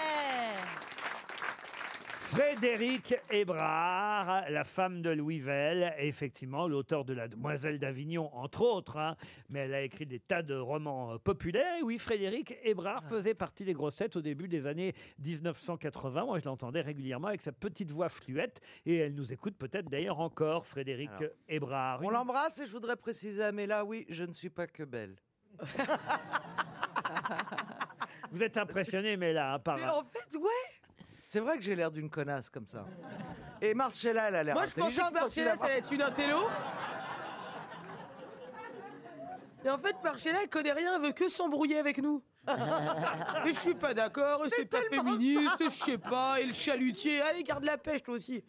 Speaker 4: Frédéric Hébrard, la femme de Louis Vell, est effectivement l'auteur de La Demoiselle d'Avignon, entre autres, hein. mais elle a écrit des tas de romans euh, populaires. Et oui, Frédéric Hébrard faisait partie des grosses têtes au début des années 1980. Moi, je l'entendais régulièrement avec sa petite voix fluette, et elle nous écoute peut-être d'ailleurs encore, Frédéric
Speaker 9: Alors,
Speaker 4: Hébrard.
Speaker 9: On
Speaker 4: Une-
Speaker 9: l'embrasse et je voudrais préciser à Mela, oui, je ne suis pas que belle.
Speaker 4: Vous êtes impressionné, mais là, par...
Speaker 9: Mais en
Speaker 6: fait, ouais.
Speaker 9: C'est vrai que j'ai l'air d'une connasse comme ça. Et Marcella, elle a l'air
Speaker 6: Moi, je pensais
Speaker 9: intelligente
Speaker 6: que
Speaker 9: quand tu
Speaker 6: Marcella,
Speaker 9: la
Speaker 6: ça allait être une intello. Et en fait, Marcella, elle connaît rien, elle veut que s'embrouiller avec nous. Mais je suis pas d'accord, c'est pas féministe, je sais pas, et le chalutier, allez, garde la pêche toi aussi.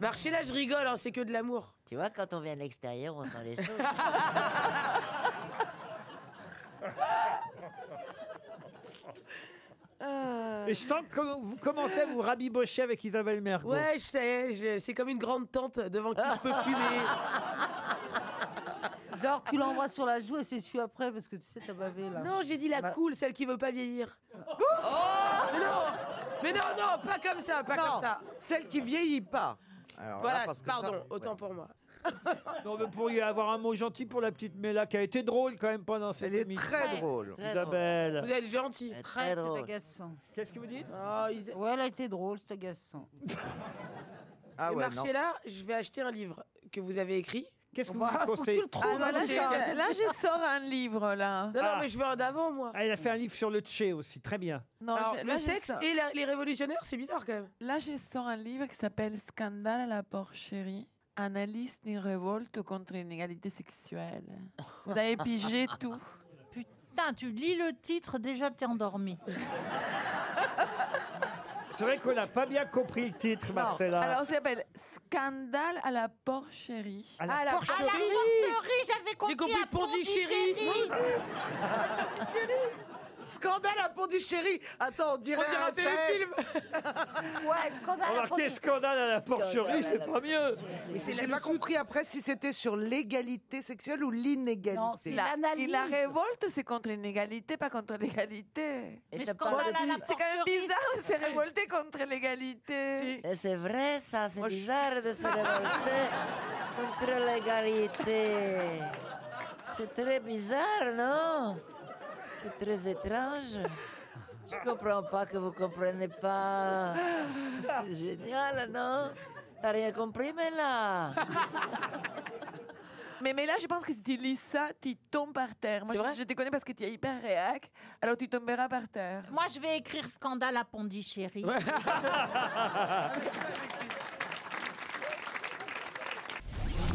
Speaker 6: Marcella, je rigole, hein, c'est que de l'amour.
Speaker 11: Tu vois, quand on vient de l'extérieur, on sent les choses.
Speaker 6: Euh.
Speaker 4: Et je sens que vous commencez à vous rabibocher avec Isabelle Mergo.
Speaker 6: Ouais, je sais, je- c'est comme une grande tante devant qui je peux fumer.
Speaker 5: Genre, tu l'embrasses sur la joue et s'essuie après parce que tu sais, t'as bavé là.
Speaker 6: Non, j'ai dit la
Speaker 5: Bah-
Speaker 6: cool, celle qui veut pas vieillir. mais non, mais non, non, pas comme ça, pas comme ça.
Speaker 9: Celle qui vieillit pas. Alors là,
Speaker 6: Voilà,
Speaker 9: parce que
Speaker 6: pardon,
Speaker 9: ça-
Speaker 6: autant pour moi.
Speaker 4: Non, mais vous pourriez avoir un mot gentil pour la petite Mela qui a été drôle quand même pendant cette émission.
Speaker 9: très Ouais, drôle. très
Speaker 4: Isabelle.
Speaker 6: Vous êtes gentil.
Speaker 5: Très, c'est agaçant. Ah,
Speaker 4: Qu'est-ce que vous dites
Speaker 5: Ouais, elle a été drôle, c'est agaçant.
Speaker 6: Et
Speaker 9: Ah ouais,
Speaker 6: Marcella, je vais acheter un livre que vous avez écrit.
Speaker 4: Qu'est-ce que
Speaker 9: vous Bah, faut conseillez que tu le trouves,
Speaker 10: là, j'ai- Euh, là, je sors un livre, là.
Speaker 6: Ah. Non, non, mais je veux un d'avant, moi.
Speaker 4: Ah, elle a fait un livre sur le Tché aussi, très bien.
Speaker 10: Non,
Speaker 6: Alors,
Speaker 10: j'ai- là,
Speaker 6: le
Speaker 10: j'ai
Speaker 6: sexe
Speaker 10: ça.
Speaker 6: et la- les révolutionnaires, c'est bizarre quand même.
Speaker 10: Là, je sors un livre qui s'appelle Scandale à la porcherie. Analyse d'une révolte contre l'inégalité sexuelle. Vous avez pigé tout.
Speaker 14: Putain, tu lis le titre, déjà t'es endormi.
Speaker 4: C'est vrai qu'on n'a pas bien compris le titre, Marcella.
Speaker 10: Alors, ça s'appelle Scandale à la porcherie.
Speaker 4: À la À la porcherie.
Speaker 14: À la porcherie, j'avais compris.
Speaker 6: compris
Speaker 14: à
Speaker 6: Pondichéry.
Speaker 9: Scandale à Pondichéry. Attends, on dirait
Speaker 6: On dirait un téléfilm.
Speaker 9: ouais,
Speaker 5: Oh,
Speaker 9: scandale
Speaker 4: Remarquez, scandale à la porcherie, c'est pas mieux.
Speaker 9: Mais
Speaker 4: c'est
Speaker 9: j'ai
Speaker 4: le
Speaker 9: pas compris après si c'était sur l'égalité sexuelle ou l'inégalité.
Speaker 14: Non, c'est La- l'analyse.
Speaker 10: La révolte, c'est contre l'inégalité, pas contre l'égalité.
Speaker 11: Et Mais ça scandale parle- à la
Speaker 10: c'est quand même
Speaker 11: porcherie,
Speaker 10: bizarre de
Speaker 11: c'est-
Speaker 10: se révolter contre l'égalité.
Speaker 11: Et C'est vrai, ça, c'est
Speaker 10: Moi, je-
Speaker 11: bizarre de se révolter contre l'égalité. C'est très bizarre, non C'est très étrange. Je comprends pas que vous comprenez pas. C'est génial, non T'as rien compris, mais là.
Speaker 10: Mais, mais là, je pense que si tu lis ça, tu tombes par terre. Moi, je, je te connais parce que tu es hyper réac, alors tu tomberas par terre.
Speaker 14: Moi, je vais écrire scandale à Pondichéry.
Speaker 4: Bah,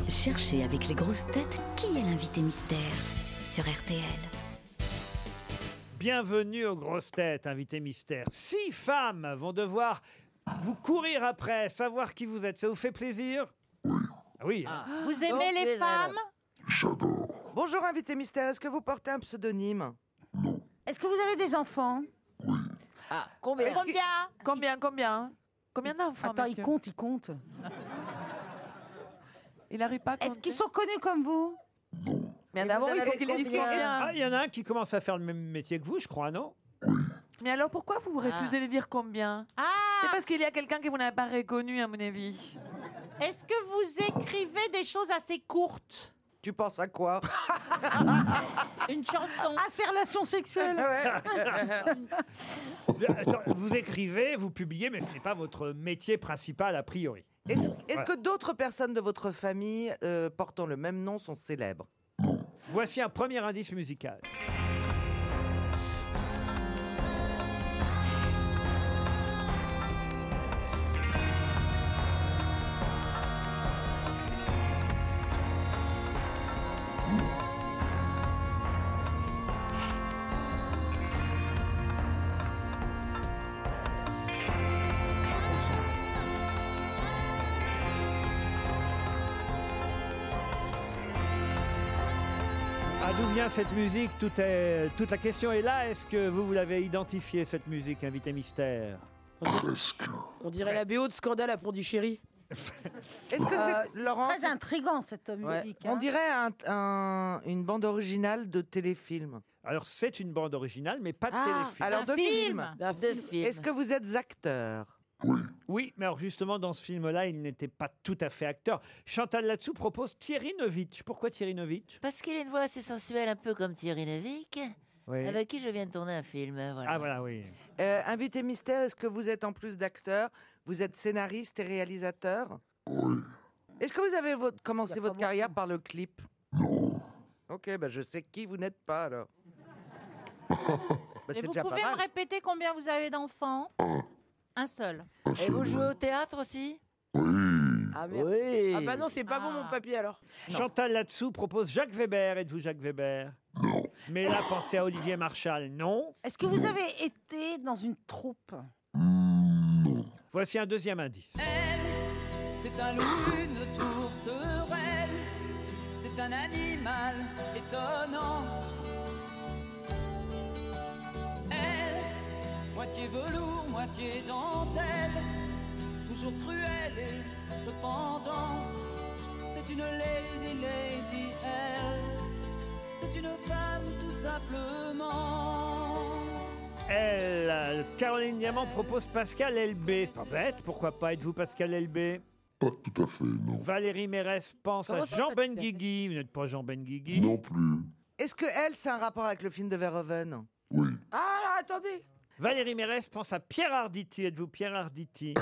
Speaker 3: Cherchez avec les grosses têtes qui est l'invité mystère sur RTL.
Speaker 4: Bienvenue aux grosses têtes, invité mystère. Six femmes vont devoir vous courir après, savoir qui vous êtes. Ça vous fait plaisir Oui. Ah Oui.
Speaker 14: Vous aimez les femmes
Speaker 9: Bonjour, invité mystère. Est-ce que vous portez un pseudonyme
Speaker 5: Est-ce que vous avez des enfants
Speaker 10: Ah,
Speaker 9: combien
Speaker 10: Combien Combien Combien Combien d'enfants
Speaker 5: Attends, il
Speaker 10: monsieur
Speaker 5: compte, il compte.
Speaker 10: Il n'arrive pas à
Speaker 5: Est-ce qu'ils sont connus comme vous
Speaker 10: Mais
Speaker 5: vous
Speaker 10: d'abord,
Speaker 5: en
Speaker 10: il faut
Speaker 5: avez hein.
Speaker 10: qu'il dise
Speaker 5: combien
Speaker 10: combien.
Speaker 4: Ah, il y en a un qui commence à faire le même métier que vous, je crois, non
Speaker 10: Mais alors, pourquoi vous refusez de dire combien C'est parce qu'il y a quelqu'un que vous n'avez pas reconnu, à mon avis.
Speaker 14: Est-ce que vous écrivez des choses assez courtes
Speaker 9: Tu penses à quoi
Speaker 14: Une chanson.
Speaker 5: Ah, c'est relations sexuelles
Speaker 4: Euh, Attends, Vous écrivez, vous publiez, mais ce n'est pas votre métier principal a priori.
Speaker 9: Est-ce est-ce
Speaker 4: Ouais.
Speaker 9: que d'autres personnes de votre famille euh, portant le même nom sont célèbres
Speaker 4: Voici un premier indice musical. Ah, d'où vient cette musique Tout est- Toute la question est là. Est-ce que vous, vous l'avez identifiée, cette musique, invité mystère
Speaker 6: On dirait la BO de Scandale à Pondichéry.
Speaker 9: Est-ce que
Speaker 5: Euh,
Speaker 9: c'est Laurent
Speaker 5: Très intrigant cette
Speaker 9: Ouais.
Speaker 5: musique.
Speaker 9: On
Speaker 5: hein.
Speaker 9: dirait un- un- une bande originale de téléfilm.
Speaker 4: Alors, c'est une bande originale, mais pas de
Speaker 9: Ah,
Speaker 4: téléfilm.
Speaker 9: alors de film.
Speaker 11: De film.
Speaker 9: Est-ce que vous êtes acteur
Speaker 4: Oui, mais alors justement, dans ce film-là, il n'était pas tout à fait acteur. Chantal Latsou propose Thierry Novitch. Pourquoi Thierry Novitch
Speaker 11: Parce qu'il a une voix assez sensuelle, un peu comme Thierry Nevic,
Speaker 4: Oui.
Speaker 11: avec qui je viens de tourner un film. Voilà.
Speaker 4: Ah, voilà, oui.
Speaker 9: Euh, Invité mystère, est-ce que vous êtes en plus d'acteur, vous êtes scénariste et réalisateur Est-ce que vous avez votre-
Speaker 14: Bah,
Speaker 9: commencé votre carrière par le clip Non. Ok, bah je sais qui vous n'êtes pas alors. Bah,
Speaker 14: Et
Speaker 9: c'est
Speaker 14: vous
Speaker 9: déjà pas
Speaker 14: pouvez me
Speaker 9: mal.
Speaker 14: répéter combien vous avez d'enfants Un seul.
Speaker 11: Et vous jouez au théâtre aussi
Speaker 6: Ah, merde.
Speaker 11: Oui.
Speaker 6: Ah bah non, c'est pas bon mon papier alors.
Speaker 4: Chantal Latsou propose Jacques Weber. Êtes-vous Jacques Weber Non. Mais là, pensez à Olivier Marchal. Non.
Speaker 5: Est-ce que vous avez été dans une troupe
Speaker 4: Voici un deuxième indice.
Speaker 17: C'est un loup, une tourterelle. C'est un animal étonnant. Elle, moitié velours, moitié dentelle. Toujours cruelle et cependant, c'est une lady, lady, elle. C'est une femme tout simplement.
Speaker 4: Elle, euh, Caroline Diamant propose Pascal LB. Pas bête, pourquoi pas Êtes-vous Pascal LB
Speaker 18: Pas tout à fait, non.
Speaker 4: Valérie Mérès pense
Speaker 9: Comment
Speaker 4: à
Speaker 9: ça,
Speaker 4: Jean
Speaker 9: pas tout à fait
Speaker 4: Benguigui. Vous n'êtes pas Jean Benguigui
Speaker 18: Non plus.
Speaker 9: Est-ce que elle, c'est un rapport avec le film de Verhoeven
Speaker 6: Ah, là, attendez
Speaker 4: Valérie Mérès pense à Pierre Arditi. Êtes-vous Pierre Arditi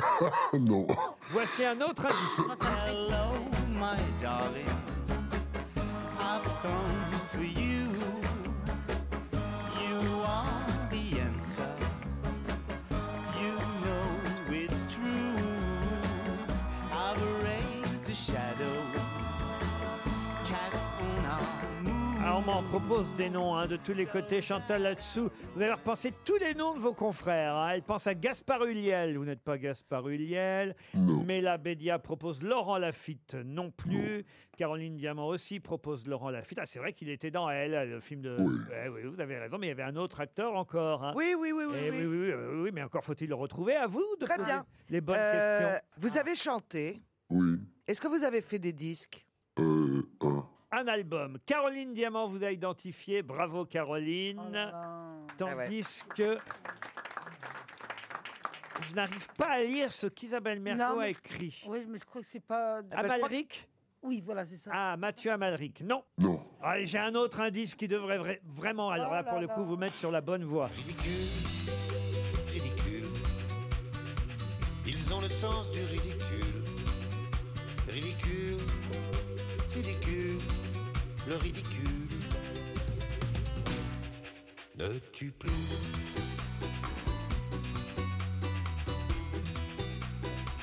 Speaker 18: non.
Speaker 4: Voici un autre indice.
Speaker 17: Hello, my darling. I've come for you. You are the answer. You know it's true. I've raised a shadow. Cast on our
Speaker 4: Ah, on m'en propose des noms hein, de tous les côtés. Chantal là-dessous. Vous allez repenser tous les noms de vos confrères. hein. Elle pense à Gaspard Huliel. Vous n'êtes pas Gaspard Huliel. Mela Bédia propose Laurent Lafitte non plus. Caroline Diamant aussi propose Laurent Lafitte. Ah, c'est vrai qu'il était dans elle, le film de. Eh oui, vous avez raison, mais il y avait un autre acteur encore. hein.
Speaker 9: Oui, oui, oui, oui,
Speaker 4: Eh
Speaker 9: oui.
Speaker 4: oui, oui, oui, oui, mais encore faut-il le retrouver. À vous de
Speaker 9: Très
Speaker 4: poser
Speaker 9: bien.
Speaker 4: les bonnes
Speaker 9: Euh,
Speaker 4: questions.
Speaker 19: Ah.
Speaker 9: Vous avez chanté.
Speaker 18: Oui.
Speaker 9: Est-ce que vous avez fait des disques
Speaker 4: un album. Caroline Diamant vous a identifié. Bravo, Caroline.
Speaker 5: Oh Ah
Speaker 4: Tandis que. Je n'arrive pas à lire ce qu'Isabelle Mergo
Speaker 5: Non,
Speaker 4: a
Speaker 5: mais-
Speaker 4: écrit. bah,
Speaker 5: Oui, mais je crois que c'est pas.
Speaker 4: Amalric
Speaker 5: Oui, voilà, c'est ça.
Speaker 4: Ah, Mathieu Amalric. Non. Non. J'ai un autre indice qui devrait vra- vraiment, alors là,
Speaker 5: Oh là
Speaker 4: pour le coup,
Speaker 5: là.
Speaker 4: vous mettre sur la bonne voie.
Speaker 20: ridicule. Ils ont le sens du ridicule. Ridicule, ridicule, le ridicule. Ne tue plus.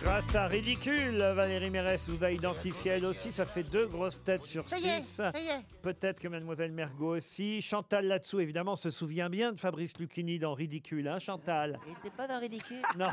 Speaker 4: Grâce à Ridicule, Valérie Mérès vous a identifié elle aussi. Ça fait deux grosses têtes sur
Speaker 8: Ça y est,
Speaker 4: six.
Speaker 8: ça y est.
Speaker 4: Peut-être que Mademoiselle Mergot aussi. Chantal là-dessous, évidemment, se souvient bien de Fabrice Lucchini dans Ridicule, hein, Chantal
Speaker 11: Il était pas dans Ridicule.
Speaker 4: Non.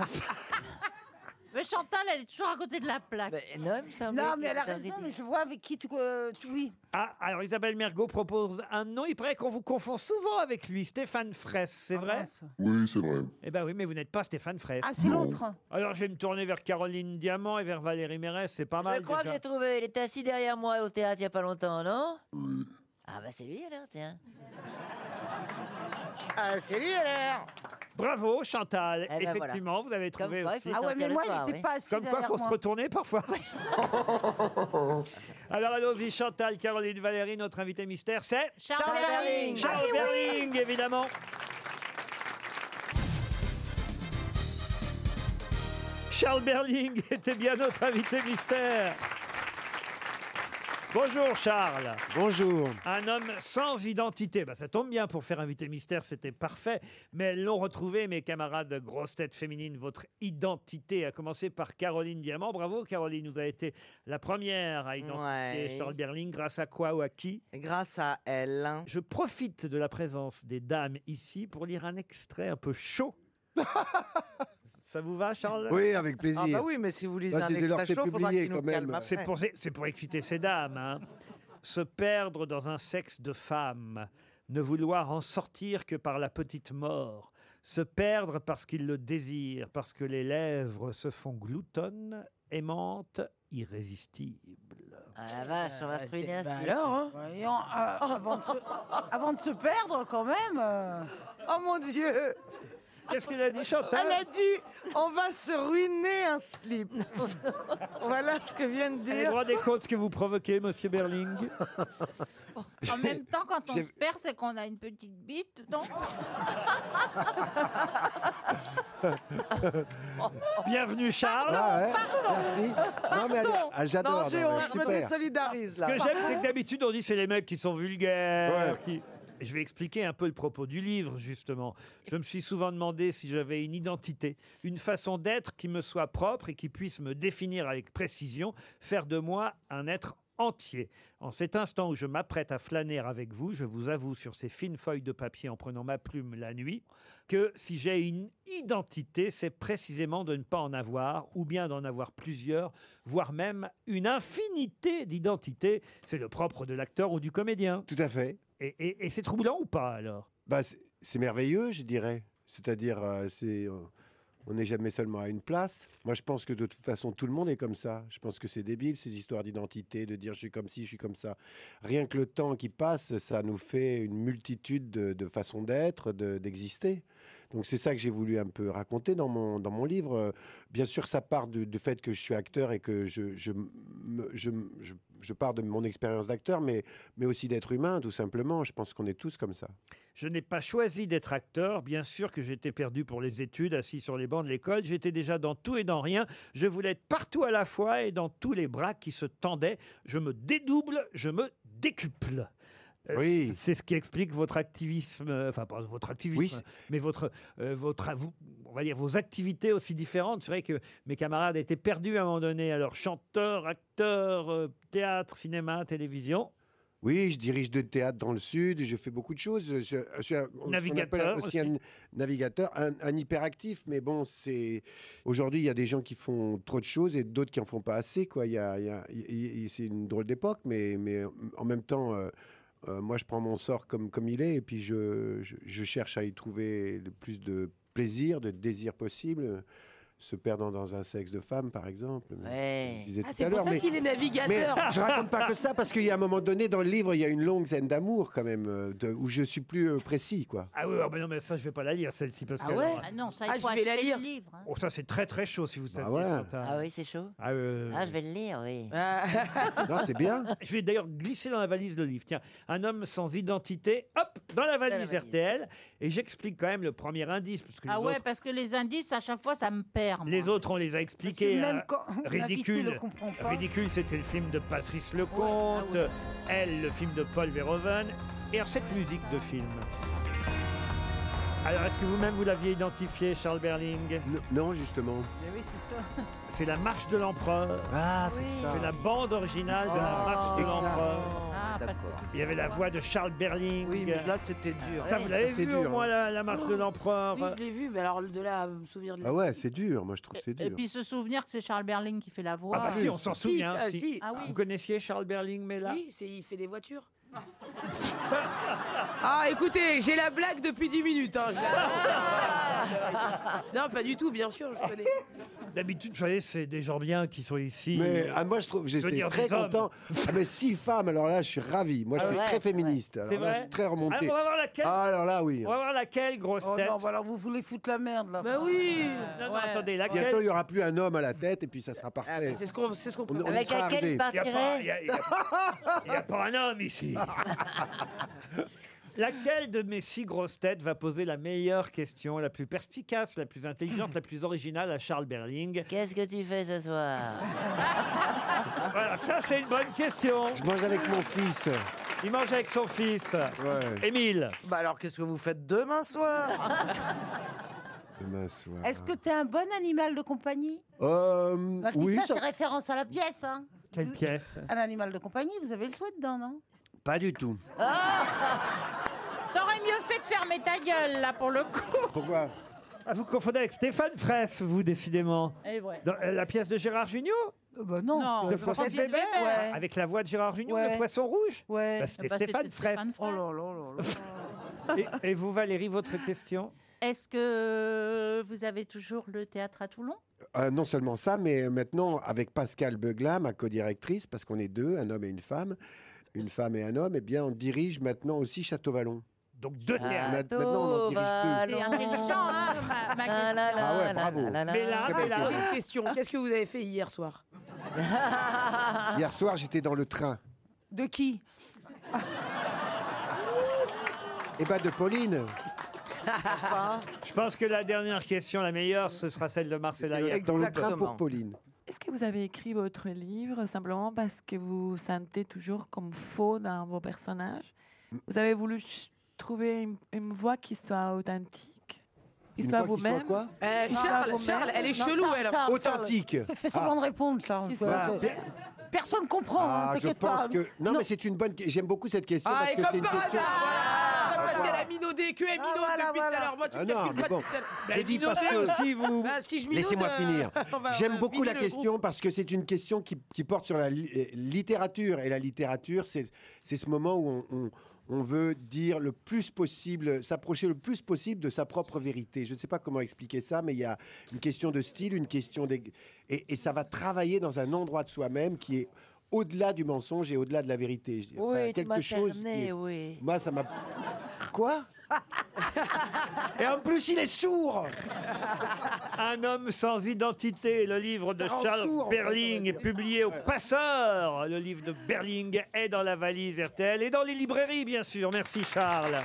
Speaker 8: Mais Chantal, elle est toujours à côté de la plaque.
Speaker 11: non,
Speaker 5: Non, mais elle a raison, mais je vois avec qui tu. euh, tu- oui.
Speaker 4: Ah, alors Isabelle Mergot propose un nom. Il paraît qu'on vous confond souvent avec lui, Stéphane Fraisse, c'est vrai
Speaker 18: Oui, c'est vrai.
Speaker 4: Eh ben oui, mais vous n'êtes pas Stéphane Fraisse.
Speaker 5: Ah, c'est Non. l'autre.
Speaker 4: Alors je vais me tourner vers Caroline Diamant et vers Valérie Mérès, c'est pas mal.
Speaker 11: Je crois que
Speaker 4: déjà.
Speaker 11: j'ai trouvé. Il était assis derrière moi au théâtre il y a pas longtemps, non
Speaker 6: Hmm.
Speaker 11: Ah bah c'est lui alors, tiens.
Speaker 4: Ah, c'est lui alors Bravo Chantal,
Speaker 11: Eh ben
Speaker 4: effectivement, vous avez
Speaker 11: Comme
Speaker 4: trouvé
Speaker 11: quoi, il faut
Speaker 4: aussi.
Speaker 11: Ah ouais, sortir mais le moi, il soir, était oui. pas assis
Speaker 4: Comme quoi,
Speaker 11: derrière
Speaker 4: faut se
Speaker 11: moi.
Speaker 4: retourner parfois. alors allons-y, Chantal, Caroline, Valérie, notre invité mystère, c'est
Speaker 17: Charles Charles Berling. Berling.
Speaker 4: Charles
Speaker 17: Ah oui, oui.
Speaker 4: Berling, évidemment. Charles Berling était bien notre invité mystère. Bonjour Charles. Bonjour. Un homme sans identité. Bah, ça tombe bien pour faire invité mystère, c'était parfait. Mais elles l'ont retrouvé, mes camarades grosses têtes féminines, votre identité, à commencer par Caroline Diamant. Bravo Caroline, nous a été la première à identifier
Speaker 9: Ouais.
Speaker 4: Charles Berling. Grâce à quoi ou à qui
Speaker 9: Grâce à elle.
Speaker 4: Je profite de la présence des dames ici pour lire un extrait un peu chaud. Ça vous va, Charles
Speaker 19: Oui, avec plaisir.
Speaker 9: Ah bah oui, mais si vous lisez
Speaker 19: Bah,
Speaker 9: un
Speaker 19: c'est dès lors
Speaker 9: extrait
Speaker 19: que c'est
Speaker 9: chaud, faudra
Speaker 19: publié,
Speaker 9: qu'il nous
Speaker 19: quand même.
Speaker 9: calme après.
Speaker 4: C'est pour, c'est pour exciter ces dames. hein. Se perdre dans un sexe de femme, ne vouloir en sortir que par la petite mort, se perdre parce qu'il le désire, parce que les lèvres se font gloutonnes, aimantes, irrésistibles.
Speaker 11: Ah la vache, on va se ruiner
Speaker 6: bah
Speaker 11: ainsi.
Speaker 5: bah Voyons, euh, avant, de se, avant de se perdre, quand même. euh.
Speaker 9: Oh mon Dieu
Speaker 4: Qu'est-ce qu'elle a dit, Chantal
Speaker 9: Elle a dit on va se ruiner un slip. voilà ce que vient de
Speaker 4: Vous vous
Speaker 9: dire.
Speaker 4: rendez compte ce que vous provoquez, monsieur Berling
Speaker 8: En même temps, quand on
Speaker 4: J'ai-
Speaker 8: se perd, c'est qu'on a une petite bite. Donc...
Speaker 4: Bienvenue, Charles.
Speaker 19: Ah ouais, Merci. Non, mais elle- ah, j'adore.
Speaker 9: Non, j'ai
Speaker 19: non, mais
Speaker 9: honte, je me
Speaker 19: super.
Speaker 9: désolidarise
Speaker 4: Ce
Speaker 9: là.
Speaker 4: que j'aime, c'est que d'habitude, on dit c'est les mecs qui sont vulgaires. qui- Je vais expliquer un peu le propos du livre, justement. Je me suis souvent demandé si j'avais une identité, une façon d'être qui me soit propre et qui puisse me définir avec précision, faire de moi un être entier. En cet instant où je m'apprête à flâner avec vous, je vous avoue sur ces fines feuilles de papier en prenant ma plume la nuit, que si j'ai une identité, c'est précisément de ne pas en avoir, ou bien d'en avoir plusieurs, voire même une infinité d'identités. C'est le propre de l'acteur ou du comédien.
Speaker 19: Tout à fait.
Speaker 4: Et, et- et c'est troublant ou pas alors
Speaker 19: Bah, c'est- c'est merveilleux, je dirais. C'est-à-dire, euh, c'est, euh, on n'est jamais seulement à une place. Moi, je pense que de toute façon, tout le monde est comme ça. Je pense que c'est débile, ces histoires d'identité, de dire je suis comme ci, je suis comme ça. Rien que le temps qui passe, ça nous fait une multitude de, de façons d'être, de- d'exister. Donc c'est ça que j'ai voulu un peu raconter dans mon, dans mon livre. Euh, Bien sûr, ça part du, du fait que je suis acteur et que je, je, me- je, je- je pars de mon expérience d'acteur, mais, mais aussi d'être humain, tout simplement. Je pense qu'on est tous comme ça.
Speaker 4: Je n'ai pas choisi d'être acteur. Bien sûr que j'étais perdu pour les études, assis sur les bancs de l'école. J'étais déjà dans tout et dans rien. Je voulais être partout à la fois et dans tous les bras qui se tendaient. Je me dédouble, je me décuple. Euh, c- C'est ce qui explique votre activisme, euh, enfin pas votre activisme,
Speaker 19: Oui, c'est-
Speaker 4: mais votre, euh, votre, avou- on va dire vos activités aussi différentes. C'est vrai que mes camarades étaient perdus à un moment donné. Alors chanteur, acteur, euh, théâtre, cinéma, télévision.
Speaker 19: Oui, je dirige deux théâtres dans le sud, je fais beaucoup de choses. Euh, Je, je suis un- ce qu'on
Speaker 4: Navigateur
Speaker 19: appelle aussi, un
Speaker 4: aussi.
Speaker 19: navigateur, un, un hyperactif, mais bon, c'est aujourd'hui il y a des gens qui font trop de choses et d'autres qui en font pas assez. Quoi, il y a, il y a- il- il- c'est une drôle d'époque, mais, mais en même temps, euh, euh, moi je prends mon sort comme comme il est et puis je, je- je cherche à y trouver le plus de plaisir, de désir possible. Se perdant dans un sexe de femme, par exemple.
Speaker 11: Ouais.
Speaker 19: Je disais
Speaker 6: Ah,
Speaker 19: tout
Speaker 6: c'est
Speaker 19: à
Speaker 6: pour
Speaker 19: l'heure,
Speaker 6: ça
Speaker 19: mais-
Speaker 6: qu'il est navigateur.
Speaker 19: Mais je raconte pas que ça parce qu'il y a un moment donné dans le livre, il y a une longue scène d'amour quand même, euh, de- où je suis plus euh, précis, quoi.
Speaker 4: Ah oui, ah bah non, mais ça, je vais pas la lire, celle-ci, parce que.
Speaker 14: Ah non, ça, il
Speaker 6: Ah,
Speaker 14: faut
Speaker 6: je vais la
Speaker 14: acheter le
Speaker 6: lire.
Speaker 14: livre. hein.
Speaker 4: Oh, ça, c'est très, très chaud, si vous savez.
Speaker 19: Bah ouais.
Speaker 11: Ah oui, c'est chaud.
Speaker 4: Ah, oui, oui, oui.
Speaker 11: Ah, je vais le lire, oui.
Speaker 6: Ah.
Speaker 19: Non, c'est bien.
Speaker 4: Je vais d'ailleurs glisser dans la valise le livre. Tiens, un homme sans identité, hop, dans la valise, RTL. Et j'explique quand même le premier indice, parce que
Speaker 8: Ah
Speaker 4: les,
Speaker 8: ouais,
Speaker 4: autres,
Speaker 8: parce que les indices, à chaque fois, ça me perd. moi.
Speaker 4: les autres, on les a expliqués.
Speaker 8: même
Speaker 4: hein.
Speaker 8: quand on l'a
Speaker 4: ridicule,
Speaker 8: vite, il le comprend pas. ah
Speaker 4: ridicule, c'était le film de Patrice Lecomte. Elle, le film de Paul Verhoeven. Et alors, cette musique de film. Alors, est-ce que vous-même vous l'aviez identifié, Charles Berling
Speaker 19: Non, justement.
Speaker 6: oui, c'est ça.
Speaker 4: C'est la marche de l'empereur.
Speaker 19: Ah, c'est ça.
Speaker 4: C'est la bande originale de la
Speaker 9: Exact,
Speaker 4: marche de
Speaker 9: exact.
Speaker 4: l'empereur.
Speaker 8: Ah,
Speaker 4: Il y avait la voix de Charles Berling.
Speaker 9: Oui, mais là, c'était dur. hein.
Speaker 4: Ça, vous
Speaker 8: Eh,
Speaker 4: l'avez vu au moins, la, la
Speaker 8: Oh.
Speaker 4: marche de l'empereur
Speaker 6: Oui, je l'ai vu, mais alors de là à me souvenir de
Speaker 19: Ah ouais, c'est dur. Moi, je trouve que c'est
Speaker 8: Et
Speaker 19: dur.
Speaker 8: puis se souvenir que c'est Charles Berling qui fait la voix.
Speaker 4: Ah bah si, on s'en souvient.
Speaker 6: ah,
Speaker 4: si.
Speaker 6: si.
Speaker 8: Ah oui.
Speaker 4: Vous connaissiez Charles Berling, mais là
Speaker 6: Oui, c'est- il fait des voitures. ah, écoutez, j'ai la blague depuis 10 minutes. hein, je la- non, pas du tout, bien sûr, je connais.
Speaker 4: D'habitude, vous savez, c'est des gens bien qui sont ici.
Speaker 19: Mais ah, moi, je trouve,
Speaker 4: Je veux
Speaker 19: j'étais
Speaker 4: dire,
Speaker 19: très
Speaker 4: des hommes.
Speaker 19: content. Ah, mais six femmes, alors là, je suis ravi. Moi, je
Speaker 4: Ah
Speaker 19: suis
Speaker 4: ouais,
Speaker 19: très féministe. Alors
Speaker 4: C'est
Speaker 19: là, je
Speaker 4: vrai
Speaker 19: suis très remonté.
Speaker 4: Ah, on va voir laquelle.
Speaker 19: Ah, alors là, oui.
Speaker 4: On va voir laquelle, grosse
Speaker 5: Oh
Speaker 4: tête.
Speaker 5: non, bah alors vous voulez foutre la merde là.
Speaker 6: Bah oui
Speaker 4: Non, non, attendez, laquelle
Speaker 19: Bientôt, il n'y aura plus un homme à la tête et puis ça sera parfait.
Speaker 6: C'est ce qu'on c'est ce qu'on
Speaker 19: On- on
Speaker 6: préfère.
Speaker 19: y sera arrivé.
Speaker 4: Il n'y a, pas- y a- y a- y a pas un homme ici. Laquelle de mes six grosses têtes va poser la meilleure question, la plus perspicace, la plus intelligente, la plus originale à Charles Berling
Speaker 11: Qu'est-ce que tu fais ce soir
Speaker 4: Voilà, ça c'est une bonne question.
Speaker 19: Je mange avec mon fils.
Speaker 4: Il mange avec son fils. Émile.
Speaker 9: Bah alors, qu'est-ce que vous faites demain soir
Speaker 19: Demain soir.
Speaker 5: Est-ce que t'es un bon animal de compagnie
Speaker 19: Euh,
Speaker 5: Bah, je dis
Speaker 19: oui,
Speaker 5: ça,
Speaker 19: ça-
Speaker 5: c'est référence à la pièce. Hein.
Speaker 4: Quelle pièce
Speaker 5: Un animal de compagnie, vous avez le choix dedans, non Ah!
Speaker 19: pas du tout.
Speaker 8: T'aurais mieux fait de fermer ta gueule, là, pour le coup.
Speaker 19: Pourquoi
Speaker 4: Ah, vous confondez avec Stéphane Fraisse, vous décidément.
Speaker 8: Eh ouais.
Speaker 4: Dans, euh, la pièce de Gérard Jugnot
Speaker 5: Euh, bah non.
Speaker 4: de Francis Weber,
Speaker 5: ouais.
Speaker 4: avec la voix de Gérard Jugnot,
Speaker 5: Ouais.
Speaker 4: le poisson rouge.
Speaker 5: Ouais. Ah,
Speaker 4: Bah, c'était
Speaker 8: Bah, c'était
Speaker 4: Stéphane Fraisse.
Speaker 8: Stéphane
Speaker 5: Oh là là là là.
Speaker 4: Et, et vous, Valérie, votre question
Speaker 8: Est-ce que vous avez toujours le théâtre à Toulon
Speaker 19: Euh, non seulement ça, mais maintenant avec Pascal Beugla, ma co-directrice, parce qu'on est deux, un homme et une femme, une femme et un homme, eh bien on dirige maintenant aussi Château Vallon.
Speaker 4: Donc deux
Speaker 19: Ah,
Speaker 4: théâtres.
Speaker 19: maintenant, on en dirige deux.
Speaker 8: T'es intelligent, hein, ma, ma
Speaker 11: Ah là
Speaker 8: question.
Speaker 11: là.
Speaker 19: Ah ouais, bravo.
Speaker 6: Mais là,
Speaker 19: Très
Speaker 6: mais
Speaker 19: belle
Speaker 6: là, j'ai
Speaker 19: question.
Speaker 6: une question. Qu'est-ce que vous avez fait hier soir
Speaker 19: Hier soir, j'étais dans le train.
Speaker 5: De qui
Speaker 19: Et bah de Pauline.
Speaker 4: Je pense que la dernière question, la meilleure, ce sera celle de Marcella. Yacoub.
Speaker 19: Dans le train pour Pauline.
Speaker 10: Est-ce que vous avez écrit votre livre simplement parce que vous vous sentez toujours comme faux dans vos personnages Vous avez voulu ch- trouver une, une voix qui soit authentique, qui
Speaker 19: Une
Speaker 10: soit
Speaker 19: voix qui soit
Speaker 10: vous-même
Speaker 19: quoi
Speaker 6: Euh,
Speaker 10: Qui soit
Speaker 6: Charles,
Speaker 10: vous-même
Speaker 6: Charles, elle est chelou, elle.
Speaker 19: Authentique. Ah.
Speaker 5: Fais, fais
Speaker 10: Ah.
Speaker 5: semblant de répondre, Charles.
Speaker 19: se passe
Speaker 5: Ouais. Personne comprend, hein,
Speaker 19: Ah, je
Speaker 5: t'inquiète
Speaker 19: pense
Speaker 5: pas.
Speaker 19: que non, mais c'est une bonne. que- J'aime beaucoup cette question Ah,
Speaker 6: Ah,
Speaker 19: parce
Speaker 6: et
Speaker 19: que c'est
Speaker 6: comme
Speaker 19: une
Speaker 6: par
Speaker 19: question.
Speaker 6: hasard, parce qu'elle a minaudé, que elle minaudé depuis tout à l'heure. Moi, tu
Speaker 19: Ah
Speaker 6: me
Speaker 19: non,
Speaker 6: calcules
Speaker 19: mais
Speaker 6: pas
Speaker 19: bon.
Speaker 6: depuis tout à l'heure.
Speaker 19: Je dis parce que si vous.
Speaker 6: Bah, si je minaude,
Speaker 19: Laissez-moi
Speaker 6: Bah, euh,
Speaker 19: finir.
Speaker 6: on va, euh,
Speaker 19: J'aime beaucoup la
Speaker 6: vider le
Speaker 19: question parce que c'est une question qui, qui porte sur la li- euh, littérature. Et la littérature, c'est c'est ce moment où on, on- on veut dire le plus possible, s'approcher le plus possible de sa propre vérité. Je ne sais pas comment expliquer ça, mais il y a une question de style, une question des. Et, et ça va travailler dans un endroit de soi-même qui est au-delà du mensonge et au-delà de la vérité. Je dirais.
Speaker 11: Oui,
Speaker 19: Enfin,
Speaker 11: tu m'as cerné, oui.
Speaker 19: Moi, ça m'a. Quoi Et en plus, il est sourd
Speaker 4: Un homme sans identité, le livre de
Speaker 19: Ça rend
Speaker 4: Charles
Speaker 19: sourd, en fait, on va
Speaker 4: Berling, est publié au Passeur. Le livre de Berling est dans la valise RTL et dans les librairies, bien sûr. Merci Charles.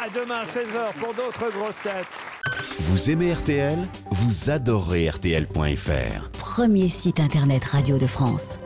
Speaker 4: À demain, 16h, pour d'autres grosses têtes.
Speaker 2: Vous aimez RTL Vous adorez RTL.fr.
Speaker 3: Premier site internet radio de France.